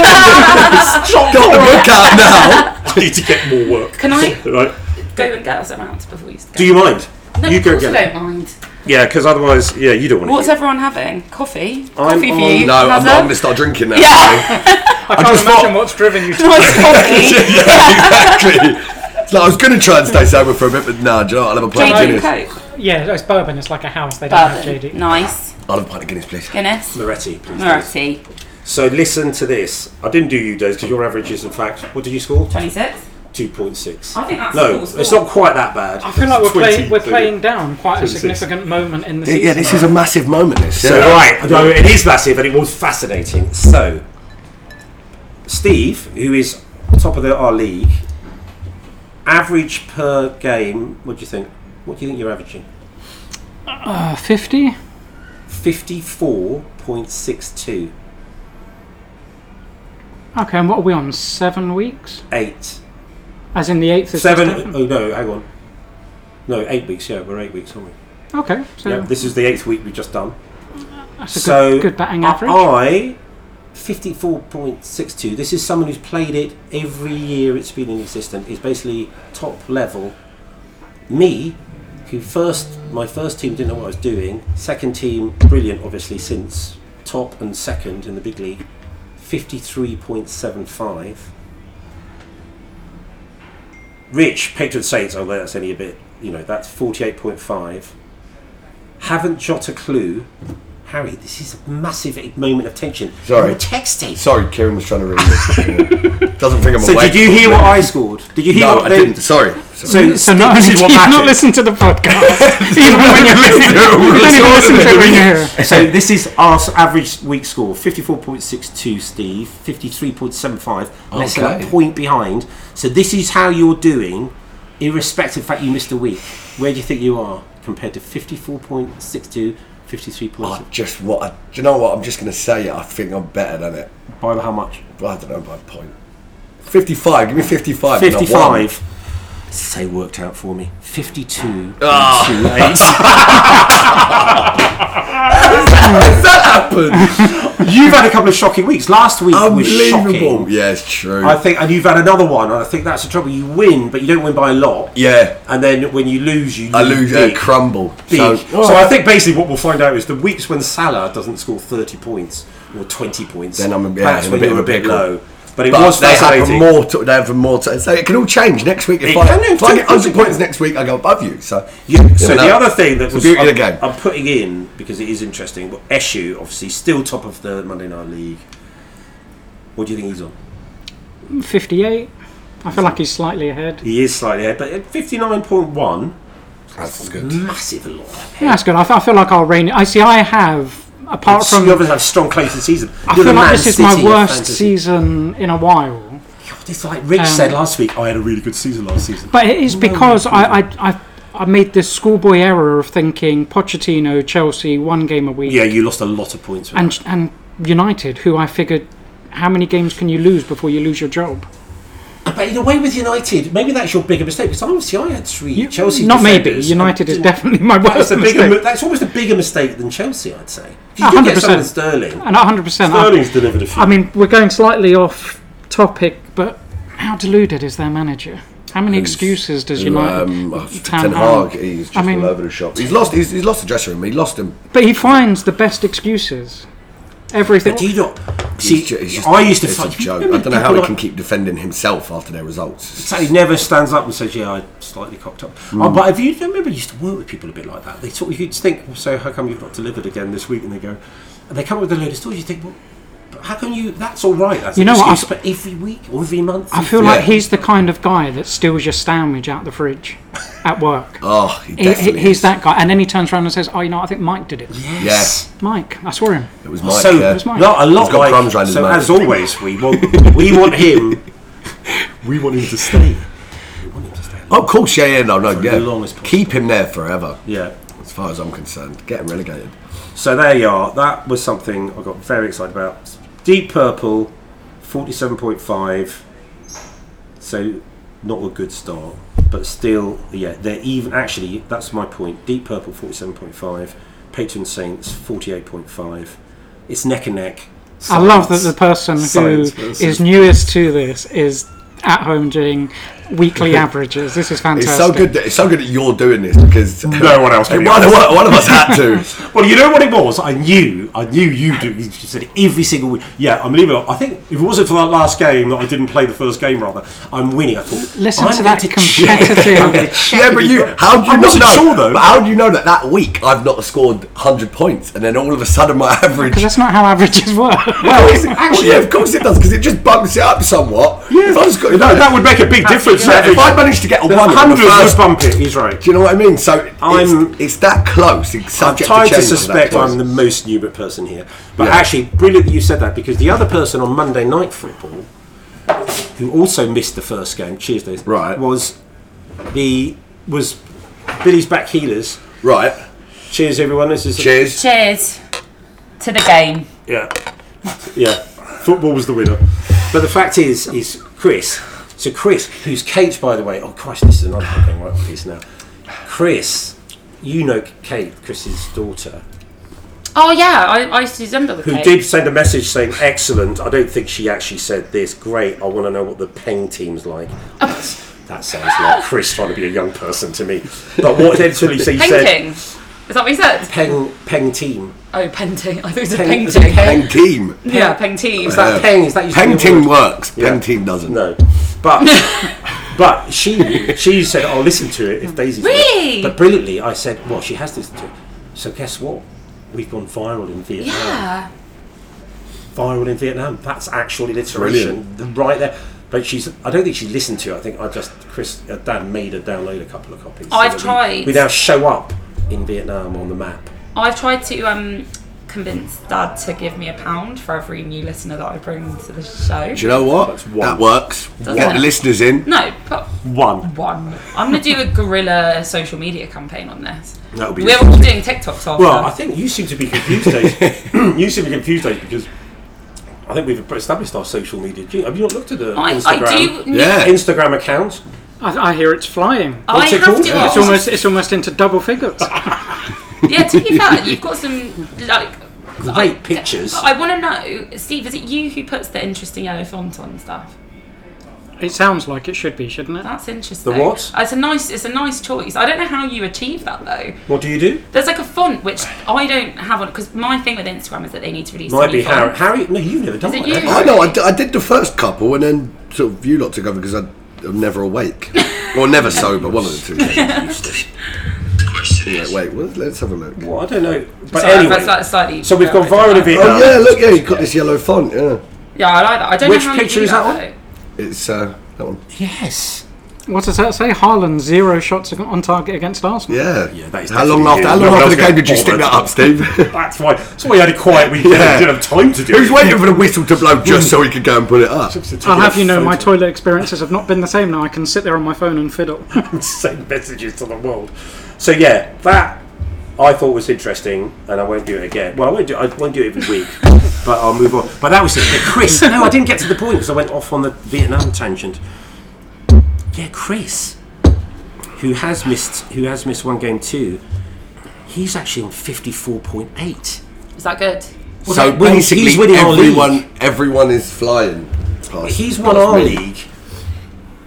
Speaker 3: Got the work
Speaker 1: (laughs)
Speaker 3: out now.
Speaker 1: I need to get more work.
Speaker 5: Can I
Speaker 1: Right?
Speaker 5: go and get us an ounce before you start?
Speaker 1: Do you mind?
Speaker 5: No,
Speaker 1: you
Speaker 5: of
Speaker 1: go
Speaker 5: course
Speaker 1: get
Speaker 5: I
Speaker 1: it.
Speaker 5: don't mind.
Speaker 1: Yeah, because otherwise, yeah, you don't want to.
Speaker 5: What's everyone having? Coffee? Coffee for
Speaker 1: on-
Speaker 5: you?
Speaker 3: No, I'm, I'm
Speaker 5: Hazza?
Speaker 3: going to start drinking now.
Speaker 5: Yeah.
Speaker 2: I can't
Speaker 3: just
Speaker 2: imagine
Speaker 3: thought-
Speaker 2: what's driven you to
Speaker 1: (laughs)
Speaker 5: Nice coffee.
Speaker 3: (laughs) exactly. It's like I was going to try and stay sober for a bit, but no, do you know what? I'll have a pint of
Speaker 5: JD and
Speaker 3: Guinness.
Speaker 5: Coke.
Speaker 2: Yeah, it's bourbon. It's like a house. They don't have JD.
Speaker 5: Bourbon. Nice.
Speaker 3: I'll have a pint of Guinness, please.
Speaker 5: Guinness.
Speaker 1: Moretti, please.
Speaker 5: Murphy.
Speaker 1: So listen to this. I didn't do you days because your average is, in fact, what did you score?
Speaker 5: 26.
Speaker 1: Two point six.
Speaker 5: I think that's a
Speaker 1: no.
Speaker 5: cool score.
Speaker 1: It's not quite that bad.
Speaker 2: I feel like we're, play, we're
Speaker 1: 20.
Speaker 2: playing down quite a
Speaker 1: 26.
Speaker 2: significant moment in the season.
Speaker 3: Yeah, this is a massive moment. This.
Speaker 1: So
Speaker 3: yeah.
Speaker 1: right, no, it is massive and it was fascinating. So Steve, who is top of the, our league, average per game. What do you think? What do you think you're averaging?
Speaker 2: Uh, 50?
Speaker 1: Fifty-four point six two
Speaker 2: Okay, and what are we on? Seven weeks?
Speaker 1: eight
Speaker 2: As in the 8th is
Speaker 1: seven.
Speaker 2: September?
Speaker 1: Oh no, hang on. No, eight weeks. Yeah, we're eight weeks, aren't we?
Speaker 2: Okay, so
Speaker 1: Yeah, this is the eighth week we've just done.
Speaker 2: that's a
Speaker 1: so
Speaker 2: good, good batting average.
Speaker 1: I, fifty-four point six two. This is someone who's played it every year it's been in existence. Is basically top level. Me, who first my first team didn't know what I was doing. Second team, brilliant, obviously since top and second in the big league, fifty-three point seven five. Rich, patron saints, although that's only a bit, you know, that's 48.5. Haven't jot a clue. Harry, this is a massive moment of tension.
Speaker 3: Sorry.
Speaker 1: You were texting.
Speaker 3: Sorry, Kieran was trying to ring me.
Speaker 1: (laughs)
Speaker 3: Yeah. Doesn't think I'm
Speaker 1: So
Speaker 3: awake.
Speaker 1: did you hear what I scored? Did you hear
Speaker 3: No,
Speaker 1: what
Speaker 3: I
Speaker 1: they-
Speaker 3: didn't. Sorry.
Speaker 1: So,
Speaker 2: so not
Speaker 1: (laughs) this
Speaker 2: only
Speaker 1: is
Speaker 2: do
Speaker 1: what
Speaker 2: you
Speaker 1: matters.
Speaker 2: not listen to
Speaker 1: (laughs)
Speaker 2: the podcast, (laughs) even when you're listening, you don't even listen to it when you're here.
Speaker 1: So this is our s- average week score: fifty-four point six two. Steve, fifty-three point seven five. Let's say
Speaker 3: Okay.
Speaker 1: that point behind. So this is how you're doing, irrespective of the fact you missed a week. Where do you think you are compared to fifty-four point six two? 53 points.
Speaker 3: I just what? I, do you know what? I'm just going to say it. I think I'm better than it.
Speaker 1: By how much?
Speaker 3: But I don't know by a point. 55. Give me 55. and I won.
Speaker 1: 55. Say worked out for me. 52. (laughs)
Speaker 3: Has Ah. that happened?
Speaker 1: You've had a couple of shocking weeks. Last week was
Speaker 3: Unbelievable.
Speaker 1: shocking.
Speaker 3: Yeah, it's true.
Speaker 1: I think, and you've had another one, and I think that's the trouble. You win, but you don't win by a lot.
Speaker 3: yeah,
Speaker 1: and then when you lose, you
Speaker 3: I lose. I
Speaker 1: big,
Speaker 3: crumble.
Speaker 1: big.
Speaker 3: So,
Speaker 1: So, I think basically what we'll find out is the weeks when Salah doesn't score thirty points or twenty points,
Speaker 3: Then I'm a- yeah,
Speaker 1: that's
Speaker 3: in a
Speaker 1: when
Speaker 3: bit
Speaker 1: you're
Speaker 3: of
Speaker 1: a
Speaker 3: a
Speaker 1: bit
Speaker 3: pickle.
Speaker 1: low. But it
Speaker 3: but
Speaker 1: was
Speaker 3: they have
Speaker 1: fascinating.
Speaker 3: more. To, they have more. To, so it can all change next week. If
Speaker 1: It
Speaker 3: I,
Speaker 1: can, no,
Speaker 3: if I
Speaker 1: of
Speaker 3: get
Speaker 1: course
Speaker 3: 100
Speaker 1: it can.
Speaker 3: points next week, I go above you. So
Speaker 1: So
Speaker 3: never
Speaker 1: the
Speaker 3: know.
Speaker 1: other thing that
Speaker 3: It's
Speaker 1: was
Speaker 3: the beauty
Speaker 1: I'm,
Speaker 3: of the game.
Speaker 1: I'm putting in because it is interesting. But Eshu, obviously, still top of the Monday Night League. What do you think he's on?
Speaker 2: 58. I feel like he's slightly ahead.
Speaker 1: He is slightly ahead, but at fifty nine point one,
Speaker 3: That's good.
Speaker 1: massive lot.
Speaker 2: Yeah, that's good. I, f- I feel like I'll reign. I see, I have, apart from.
Speaker 1: you obviously have strong claims to the season.
Speaker 2: I
Speaker 1: You're the
Speaker 2: feel like
Speaker 1: Man
Speaker 2: this is
Speaker 1: City
Speaker 2: my
Speaker 1: of
Speaker 2: worst
Speaker 1: fantasy.
Speaker 2: season Um, in a while.
Speaker 1: It's like Rich said last week. I had a really good season last season.
Speaker 2: But it is because I, I, I, I made this schoolboy error of thinking Pochettino, Chelsea, one game a week,
Speaker 1: Yeah, you lost a lot of points. With
Speaker 2: and and United, who I figured, how many games can you lose before you lose your job?
Speaker 1: But in a way, with United, maybe that's your bigger mistake because obviously I had three
Speaker 2: You-
Speaker 1: Chelsea.
Speaker 2: not maybe.
Speaker 1: defenders.
Speaker 2: United is
Speaker 1: Didn't-
Speaker 2: definitely my
Speaker 1: That's
Speaker 2: worst
Speaker 1: a bigger. mi-
Speaker 2: mistake.
Speaker 1: That's almost a bigger mistake than Chelsea, I'd say. You do get
Speaker 2: 100%.
Speaker 1: someone Sterling.
Speaker 2: And 100%. I,
Speaker 1: Sterling's delivered a few.
Speaker 2: I mean, we're going slightly off topic, but how deluded is their manager? How many excuses does United.
Speaker 3: Um, oh,
Speaker 2: Ten
Speaker 3: Ten
Speaker 2: Hag.
Speaker 3: Hag, he's just
Speaker 2: I mean-
Speaker 3: all over the shop. He's lost. He's, he's lost the dressing room. He lost him.
Speaker 2: but he finds the best excuses.
Speaker 1: But do
Speaker 2: Everything.
Speaker 1: you not see?
Speaker 3: He's ju- he's just-
Speaker 1: I used to.
Speaker 3: It's
Speaker 1: fuck- (laughs)
Speaker 3: a joke. I
Speaker 1: remember
Speaker 3: don't know how
Speaker 1: people
Speaker 3: he
Speaker 1: like-
Speaker 3: can keep defending himself after their results.
Speaker 1: So he never stands up and says, "Yeah, I slightly cocked up."
Speaker 2: Mm.
Speaker 1: Oh, but if you do you remember, you used to work with people a bit like that. They sort of you'd think, well, "So how come you've not delivered again this week?" And they go, and they come up with a load of stories. You think, "Well, but how can you?" That's all right. That's
Speaker 2: You
Speaker 1: an
Speaker 2: know what,
Speaker 1: excuse,
Speaker 2: I-
Speaker 1: but every week or every month,
Speaker 2: I feel
Speaker 3: Yeah.
Speaker 2: like he's the kind of guy that steals your sandwich out the fridge
Speaker 1: (laughs)
Speaker 2: at work.
Speaker 3: Oh, he
Speaker 2: He-
Speaker 3: definitely.
Speaker 2: he, he's
Speaker 3: is.
Speaker 2: that guy. And then he turns around and says, Oh, you know, I think Mike did it.
Speaker 1: Yes.
Speaker 2: Mike, I saw him.
Speaker 3: It was Mike.
Speaker 1: so
Speaker 3: yeah.
Speaker 2: was Mike. uh,
Speaker 1: not a lot
Speaker 3: He's got
Speaker 1: like-
Speaker 3: crumbs round his
Speaker 1: so
Speaker 3: mouth.
Speaker 1: as always, we want we want him.
Speaker 2: (laughs)
Speaker 1: we want him to stay. We want him to stay.
Speaker 3: Oh, of course, yeah, yeah, no, no,
Speaker 1: the
Speaker 3: yeah.
Speaker 1: longest possible.
Speaker 3: Keep him there forever,
Speaker 1: Yeah.
Speaker 3: as far as I'm concerned. Get him relegated.
Speaker 1: So there you are. That was something I got very excited about. Deep Purple, forty-seven point five. So not a good start, but still, yeah, they're even. Actually, that's my point. Deep Purple, forty-seven point five. Patron Saints, forty-eight point five. It's neck and neck.
Speaker 2: I love that the person
Speaker 1: Science
Speaker 2: who
Speaker 1: versus-
Speaker 2: is newest to this is at home doing
Speaker 3: (laughs)
Speaker 2: weekly averages. This is fantastic.
Speaker 3: It's so good that it's so good that you're doing this because
Speaker 1: (laughs)
Speaker 3: no
Speaker 1: one else can be
Speaker 3: One, one, one of us
Speaker 1: (laughs)
Speaker 3: had to.
Speaker 1: Well, you know what it was. I knew. I knew you do. You said it every single week. Yeah, I'm leaving. I think if it wasn't for that last game that I didn't play the first game, rather, I'm winning. I thought.
Speaker 2: Listen
Speaker 1: I'm
Speaker 2: to
Speaker 1: going
Speaker 2: that
Speaker 1: check-
Speaker 2: competitive-
Speaker 1: I'm
Speaker 2: (laughs)
Speaker 1: going to check
Speaker 3: yeah, but
Speaker 1: if
Speaker 3: you,
Speaker 1: you've got-
Speaker 3: how do you
Speaker 1: I
Speaker 3: not
Speaker 1: wasn't
Speaker 3: know?
Speaker 1: sure though.
Speaker 3: But how do you know that that week I've not scored hundred points, and then all of a sudden my (laughs) average?
Speaker 2: Because that's not how averages (laughs) work.
Speaker 3: Well, is it- actually, yeah, of course it does because it just bumps it up somewhat. Yeah, if I was,
Speaker 1: No, that would make a big difference.
Speaker 3: yeah, if I managed to get a one on the
Speaker 1: hundred
Speaker 3: first
Speaker 1: would bump it. He's right.
Speaker 3: Do you know what I mean? So
Speaker 1: I'm-
Speaker 3: it's, it's that close. It's
Speaker 1: I'm
Speaker 3: subject
Speaker 1: tired
Speaker 3: to
Speaker 1: to
Speaker 3: change at that
Speaker 1: suspect
Speaker 3: point.
Speaker 1: I'm the most Newbert person here. But
Speaker 3: Yeah.
Speaker 1: actually, brilliant that you said that because the other person on Monday Night Football, who also missed the first game, cheers, Dave,
Speaker 3: Right.
Speaker 1: was the was Billy's back heelers.
Speaker 3: right.
Speaker 1: Cheers, everyone. This is
Speaker 3: Cheers.
Speaker 5: Cheers to the game.
Speaker 1: yeah, yeah. Football was the winner. But the fact is, is Chris. So Chris, who's Kate, by the way. Oh Christ, this is another thing going right on piece now. Chris, you know Kate, Chris's daughter.
Speaker 5: Oh yeah, I, I used to resemble the
Speaker 1: who
Speaker 5: cake.
Speaker 1: did send a message saying excellent i don't think she actually said this great i want to know what the peng team's like that sounds like chris trying to be a young person to me but what eventually she said
Speaker 5: Painting. Is that what he said?
Speaker 1: peng peng team
Speaker 5: Oh, painting. I thought it was a
Speaker 1: Peng-
Speaker 5: painting.
Speaker 3: Peng team.
Speaker 5: Yeah, painting.
Speaker 1: is that peng is that used to be
Speaker 3: Peng
Speaker 1: a
Speaker 3: team
Speaker 1: word?
Speaker 3: works.
Speaker 1: Yeah.
Speaker 3: Peng team doesn't.
Speaker 1: no
Speaker 5: (laughs)
Speaker 1: but but she she said i'll listen to it if daisy's
Speaker 5: Really?
Speaker 1: but brilliantly i said well she has listened to it so guess what we've gone viral in vietnam
Speaker 5: Yeah.
Speaker 1: viral in Vietnam. That's actual alliteration right there. But she's. I don't think she listened to it. I think I just Chris uh, Dan made her download a couple of copies. so
Speaker 5: Oh, I've
Speaker 1: that we-
Speaker 5: tried.
Speaker 1: We, now show up in Vietnam on the map.
Speaker 5: I've tried to um, convince Dad to give me a pound for every new listener that I bring to the show.
Speaker 3: Do you know what?
Speaker 1: That's one.
Speaker 3: That works. Get
Speaker 5: it?
Speaker 3: the listeners in.
Speaker 5: No, but
Speaker 1: One.
Speaker 5: one. I'm gonna do a guerrilla social media campaign on this.
Speaker 1: That would be.
Speaker 5: We're all doing TikToks after.
Speaker 1: well, I think you seem to be confused, Dave. (clears throat)
Speaker 5: (laughs)
Speaker 1: you seem to be confused, Dave, because I think we've established our social media. Do you- Have you not looked at the
Speaker 5: I,
Speaker 1: Instagram?
Speaker 5: I do.
Speaker 3: Yeah.
Speaker 1: Instagram account.
Speaker 2: I, I hear it's flying.
Speaker 5: I
Speaker 1: What's it
Speaker 5: have
Speaker 1: called?
Speaker 5: to.
Speaker 1: Yeah.
Speaker 2: It's almost, it's almost into double
Speaker 3: (laughs)
Speaker 2: figures.
Speaker 5: Yeah, to be fair,
Speaker 1: (laughs)
Speaker 5: you've got some like.
Speaker 1: Great pictures.
Speaker 5: I want to know, Steve. Is it you who puts the interesting yellow font on stuff?
Speaker 2: It sounds like it should be, shouldn't it?
Speaker 5: That's interesting.
Speaker 1: The what?
Speaker 5: It's a nice. It's a nice choice. I don't know how you achieve that though.
Speaker 1: What do you do?
Speaker 5: There's like a font which I don't have on because my thing with Instagram is that they need to release. a
Speaker 1: Might
Speaker 5: new
Speaker 1: be Harry.
Speaker 5: font.
Speaker 1: Harry? No, you've never done
Speaker 5: Is it
Speaker 1: one. have
Speaker 5: you?
Speaker 1: you?
Speaker 3: I know. I, d- I did the first couple, and then sort of you lot took over because I, I'm never awake or never sober. One of the two. Yeah, wait, well, let's have a look.
Speaker 1: Well, I don't know. But
Speaker 5: Sorry,
Speaker 1: anyway,
Speaker 5: that's, that's slightly.
Speaker 1: so we've gone viral in Vietnam.
Speaker 3: Oh yeah, look, yeah, you've got this yellow font. Yeah,
Speaker 5: Yeah, I like that. I don't
Speaker 1: Which
Speaker 5: know how
Speaker 1: picture
Speaker 5: you do
Speaker 1: is that on?
Speaker 3: it's uh, that one.
Speaker 1: Yes.
Speaker 2: What does that say? Haaland, zero shots ag- on target against Arsenal.
Speaker 3: Yeah.
Speaker 1: Yeah, that is
Speaker 3: how long
Speaker 1: definitely
Speaker 3: after?
Speaker 1: you.
Speaker 3: How
Speaker 1: No
Speaker 3: long
Speaker 1: one
Speaker 3: after
Speaker 1: else
Speaker 3: the
Speaker 1: gets
Speaker 3: game did you stick
Speaker 1: bothered.
Speaker 3: that up, Steve?
Speaker 1: That's why. That's why you had a quiet weekend.
Speaker 3: Yeah.
Speaker 1: You didn't have time to do
Speaker 3: Who's
Speaker 1: it.
Speaker 3: waiting for the whistle to blow just so he could go and put it up?
Speaker 2: I'll have you know, my toilet experiences have not been the same now. I can sit there on my phone and fiddle.
Speaker 1: (laughs) send messages to the world. So yeah, that I thought was interesting, and I won't do it again. Well, I won't do. I won't do it every (laughs) week, (laughs) but I'll move on. But that was it. But Chris, no, I didn't get to the point because I went off on the Vietnam tangent. yeah, Chris, who has missed who has missed one game too, he's actually on fifty four point eight.
Speaker 5: Is that good?
Speaker 3: so
Speaker 1: that- well, he's
Speaker 3: basically,
Speaker 1: winning our league.
Speaker 3: everyone, everyone is flying. Past,
Speaker 1: He's won
Speaker 3: past
Speaker 1: our
Speaker 3: me.
Speaker 1: league,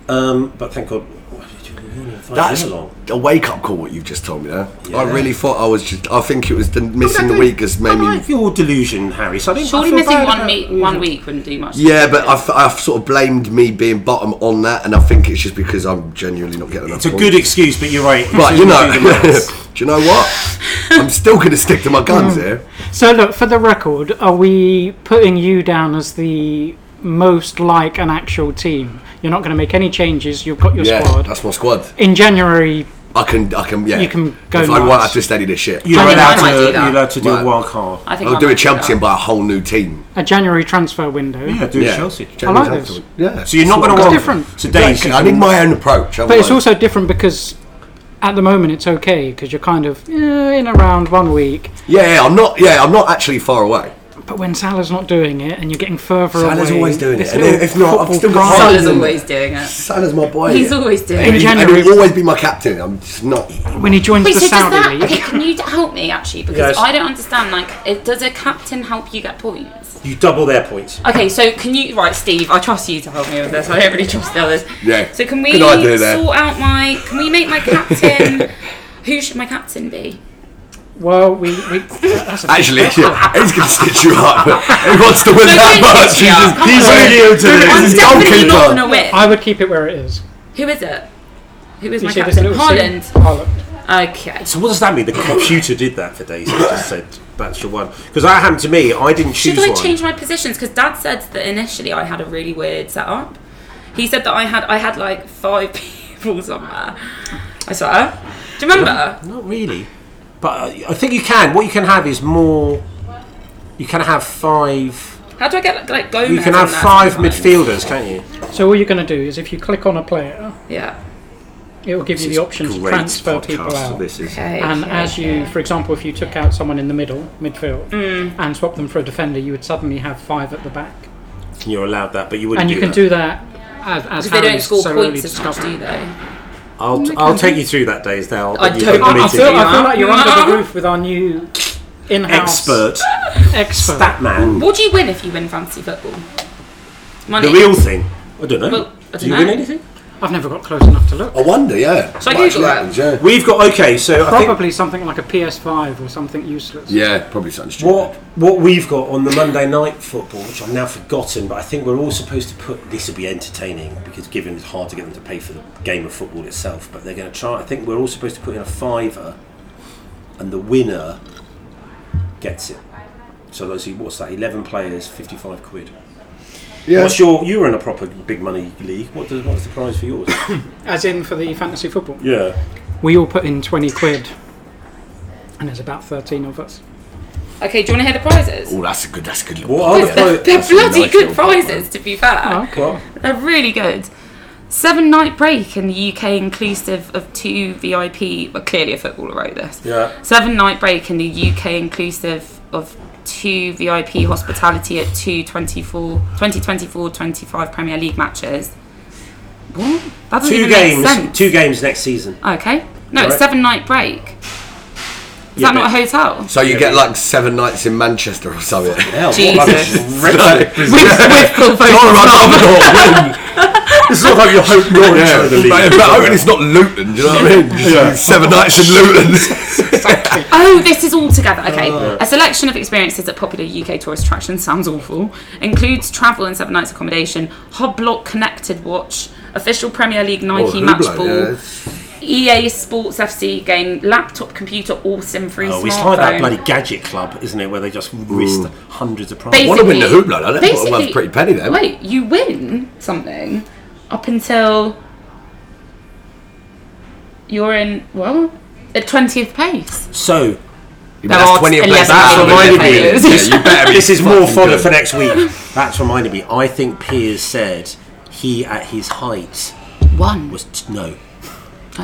Speaker 1: um, but thank God. what did you- we're only five
Speaker 3: That's
Speaker 1: nil along.
Speaker 3: a wake up call. What you've just told me. There, I really thought I was just. I think it was the missing the week has made
Speaker 1: I
Speaker 3: me.
Speaker 1: like your delusion, Harry. So I didn't. I
Speaker 5: Surely
Speaker 1: feel
Speaker 5: missing
Speaker 1: bad
Speaker 5: one
Speaker 1: about
Speaker 5: week,
Speaker 1: you.
Speaker 5: one week wouldn't do much.
Speaker 3: Yeah, but I've, I've sort of blamed me being bottom on that, and I think it's just because I'm genuinely not getting enough.
Speaker 1: It's a
Speaker 3: points.
Speaker 1: good excuse, but you're right.
Speaker 3: But
Speaker 1: So
Speaker 3: you know,
Speaker 1: we'll do the
Speaker 3: (laughs)
Speaker 1: Mm. maths.
Speaker 3: do you know what? I'm still going to stick to my guns here.
Speaker 2: So look, for the record, are we putting you down as the most like an actual team? You're not going to make any changes. You've got your
Speaker 3: Yeah,
Speaker 2: squad.
Speaker 3: that's my squad.
Speaker 2: In January,
Speaker 3: I can, I can, yeah.
Speaker 2: You can go
Speaker 3: If I want, I
Speaker 2: nuts.
Speaker 3: have to steady this shit.
Speaker 1: you're
Speaker 5: I mean,
Speaker 1: allowed
Speaker 5: I might
Speaker 1: to.
Speaker 5: do
Speaker 1: You're
Speaker 5: that.
Speaker 1: allowed to do
Speaker 3: Right.
Speaker 1: a wild card.
Speaker 5: I think
Speaker 3: I'll
Speaker 5: I
Speaker 3: do a
Speaker 5: might
Speaker 3: Chelsea and
Speaker 5: that.
Speaker 3: buy a whole new team.
Speaker 2: a January transfer window.
Speaker 1: Yeah, do
Speaker 3: yeah,
Speaker 1: Chelsea.
Speaker 3: Chelsea
Speaker 2: I like
Speaker 3: and
Speaker 2: this.
Speaker 3: Chelsea. Yeah.
Speaker 1: So you're not going to
Speaker 2: It's
Speaker 1: want
Speaker 2: different.
Speaker 1: So Dave,
Speaker 3: I need my own approach.
Speaker 2: But it's also different because at the moment it's okay because you're kind of eh, in around one week.
Speaker 3: yeah, yeah, I'm not. Yeah, I'm not actually far away.
Speaker 2: But when Salah's not doing it and you're getting further away,
Speaker 3: Salah's always doing
Speaker 2: this
Speaker 3: it, and
Speaker 2: little
Speaker 3: if not, I've
Speaker 2: football
Speaker 3: still got
Speaker 2: pride-
Speaker 3: Salah's
Speaker 5: Salah's
Speaker 3: Ireland.
Speaker 5: always doing it.
Speaker 3: Salah's my boy.
Speaker 5: He's always doing
Speaker 3: And
Speaker 5: it.
Speaker 2: In
Speaker 3: he- and
Speaker 2: January-
Speaker 3: He'll always be my captain. I'm just not.
Speaker 2: when he joins
Speaker 5: Wait,
Speaker 2: the
Speaker 5: so does
Speaker 2: Saudi
Speaker 5: that? (laughs)
Speaker 2: league.
Speaker 5: Okay, can you d- help me actually? Because
Speaker 1: Yes.
Speaker 5: I don't understand. Like, it, does a captain help you get points?
Speaker 1: you double their points.
Speaker 5: Okay, so can you? Right, Steve, I trust you to help me with this. I don't really trust the others.
Speaker 3: Yeah,
Speaker 5: So can we
Speaker 3: good idea there.
Speaker 5: sort out my? Can
Speaker 3: (laughs)
Speaker 5: we make my captain? who should my captain be?
Speaker 2: Well, we, we that's a
Speaker 3: Actually, (laughs) yeah, he's going to stitch you up. He wants to win that
Speaker 5: don't
Speaker 3: much.
Speaker 5: stitch me up. Come
Speaker 3: He's
Speaker 5: on.
Speaker 3: radio to
Speaker 5: I'm
Speaker 3: this. He's
Speaker 5: definitely not
Speaker 3: goalkeeper.
Speaker 5: gonna win.
Speaker 2: I would keep it where it is.
Speaker 5: Who is it? Who is
Speaker 2: You
Speaker 5: my
Speaker 2: see this
Speaker 5: captain?
Speaker 2: little
Speaker 5: Holland.
Speaker 2: scene? Oh, Haaland.
Speaker 5: Okay.
Speaker 1: So what does that mean? The computer did that for Daisy. It Just said that's your one. Because that happened to me. I didn't choose
Speaker 5: Should I
Speaker 1: one.
Speaker 5: change my positions? Because Dad said that initially I had a really weird setup. He said that I had I had like five (laughs) people somewhere. I swear. Do you remember?
Speaker 1: Not really. But I I think you can. What you can have is more. You can have five.
Speaker 5: How do I get like Gomez?
Speaker 1: You can
Speaker 5: in
Speaker 1: have
Speaker 5: there
Speaker 1: five
Speaker 5: sometimes?
Speaker 1: midfielders, can't you?
Speaker 2: So all you're going to do is if you click on a player,
Speaker 5: Yeah.
Speaker 2: it will give you the option to
Speaker 1: Great
Speaker 2: transfer
Speaker 1: podcast,
Speaker 2: people out.
Speaker 1: This is.
Speaker 5: Okay.
Speaker 2: And as you, for example, if you took out someone in the middle, midfield,
Speaker 5: Mm.
Speaker 2: and swapped them for a defender, you would suddenly have five at the back.
Speaker 1: You're allowed that, but you wouldn't.
Speaker 2: And
Speaker 1: do
Speaker 2: you can
Speaker 1: that.
Speaker 2: do that as, as
Speaker 5: they don't
Speaker 2: Harry's
Speaker 5: score
Speaker 2: so early
Speaker 5: points as much,
Speaker 2: discovered.
Speaker 5: do they?
Speaker 1: I'll, I'll take you through that, Days. Now.
Speaker 5: I
Speaker 1: You've
Speaker 5: don't-
Speaker 1: got
Speaker 2: I, I
Speaker 1: committed.
Speaker 2: feel, I feel like you're under
Speaker 5: (laughs) Yeah.
Speaker 2: the roof with our new in-house
Speaker 1: expert
Speaker 2: expert.
Speaker 1: stat man.
Speaker 5: What do you win if you win fantasy football? Money.
Speaker 1: The real thing. I don't know.
Speaker 5: Well, I
Speaker 1: do
Speaker 5: don't
Speaker 1: you
Speaker 5: know.
Speaker 1: win anything?
Speaker 2: I've never got close enough to look.
Speaker 3: I wonder, yeah.
Speaker 5: Shall I
Speaker 3: What
Speaker 5: Google
Speaker 3: actually
Speaker 5: that?
Speaker 3: happens, yeah.
Speaker 1: We've got okay. So I think
Speaker 2: Probably something like a PS5 or something useless.
Speaker 3: Yeah, probably something stupid.
Speaker 1: What what we've got on the Monday night football, which I've now forgotten, but I think we're all supposed to put this will be entertaining because given it's hard to get them to pay for the game of football itself, but they're going to try. I think we're all supposed to put in a fiver, and the winner gets it. So those who- what's that? Eleven players, fifty-five quid.
Speaker 3: Yeah.
Speaker 1: What's your? You were in a proper big money league. What does, what's the prize for
Speaker 5: (coughs)
Speaker 1: yours?
Speaker 2: As in for the fantasy football.
Speaker 1: yeah.
Speaker 2: We all put in 20 quid, and there's about 13 of us.
Speaker 5: Okay, do you want to hear the prizes?
Speaker 3: Oh, that's a good. That's a good.
Speaker 1: What are the
Speaker 5: They're,
Speaker 1: prizes?
Speaker 5: they're
Speaker 3: That's a
Speaker 5: bloody
Speaker 3: nice
Speaker 5: good
Speaker 3: little problem.
Speaker 5: prizes, to be fair.
Speaker 2: okay.
Speaker 5: They're really good. Seven night break in the UK, inclusive of two VIP. Well, clearly a footballer wrote this.
Speaker 1: Yeah.
Speaker 5: Seven night break in the UK, inclusive of two VIP hospitality at two 24 2024-25 Premier League matches. What? That doesn't
Speaker 1: Two
Speaker 5: even make
Speaker 1: games.
Speaker 5: sense.
Speaker 1: Two games next season.
Speaker 5: Okay. No, it's
Speaker 1: Right.
Speaker 5: seven night break. Is
Speaker 1: Yeah,
Speaker 5: that not a
Speaker 1: but-
Speaker 5: hotel?
Speaker 3: So you get like seven nights in Manchester or something.
Speaker 1: Hell, what
Speaker 5: Jesus.
Speaker 1: (laughs) rubbish.
Speaker 3: (laughs) Like, (laughs)
Speaker 5: (laughs)
Speaker 1: It's not like your hope nor
Speaker 3: yeah,
Speaker 1: the league.
Speaker 3: but, but Owen is not Luton. Do you know what (laughs) I mean? Just Seven nights in
Speaker 5: (laughs)
Speaker 3: Luton.
Speaker 5: Oh, this is all together. Okay.
Speaker 3: Uh.
Speaker 5: A selection of experiences at popular UK tourist attractions sounds awful. Includes travel and seven nights accommodation, Hoblock Connected Watch, official Premier League Nike
Speaker 3: Oh,
Speaker 5: match
Speaker 3: Hublot,
Speaker 5: ball,
Speaker 3: yeah.
Speaker 5: EA Sports FC game, laptop, computer, all sim free
Speaker 1: Oh,
Speaker 5: smartphone.
Speaker 1: it's like that bloody gadget club, isn't it? Where they just risk hundreds of
Speaker 3: I
Speaker 1: prizes.
Speaker 3: want to win the
Speaker 5: Basically-
Speaker 3: hoopla. I think it's worth a pretty penny then.
Speaker 5: Wait, you win something up until you're in well at twentieth place.
Speaker 1: So
Speaker 5: There are
Speaker 3: That's twenty of
Speaker 5: 11
Speaker 3: those.
Speaker 5: million players.
Speaker 3: Yeah, you better be
Speaker 1: this is more
Speaker 3: fucking
Speaker 1: fodder
Speaker 3: good.
Speaker 1: for next week. (laughs) That's reminded me. I think Piers said he at his height
Speaker 5: One.
Speaker 1: was t- no.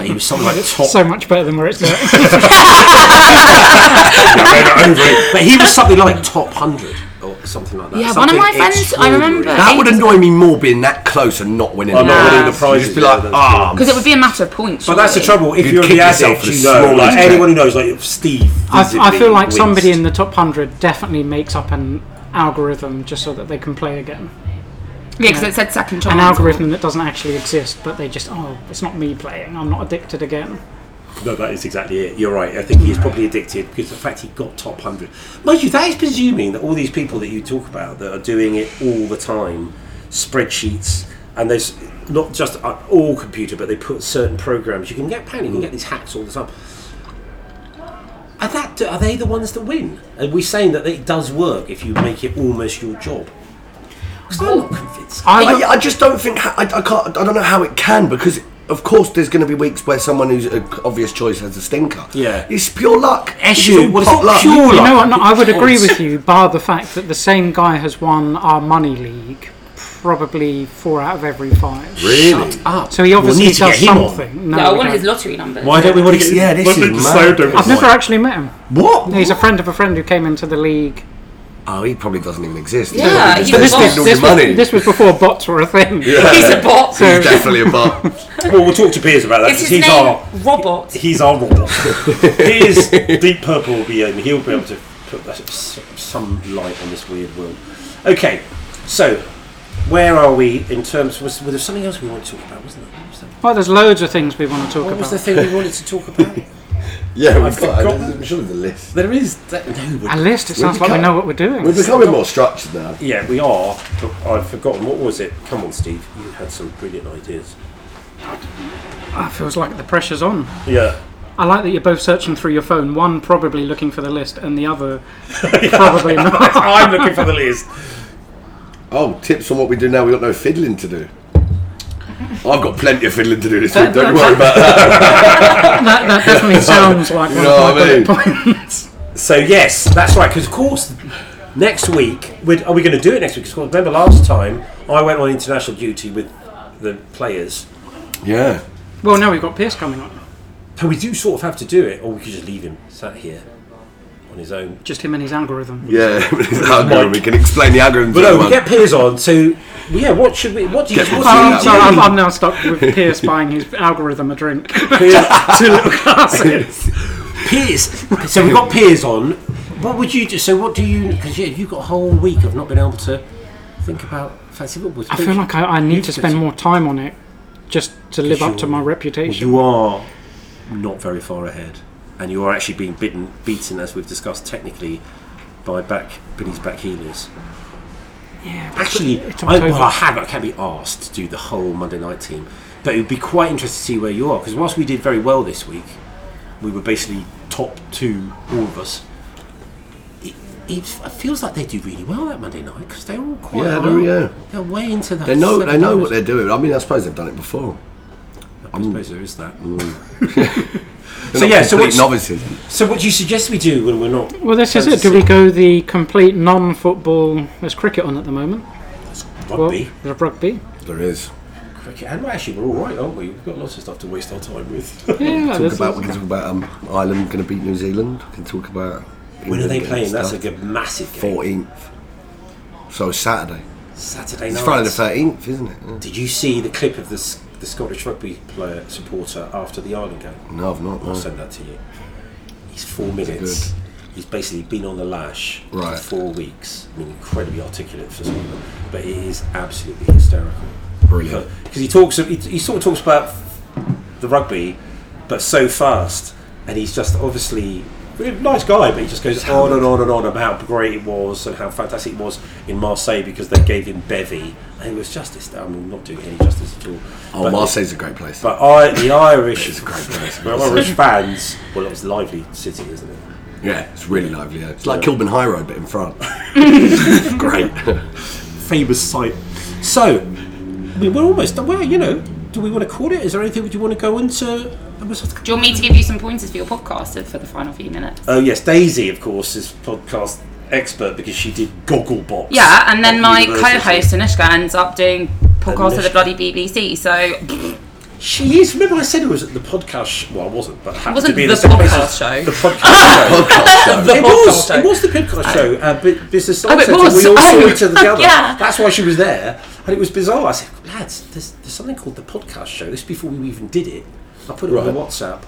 Speaker 8: He was something like top.
Speaker 2: So much better than where it's at.
Speaker 1: But he was something like top hundred
Speaker 8: or something like that.
Speaker 5: Yeah, one of my
Speaker 1: Something
Speaker 5: friends, I remember.
Speaker 3: That would
Speaker 5: ages
Speaker 3: annoy me more being that close and not winning.
Speaker 1: I'm
Speaker 3: it.
Speaker 1: not
Speaker 5: Yeah.
Speaker 1: winning the
Speaker 3: You'd
Speaker 1: prizes.
Speaker 3: just be like,
Speaker 1: yeah, that's
Speaker 3: ah.
Speaker 5: because it would be a matter of points.
Speaker 1: But that's the
Speaker 5: surely.
Speaker 1: trouble. If
Speaker 3: You'd
Speaker 1: you're in
Speaker 3: kick
Speaker 1: the
Speaker 3: yourself
Speaker 1: adults,
Speaker 3: for the
Speaker 1: you know, like
Speaker 3: smallest bit.
Speaker 1: anyone who knows, like Steve.
Speaker 2: I, I feel like
Speaker 1: wins.
Speaker 2: somebody in the top 100 definitely makes up an algorithm just so that they can play again.
Speaker 5: Yeah, because it said second chance.
Speaker 2: An algorithm that doesn't actually exist, but they just, oh, it's not me playing, I'm not addicted again.
Speaker 1: No, that is exactly it. You're right. I think he is probably addicted because the fact he got top hundred. Mind you, that is presuming that all these people that you talk about that are doing it all the time, spreadsheets, and there's not just uh, all computer, but they put certain programs. You can get panic. You can get these hacks all the time. Are that are they the ones that win? Are we saying that it does work if you make it almost your job? 'Cause
Speaker 5: Oh.
Speaker 1: I'm not convinced.
Speaker 2: I,
Speaker 3: I, I just don't think ho- I, I can't. I don't know how it can because, of course, there's going to be weeks where someone who's an obvious choice has a stinker.
Speaker 1: Yeah.
Speaker 3: it's pure luck. It's
Speaker 1: you.
Speaker 3: all
Speaker 1: Well, it's not
Speaker 3: pot luck.
Speaker 1: pure
Speaker 2: you know
Speaker 1: luck.
Speaker 2: what, no, I would agree with you, bar the fact that the same guy has won our money league probably four out of every five.
Speaker 3: Really?
Speaker 1: Up.
Speaker 2: So he obviously
Speaker 1: need to
Speaker 2: does
Speaker 1: get him on.
Speaker 2: something.
Speaker 5: No, I
Speaker 2: we
Speaker 5: want
Speaker 2: don't.
Speaker 5: his lottery number.
Speaker 1: Why don't we want to
Speaker 3: This-
Speaker 1: get?
Speaker 3: yeah, this
Speaker 1: why don't (laughs)
Speaker 3: is
Speaker 1: we
Speaker 3: mad.
Speaker 1: decide over
Speaker 2: I've
Speaker 1: this?
Speaker 2: never actually met him.
Speaker 3: What?
Speaker 2: He's a friend of a friend who came into the league.
Speaker 3: Oh, he probably doesn't even exist.
Speaker 5: Yeah,
Speaker 3: he's
Speaker 5: he's a
Speaker 3: just
Speaker 5: bot.
Speaker 3: getting all your
Speaker 2: This
Speaker 3: money. (laughs)
Speaker 2: was, this was before bots were a thing.
Speaker 5: He's a bot.
Speaker 2: So-
Speaker 3: He's definitely a bot.
Speaker 1: Well, we'll talk to Piers about that
Speaker 5: Is
Speaker 1: because
Speaker 5: his
Speaker 1: he's
Speaker 5: name
Speaker 1: our
Speaker 5: Robot?
Speaker 1: he's our (laughs) robot. Piers Deep Purple will be in. He'll be able to put that- s- some light on this weird world. Okay, so where are we in terms? Was, was there something else we wanted to talk about? Wasn't there? What was, that-
Speaker 2: Well, there's loads of things we want to talk
Speaker 1: what was
Speaker 2: about.
Speaker 1: the thing we wanted to talk about?
Speaker 3: yeah, we've
Speaker 1: I've
Speaker 3: got.
Speaker 1: forgotten.
Speaker 3: I'm sure there's a
Speaker 1: (laughs)
Speaker 3: list.
Speaker 1: there is that, no.
Speaker 2: A
Speaker 1: we're-
Speaker 2: list. It sounds like we
Speaker 3: become-
Speaker 2: know what we're doing.
Speaker 3: We're becoming more structured now.
Speaker 1: Yeah, we are. But I've forgotten. What was it? Come on, Steve. You had some brilliant ideas.
Speaker 2: Ah, feels like the pressure's on.
Speaker 1: Yeah. (laughs)
Speaker 2: I like that you're both searching through your phone. One probably looking for the list, and the
Speaker 3: (laughs)
Speaker 2: other probably not.
Speaker 1: I'm looking for the list.
Speaker 3: Oh, tips on what we do now. We've got no fiddling to do. I've got plenty of fiddling to do this week. Don't worry about that.
Speaker 2: That, that definitely sounds like
Speaker 3: You
Speaker 2: one
Speaker 3: know
Speaker 2: of my
Speaker 3: what I
Speaker 2: bullet points.
Speaker 1: So yes, that's right. Because of course, next week we'd, are we going to do it next week? 'Cause remember last time I went on international duty with the players.
Speaker 3: Yeah.
Speaker 2: Well, now we've got Pierce coming on.
Speaker 1: So we do sort of have to do it, or we could just leave him sat here on his own.
Speaker 2: Just him and his algorithm.
Speaker 3: Yeah, (laughs) it's algorithm. We can explain the algorithm.
Speaker 1: But
Speaker 3: to
Speaker 1: no, we
Speaker 3: everyone.
Speaker 1: get Piers on. So yeah, what should we? What do you?
Speaker 3: Get
Speaker 1: What
Speaker 3: Piers
Speaker 2: Oh,
Speaker 3: Yeah,
Speaker 2: I'm, sorry, (laughs)
Speaker 3: yeah.
Speaker 2: I'm, I'm now stuck with
Speaker 3: (laughs)
Speaker 2: Pierce buying his algorithm a drink. (laughs) Two little glasses.
Speaker 1: Piers. So we got Piers on. What would you do? So what do you? Because yeah, you got a whole week of not being able to think about fancy football.
Speaker 2: I feel like I, I need to spend more time on it just to live up to my reputation.
Speaker 1: You are not very far ahead, and you are actually being bitten, beaten, as we've discussed technically, by back Billy's back heelers.
Speaker 2: Yeah, but
Speaker 1: Actually,
Speaker 2: it's
Speaker 1: I,
Speaker 2: October.
Speaker 1: well, I have. I can be asked to do the whole Monday night team, but it would be quite interesting to see where you are because whilst we did very well this week, we were basically top two, all of us. It, it f- feels like they do really well that Monday night because they're all quite.
Speaker 3: Yeah,
Speaker 1: high.
Speaker 3: they're- yeah.
Speaker 1: They're way into that.
Speaker 3: They know. They know what
Speaker 1: they.
Speaker 3: they're doing. I mean, I suppose they've done it before.
Speaker 1: I suppose there is that.
Speaker 3: They're
Speaker 1: So
Speaker 3: not
Speaker 1: yeah, so
Speaker 3: complete
Speaker 1: what's-
Speaker 3: novices.
Speaker 1: So what do you suggest we do when we're not?
Speaker 2: Well, this is it. Do we go the complete non-football? There's cricket on at the moment. Well,
Speaker 1: Rugby.
Speaker 2: there's rugby.
Speaker 3: There is.
Speaker 1: Cricket, and actually we're all right, aren't we? We've got lots of stuff to waste our time with. (laughs)
Speaker 2: Yeah,
Speaker 3: Talk
Speaker 2: there's-
Speaker 3: about. We can talk about um, Ireland going to beat New Zealand. We can talk about.
Speaker 1: when are
Speaker 3: England
Speaker 1: they
Speaker 3: getting
Speaker 1: playing? That's a
Speaker 3: stuff.
Speaker 1: good massive game.
Speaker 3: 14th. So it's Saturday.
Speaker 1: Saturday night.
Speaker 3: It's Friday the 13th, isn't it? Yeah.
Speaker 1: Did you see the clip of the S- the Scottish rugby player supporter after the Ireland game?
Speaker 3: No, I've not.
Speaker 1: I'll
Speaker 3: No.
Speaker 1: send that to you. He's four minutes. He's basically been on the lash
Speaker 3: Right.
Speaker 1: for four weeks. I mean, incredibly articulate for someone, but it is absolutely hysterical. (coughs)
Speaker 3: Brilliant.
Speaker 1: because he talks he, he sort of talks about the rugby but so fast and he's just obviously a nice guy but he just goes on and on and on about how great it was and how fantastic it was in Marseille because they gave him bevy and it was justice I mean not doing any justice at all
Speaker 3: Oh,
Speaker 1: but,
Speaker 3: Marseille's a great place.
Speaker 1: but I, the Irish
Speaker 3: It's a great place.
Speaker 1: the Irish fans well it's a lively city isn't it
Speaker 3: Yeah, it's really lively. Yeah. It's like Kilburn High Road, but
Speaker 1: (laughs)
Speaker 3: in France. great.
Speaker 1: famous site so I mean, we're almost well you know do we want to call it is there anything would you want to go into
Speaker 5: Do you want me to give you some pointers for your podcast for the final few minutes?
Speaker 1: Oh yes, Daisy, of course, is podcast expert because she did Gogglebox.
Speaker 5: Yeah, and then
Speaker 1: at
Speaker 5: my
Speaker 1: university.
Speaker 5: co-host Anushka ends up doing podcasts for the
Speaker 1: Anushka.
Speaker 5: bloody BBC. So
Speaker 9: She is. Remember, I said it was at the podcast. Sh- well, I wasn't, but it happened
Speaker 5: wasn't
Speaker 9: to be
Speaker 5: the
Speaker 9: in same place
Speaker 5: podcast
Speaker 9: as
Speaker 5: show.
Speaker 9: The
Speaker 5: (laughs)
Speaker 9: podcast show.
Speaker 3: Podcast show.
Speaker 9: it
Speaker 5: podcast
Speaker 9: was.
Speaker 5: show.
Speaker 9: It was the podcast show. Uh, but business
Speaker 5: Oh, it
Speaker 9: Society,
Speaker 5: was.
Speaker 9: We all saw
Speaker 5: Oh,
Speaker 9: each
Speaker 5: (laughs)
Speaker 9: other together.
Speaker 5: yeah.
Speaker 9: That's why she was there, and it was bizarre. I said, lads, there's, there's something called the podcast show. This is before we even did it. I put it on
Speaker 3: Right.
Speaker 9: the WhatsApp,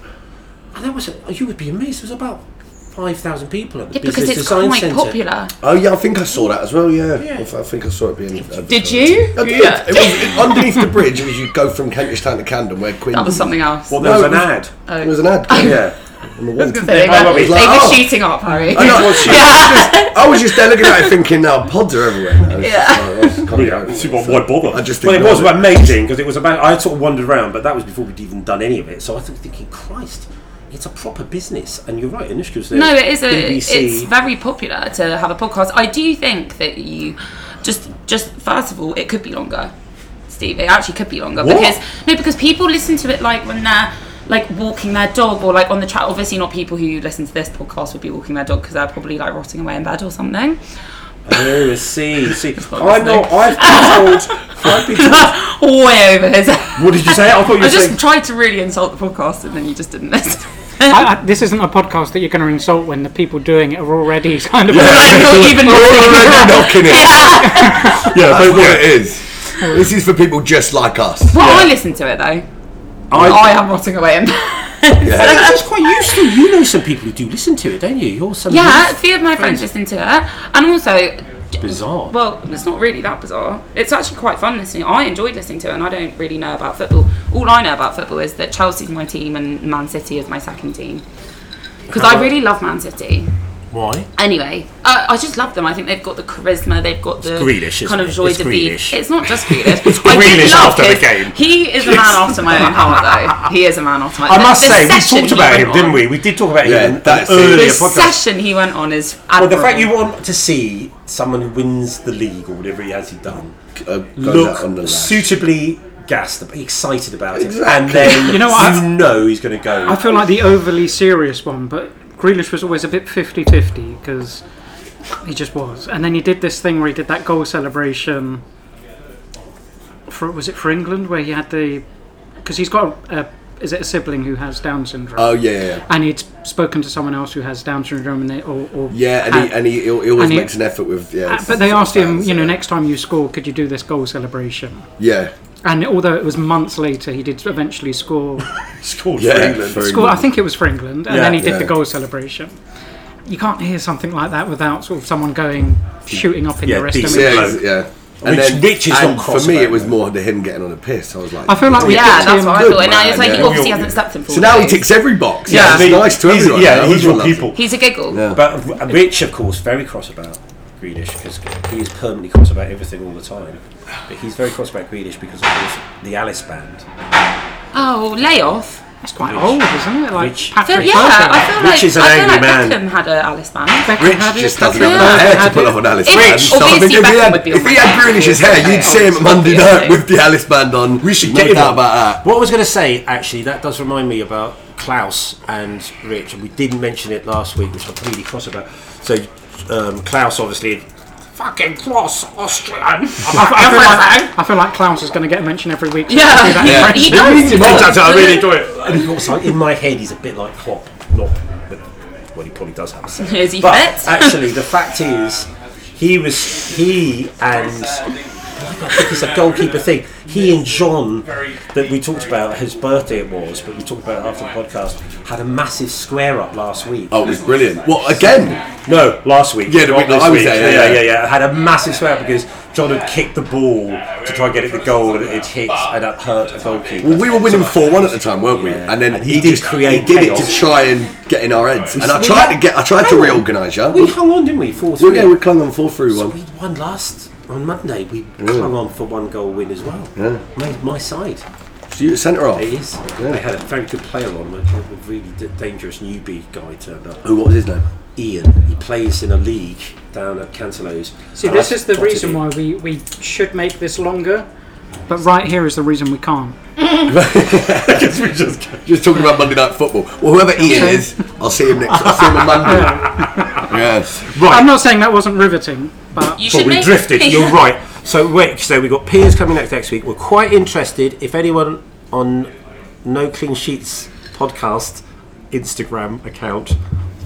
Speaker 9: and that was. You would be amazed. There was about five thousand people at the
Speaker 5: Yeah,
Speaker 9: business
Speaker 5: because it's
Speaker 9: design
Speaker 5: quite
Speaker 9: centre.
Speaker 5: popular.
Speaker 3: Oh yeah, I think I saw that as well. Yeah, I th- I think I saw it being.
Speaker 5: Did you?
Speaker 3: I did. It was it- underneath the bridge as you go from Kentish Town to Camden, where Queen.
Speaker 5: That was something else.
Speaker 1: Well, there was
Speaker 3: No,
Speaker 1: an
Speaker 3: it
Speaker 1: ad.
Speaker 3: was-
Speaker 5: Oh.
Speaker 3: It was an ad.
Speaker 1: Yeah.
Speaker 3: on the
Speaker 5: I (laughs)
Speaker 3: wall.
Speaker 5: was gonna say they,
Speaker 1: Oh,
Speaker 5: were,
Speaker 1: well, we-
Speaker 5: they were
Speaker 3: Oh.
Speaker 5: shooting up, Harry.
Speaker 3: I, know, I was just, I was just there looking at it thinking, now pods are everywhere. now." It's just like, that's kind of-
Speaker 1: Yeah,
Speaker 3: (laughs)
Speaker 1: why bother?
Speaker 3: I just
Speaker 1: well, it
Speaker 3: ignored
Speaker 1: was
Speaker 3: it.
Speaker 1: amazing because it was about. I sort of wandered around, but that was before we'd even done any of it. So I was thinking, Christ, it's a proper business. And you're right, Anushka was there.
Speaker 5: No, it is a.
Speaker 1: BBC.
Speaker 5: It's
Speaker 1: (laughs)
Speaker 5: very popular to have a podcast. I do think that you just just first of all, it could be longer, Steve. It actually could be longer
Speaker 1: What?
Speaker 5: because no, because people listen to it like when they're like walking their dog or like on the track. Obviously, not people who listen to this podcast would be walking their dog because they're probably like rotting away in bed or something.
Speaker 1: Oh, I see,
Speaker 5: (laughs)
Speaker 1: see.
Speaker 5: what I'm
Speaker 1: I'm not.
Speaker 5: (laughs)
Speaker 1: I've been told. I've been told.
Speaker 5: Way over his.
Speaker 1: What did you say? I thought you
Speaker 5: (laughs) I
Speaker 1: were
Speaker 5: just
Speaker 1: saying.
Speaker 5: tried to really insult the podcast and then you just
Speaker 1: (laughs)
Speaker 5: didn't listen. (laughs)
Speaker 2: I, I, this isn't a podcast that you're going to insult when the people doing it are already (laughs) kind of.
Speaker 5: Not
Speaker 1: (laughs)
Speaker 5: even listening.
Speaker 3: Already knocking it. (laughs)
Speaker 1: Yeah,
Speaker 3: That's what it is. This is for people just like us.
Speaker 5: Well, I listen to it though. I, am rotting away in bed.
Speaker 3: Yeah.
Speaker 1: That's quite useful. You know some people who do listen to it, don't you? You're some.
Speaker 5: Yeah, a few of my friends listen to it, and also,
Speaker 1: Bizarre.
Speaker 5: well, it's not really that bizarre. It's actually quite fun listening. I enjoyed listening to it, and I don't really know about football. All I know about football is that Chelsea's my team and Man City is my second team. Because I really love Man City.
Speaker 1: Why?
Speaker 5: Anyway, uh, I just love them. I think they've got the charisma. They've got the
Speaker 1: Grealish, isn't
Speaker 5: kind of
Speaker 1: it?
Speaker 5: joy
Speaker 1: It's
Speaker 5: to be.
Speaker 1: Grealish.
Speaker 5: It's not just
Speaker 1: (laughs)
Speaker 5: Grealish. it's
Speaker 1: Grealish after the game.
Speaker 5: He is a man after my own heart, though. He is a man after my.
Speaker 1: I
Speaker 5: the-
Speaker 1: must
Speaker 5: the
Speaker 1: say, we
Speaker 5: session
Speaker 1: talked
Speaker 5: he
Speaker 1: about
Speaker 5: went
Speaker 1: him,
Speaker 5: on-
Speaker 1: didn't we? We did talk about
Speaker 3: Yeah,
Speaker 1: him in an
Speaker 3: that's it.
Speaker 1: earlier
Speaker 5: The
Speaker 1: podcast.
Speaker 5: session he went on is
Speaker 1: Well,
Speaker 5: admirable.
Speaker 1: the fact you want to see someone who wins the league or whatever he has done
Speaker 3: Uh, goes out on the
Speaker 1: look
Speaker 3: left.
Speaker 1: suitably gassed, ab- excited about it,
Speaker 3: Exactly.
Speaker 1: and then you
Speaker 2: You
Speaker 1: know,
Speaker 2: know what, I've-
Speaker 1: he's going to go.
Speaker 2: I feel like the overly serious one, but Grealish was always a bit 50 50 because he just was. And then he did this thing where he did that goal celebration for, was it for England, where he had the. Because he's got a, a. Is it a sibling who has Down syndrome?
Speaker 3: Oh yeah, yeah, yeah.
Speaker 2: and he'd spoken to someone else who has Down syndrome, and they or, or
Speaker 3: Yeah, and he, and he, he always
Speaker 2: Uh, and he-
Speaker 3: makes an effort with. Yeah,
Speaker 2: Uh, but they asked him,
Speaker 3: fans,
Speaker 2: you know,
Speaker 3: yeah.
Speaker 2: next time you score, could you do this goal celebration?
Speaker 3: Yeah,
Speaker 2: And although it was months later, he did eventually score.
Speaker 1: scored
Speaker 3: yeah.
Speaker 1: for England.
Speaker 3: for
Speaker 2: score I
Speaker 3: England.
Speaker 2: think it was for England, and
Speaker 1: Yeah.
Speaker 2: then he did
Speaker 3: Yeah.
Speaker 2: the goal celebration. You can't hear something like that without sort of someone going shooting up in
Speaker 1: Yeah,
Speaker 2: the rest
Speaker 1: decent.
Speaker 2: of
Speaker 3: Yeah,
Speaker 2: it.
Speaker 3: he's- yeah.
Speaker 1: Which- which is not
Speaker 3: and for
Speaker 1: cross
Speaker 3: me,
Speaker 1: about
Speaker 3: it was
Speaker 1: that.
Speaker 3: more the him getting on a piss. I was like,
Speaker 2: I feel like we
Speaker 5: Oh, yeah,
Speaker 2: picked
Speaker 5: that's
Speaker 2: him.
Speaker 5: what I
Speaker 3: Good
Speaker 5: thought. And now
Speaker 3: man,
Speaker 5: it's like he
Speaker 3: yeah.
Speaker 5: obviously
Speaker 1: You're-
Speaker 5: hasn't slept in four
Speaker 3: So now he
Speaker 5: days.
Speaker 3: ticks every box.
Speaker 5: Yeah.
Speaker 3: Yeah, it's nice to
Speaker 1: he's-
Speaker 3: everyone.
Speaker 1: Yeah, he's
Speaker 3: Everyone
Speaker 1: your
Speaker 3: loves him.
Speaker 1: people.
Speaker 5: He's a giggle.
Speaker 3: Yeah.
Speaker 1: But Rich, of course, very cross about Greenish because he is permanently cross about everything all the time. But he's very cross about Greenish because of course, the Alice band.
Speaker 5: Oh, lay off.
Speaker 2: That's quite old, isn't it? Like
Speaker 1: Which-
Speaker 5: So,
Speaker 2: Patrick
Speaker 5: yeah, I feel like,
Speaker 1: Rich is an
Speaker 5: I feel
Speaker 1: angry
Speaker 5: like
Speaker 1: man.
Speaker 5: Beckham had a Alice band.
Speaker 2: Beckham
Speaker 3: Rich
Speaker 2: had it,
Speaker 3: just doesn't
Speaker 2: Beckham
Speaker 3: have enough
Speaker 2: had
Speaker 3: hair to
Speaker 2: it.
Speaker 3: pull off on Alice
Speaker 5: If-
Speaker 3: Band. So I think
Speaker 5: obviously
Speaker 3: if he
Speaker 5: Beckham
Speaker 3: had,
Speaker 5: would be
Speaker 3: if
Speaker 5: on
Speaker 3: he
Speaker 5: that
Speaker 3: had
Speaker 5: band.
Speaker 3: Grealish's hair, you'd see him at Monday night with the Alice Band on. We
Speaker 1: should
Speaker 3: no
Speaker 1: get him
Speaker 3: doubt
Speaker 1: on.
Speaker 3: about that. uh,
Speaker 1: What I was going to say, actually, that does remind me about Klaus and Rich, and we didn't mention it last week, which I'm really cross about. So, um, Klaus obviously. Fucking Klaus, Austrian! I'm (laughs) a
Speaker 2: I feel
Speaker 1: fucking
Speaker 2: like- I feel like Klaus is going to get a mention every week.
Speaker 5: (laughs) Yeah,
Speaker 3: Yeah.
Speaker 5: He, he does.
Speaker 1: French." I really enjoy it. And he also, in my head, he's a bit like Klopp. Not, well, he probably does have a second.
Speaker 5: Is he
Speaker 1: But uh,
Speaker 5: fit? (laughs)
Speaker 1: actually, the fact is, he was he and it's a goalkeeper thing. He and John that we talked about whose birthday it was, but we talked about it after the podcast. Had a massive square up last week.
Speaker 3: Oh, it was brilliant. What again?
Speaker 1: No, last week.
Speaker 3: Yeah, the
Speaker 1: Not
Speaker 3: week
Speaker 1: this
Speaker 3: I was there, yeah,
Speaker 1: yeah, yeah,
Speaker 3: yeah.
Speaker 1: yeah. Had a massive swear up because John had kicked the ball to try and get it the goal, and it hit and that hurt a goalkeeper.
Speaker 3: Well, we were winning four one at the time, weren't we? And then
Speaker 1: And he
Speaker 3: he,
Speaker 1: did
Speaker 3: just
Speaker 1: create
Speaker 3: he did it
Speaker 1: chaos.
Speaker 3: to try and get in our heads. And I
Speaker 1: We
Speaker 3: tried
Speaker 1: had-
Speaker 3: to get, I tried to
Speaker 1: Hang on.
Speaker 3: reorganise you.
Speaker 1: We
Speaker 3: We,
Speaker 1: hung on, didn't we? Four
Speaker 3: we,
Speaker 1: three.
Speaker 3: yeah, we clung on four through
Speaker 1: So
Speaker 3: one.
Speaker 1: we won last on Monday. We clung on for one goal win as well.
Speaker 3: Yeah.
Speaker 1: Made my side.
Speaker 3: So you were centre off.
Speaker 1: It is. They had a very good player on, a a really d- dangerous newbie guy turned up.
Speaker 3: Who? What was his name?
Speaker 1: Ian. He plays in a league down at Cantelo's.
Speaker 2: See, this is the
Speaker 1: (laughs)
Speaker 2: reason why we, we should make this longer, but right here is the reason we can't.
Speaker 1: we just
Speaker 3: Just talking about Monday night football. Well, whoever Ian is, I'll see him next. I'll see him on
Speaker 1: (laughs)
Speaker 3: Monday. yes.
Speaker 2: I'm not saying that wasn't riveting, but
Speaker 5: You
Speaker 1: But
Speaker 5: should
Speaker 1: we
Speaker 5: make- (laughs)
Speaker 1: drifted. You're right. So wait, so we've got Piers coming next next week. We're quite interested. If anyone on No Clean Sheets podcast Instagram account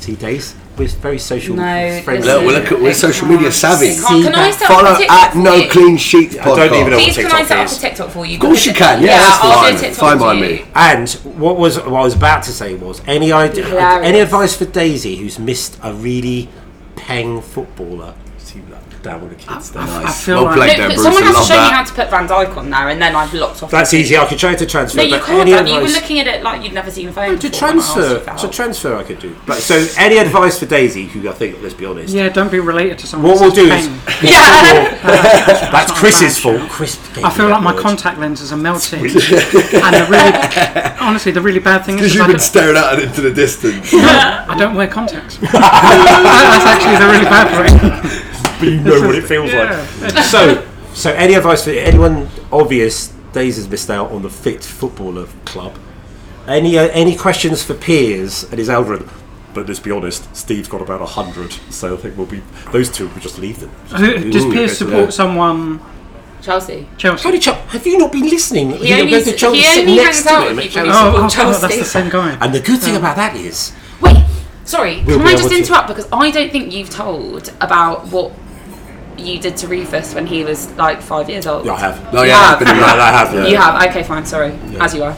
Speaker 1: T Days. We're very social
Speaker 5: No,
Speaker 1: friendly.
Speaker 5: this
Speaker 3: Look, we're,
Speaker 5: is-
Speaker 3: look at, we're social media savvy.
Speaker 5: Can't- Can I set up a
Speaker 3: Follow
Speaker 5: TikTok
Speaker 3: at
Speaker 5: for
Speaker 3: No
Speaker 5: you?
Speaker 3: Clean Sheets
Speaker 1: I don't even know
Speaker 3: podcast.
Speaker 1: what
Speaker 5: Please, can I
Speaker 1: TikTok
Speaker 5: set up
Speaker 1: is.
Speaker 5: a TikTok for you? Of
Speaker 3: course you can, yeah, that's
Speaker 5: I'll do
Speaker 3: fine.
Speaker 5: a TikTok
Speaker 3: Fine
Speaker 5: for
Speaker 3: by
Speaker 5: you.
Speaker 3: me.
Speaker 1: And what was what I was about to say was any idea,
Speaker 5: Hilarious.
Speaker 1: any advice for Daisy who's missed a really peng footballer? See that down with the kids. there.
Speaker 2: I
Speaker 3: Nice.
Speaker 2: feel
Speaker 3: Well
Speaker 2: like-
Speaker 3: played
Speaker 5: Look,
Speaker 3: there,
Speaker 5: but
Speaker 3: Bruce.
Speaker 5: someone
Speaker 3: I
Speaker 5: has to
Speaker 3: love
Speaker 5: show me how
Speaker 3: that.
Speaker 5: to put Van Dyke on there, and then I've locked off.
Speaker 1: That's easy. I could try to transfer.
Speaker 5: No, you
Speaker 1: but
Speaker 5: can't.
Speaker 1: any
Speaker 5: Danny. You were
Speaker 1: advice-
Speaker 5: looking at it like you'd never seen a phone.
Speaker 1: to
Speaker 5: before when I asked you
Speaker 1: transfer.
Speaker 5: for
Speaker 1: To
Speaker 5: help.
Speaker 1: transfer, I could do. But so, any advice for Daisy? Who I think, let's be honest.
Speaker 2: Yeah, don't be related to someone.
Speaker 1: What we'll do is,
Speaker 2: else's
Speaker 1: (laughs)
Speaker 2: pain.
Speaker 5: (laughs)
Speaker 1: that's Chris's fault. Chris.
Speaker 2: I feel like my contact lenses are melting,
Speaker 1: (laughs)
Speaker 2: and the really, honestly, the really bad thing is
Speaker 3: Because
Speaker 2: is
Speaker 3: you've
Speaker 2: I
Speaker 3: been
Speaker 2: don't,
Speaker 3: staring out into the distance.
Speaker 2: I don't wear contacts. (laughs) That's actually the really bad thing.
Speaker 1: you know what it feels
Speaker 2: Yeah.
Speaker 1: like. So, so any advice for anyone? Obvious. Daisy's missed out on the fit footballer club. Any uh, any questions for Piers and his algorithm? But let's be honest, Steve's got about hundred, so I think we'll be those two. We'll just leave them.
Speaker 2: Who- Does
Speaker 1: Ooh,
Speaker 2: Piers
Speaker 1: go to
Speaker 2: support someone?
Speaker 5: Chelsea.
Speaker 2: Chelsea.
Speaker 1: Tony Chubb, have you not been listening?
Speaker 5: He only,
Speaker 1: goes to
Speaker 5: he
Speaker 1: Chelsea, sit
Speaker 5: only
Speaker 1: next
Speaker 5: hangs
Speaker 1: to
Speaker 5: out
Speaker 1: him
Speaker 5: with
Speaker 1: at
Speaker 5: people Oh. who
Speaker 1: Chelsea.
Speaker 2: Oh, oh
Speaker 5: support
Speaker 2: God, that's the
Speaker 5: Chelsea.
Speaker 2: same guy.
Speaker 1: And the good thing about that is
Speaker 5: Wait, sorry.
Speaker 1: We'll
Speaker 5: can
Speaker 1: be
Speaker 5: I
Speaker 1: able
Speaker 5: just
Speaker 1: to-
Speaker 5: interrupt because I don't think you've told about what you did to Rufus when he was like five years old.
Speaker 1: I have.
Speaker 3: No, Oh, yeah,
Speaker 5: Ah,
Speaker 3: I've been around.
Speaker 1: I have.
Speaker 5: You have. Okay, fine. Sorry. As you are.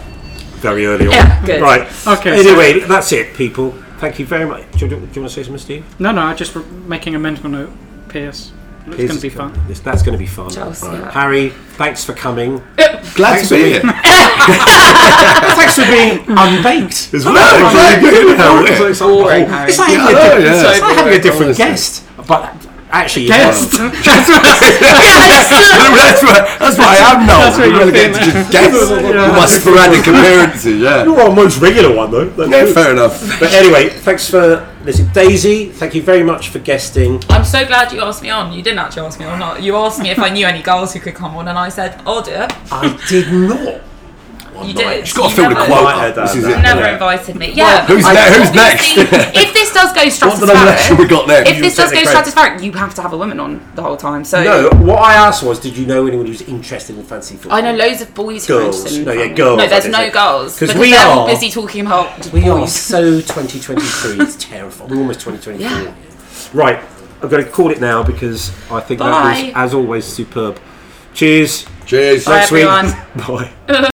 Speaker 1: very early on.
Speaker 5: Yeah, good.
Speaker 1: Right.
Speaker 2: Okay,
Speaker 1: Anyway, that's it, people. Thank you very much. Do you, do you want to say something, Steve?
Speaker 2: No, no, I'm just re- making a mental note. Piers, it's
Speaker 1: Piers
Speaker 2: going to
Speaker 1: is
Speaker 2: be
Speaker 1: coming.
Speaker 2: fun.
Speaker 1: This- that's going to be fun.
Speaker 5: Chelsea.
Speaker 1: Harry, thanks for coming.
Speaker 3: Glad to be here.
Speaker 1: thanks for being (laughs) unbaked.
Speaker 3: It's very good. Harry.
Speaker 1: it's, boring, it's like having, a,
Speaker 3: Yeah, I know,
Speaker 1: different,
Speaker 3: yeah.
Speaker 1: it's like having a different guest, but actually,
Speaker 2: Guest.
Speaker 3: that's why that's why I'm now.
Speaker 2: That's what
Speaker 3: We're
Speaker 2: you're
Speaker 3: relegated to
Speaker 2: feeling.
Speaker 3: just guests.
Speaker 2: Yeah.
Speaker 3: My sporadic appearances, yeah.
Speaker 4: (laughs)
Speaker 1: You're our most regular one, though. That's
Speaker 3: Yeah,
Speaker 1: good.
Speaker 3: fair enough.
Speaker 1: But anyway, thanks for listening. Daisy, thank you very much for guesting.
Speaker 5: I'm so glad you asked me on. You didn't actually ask me on. Not you asked me if I knew any girls who could come on, and I said, "I'll do it."
Speaker 1: I did not.
Speaker 5: You did.
Speaker 3: She's got to
Speaker 5: You
Speaker 3: fill the
Speaker 5: never-
Speaker 3: quota.
Speaker 1: Right,
Speaker 3: This is
Speaker 1: that-
Speaker 3: it.
Speaker 5: Never
Speaker 1: Yeah.
Speaker 5: invited me. Yeah.
Speaker 3: Who's
Speaker 5: I-
Speaker 3: ne- who's
Speaker 5: obviously,
Speaker 3: next?
Speaker 5: if this does
Speaker 1: (laughs)
Speaker 5: go
Speaker 3: What's the nomination we
Speaker 5: stratospheric,
Speaker 3: got there?
Speaker 5: if this does go
Speaker 1: technically-
Speaker 5: stratospheric, you have to have a woman on the whole time. So
Speaker 1: No, what I asked was, did you know anyone who's interested in fancy football?
Speaker 5: I know loads of boys who are
Speaker 1: Girls.
Speaker 5: interested in
Speaker 1: No, yeah,
Speaker 5: farming.
Speaker 1: girls,
Speaker 5: No, there's
Speaker 1: I
Speaker 5: no
Speaker 1: think.
Speaker 5: girls.
Speaker 1: 'Cause
Speaker 5: Because
Speaker 1: we
Speaker 5: they're all
Speaker 1: are-
Speaker 5: busy talking about
Speaker 1: We are
Speaker 5: boys.
Speaker 1: Oh, so 2023. it's terrifying. We're almost 2023.
Speaker 5: Yeah.
Speaker 1: Right. I'm going to call it now because I think that
Speaker 5: Bye.
Speaker 1: was, as always, superb. Cheers.
Speaker 3: Cheers.
Speaker 5: Bye,
Speaker 1: Next week.
Speaker 5: everyone.
Speaker 1: (laughs) Bye.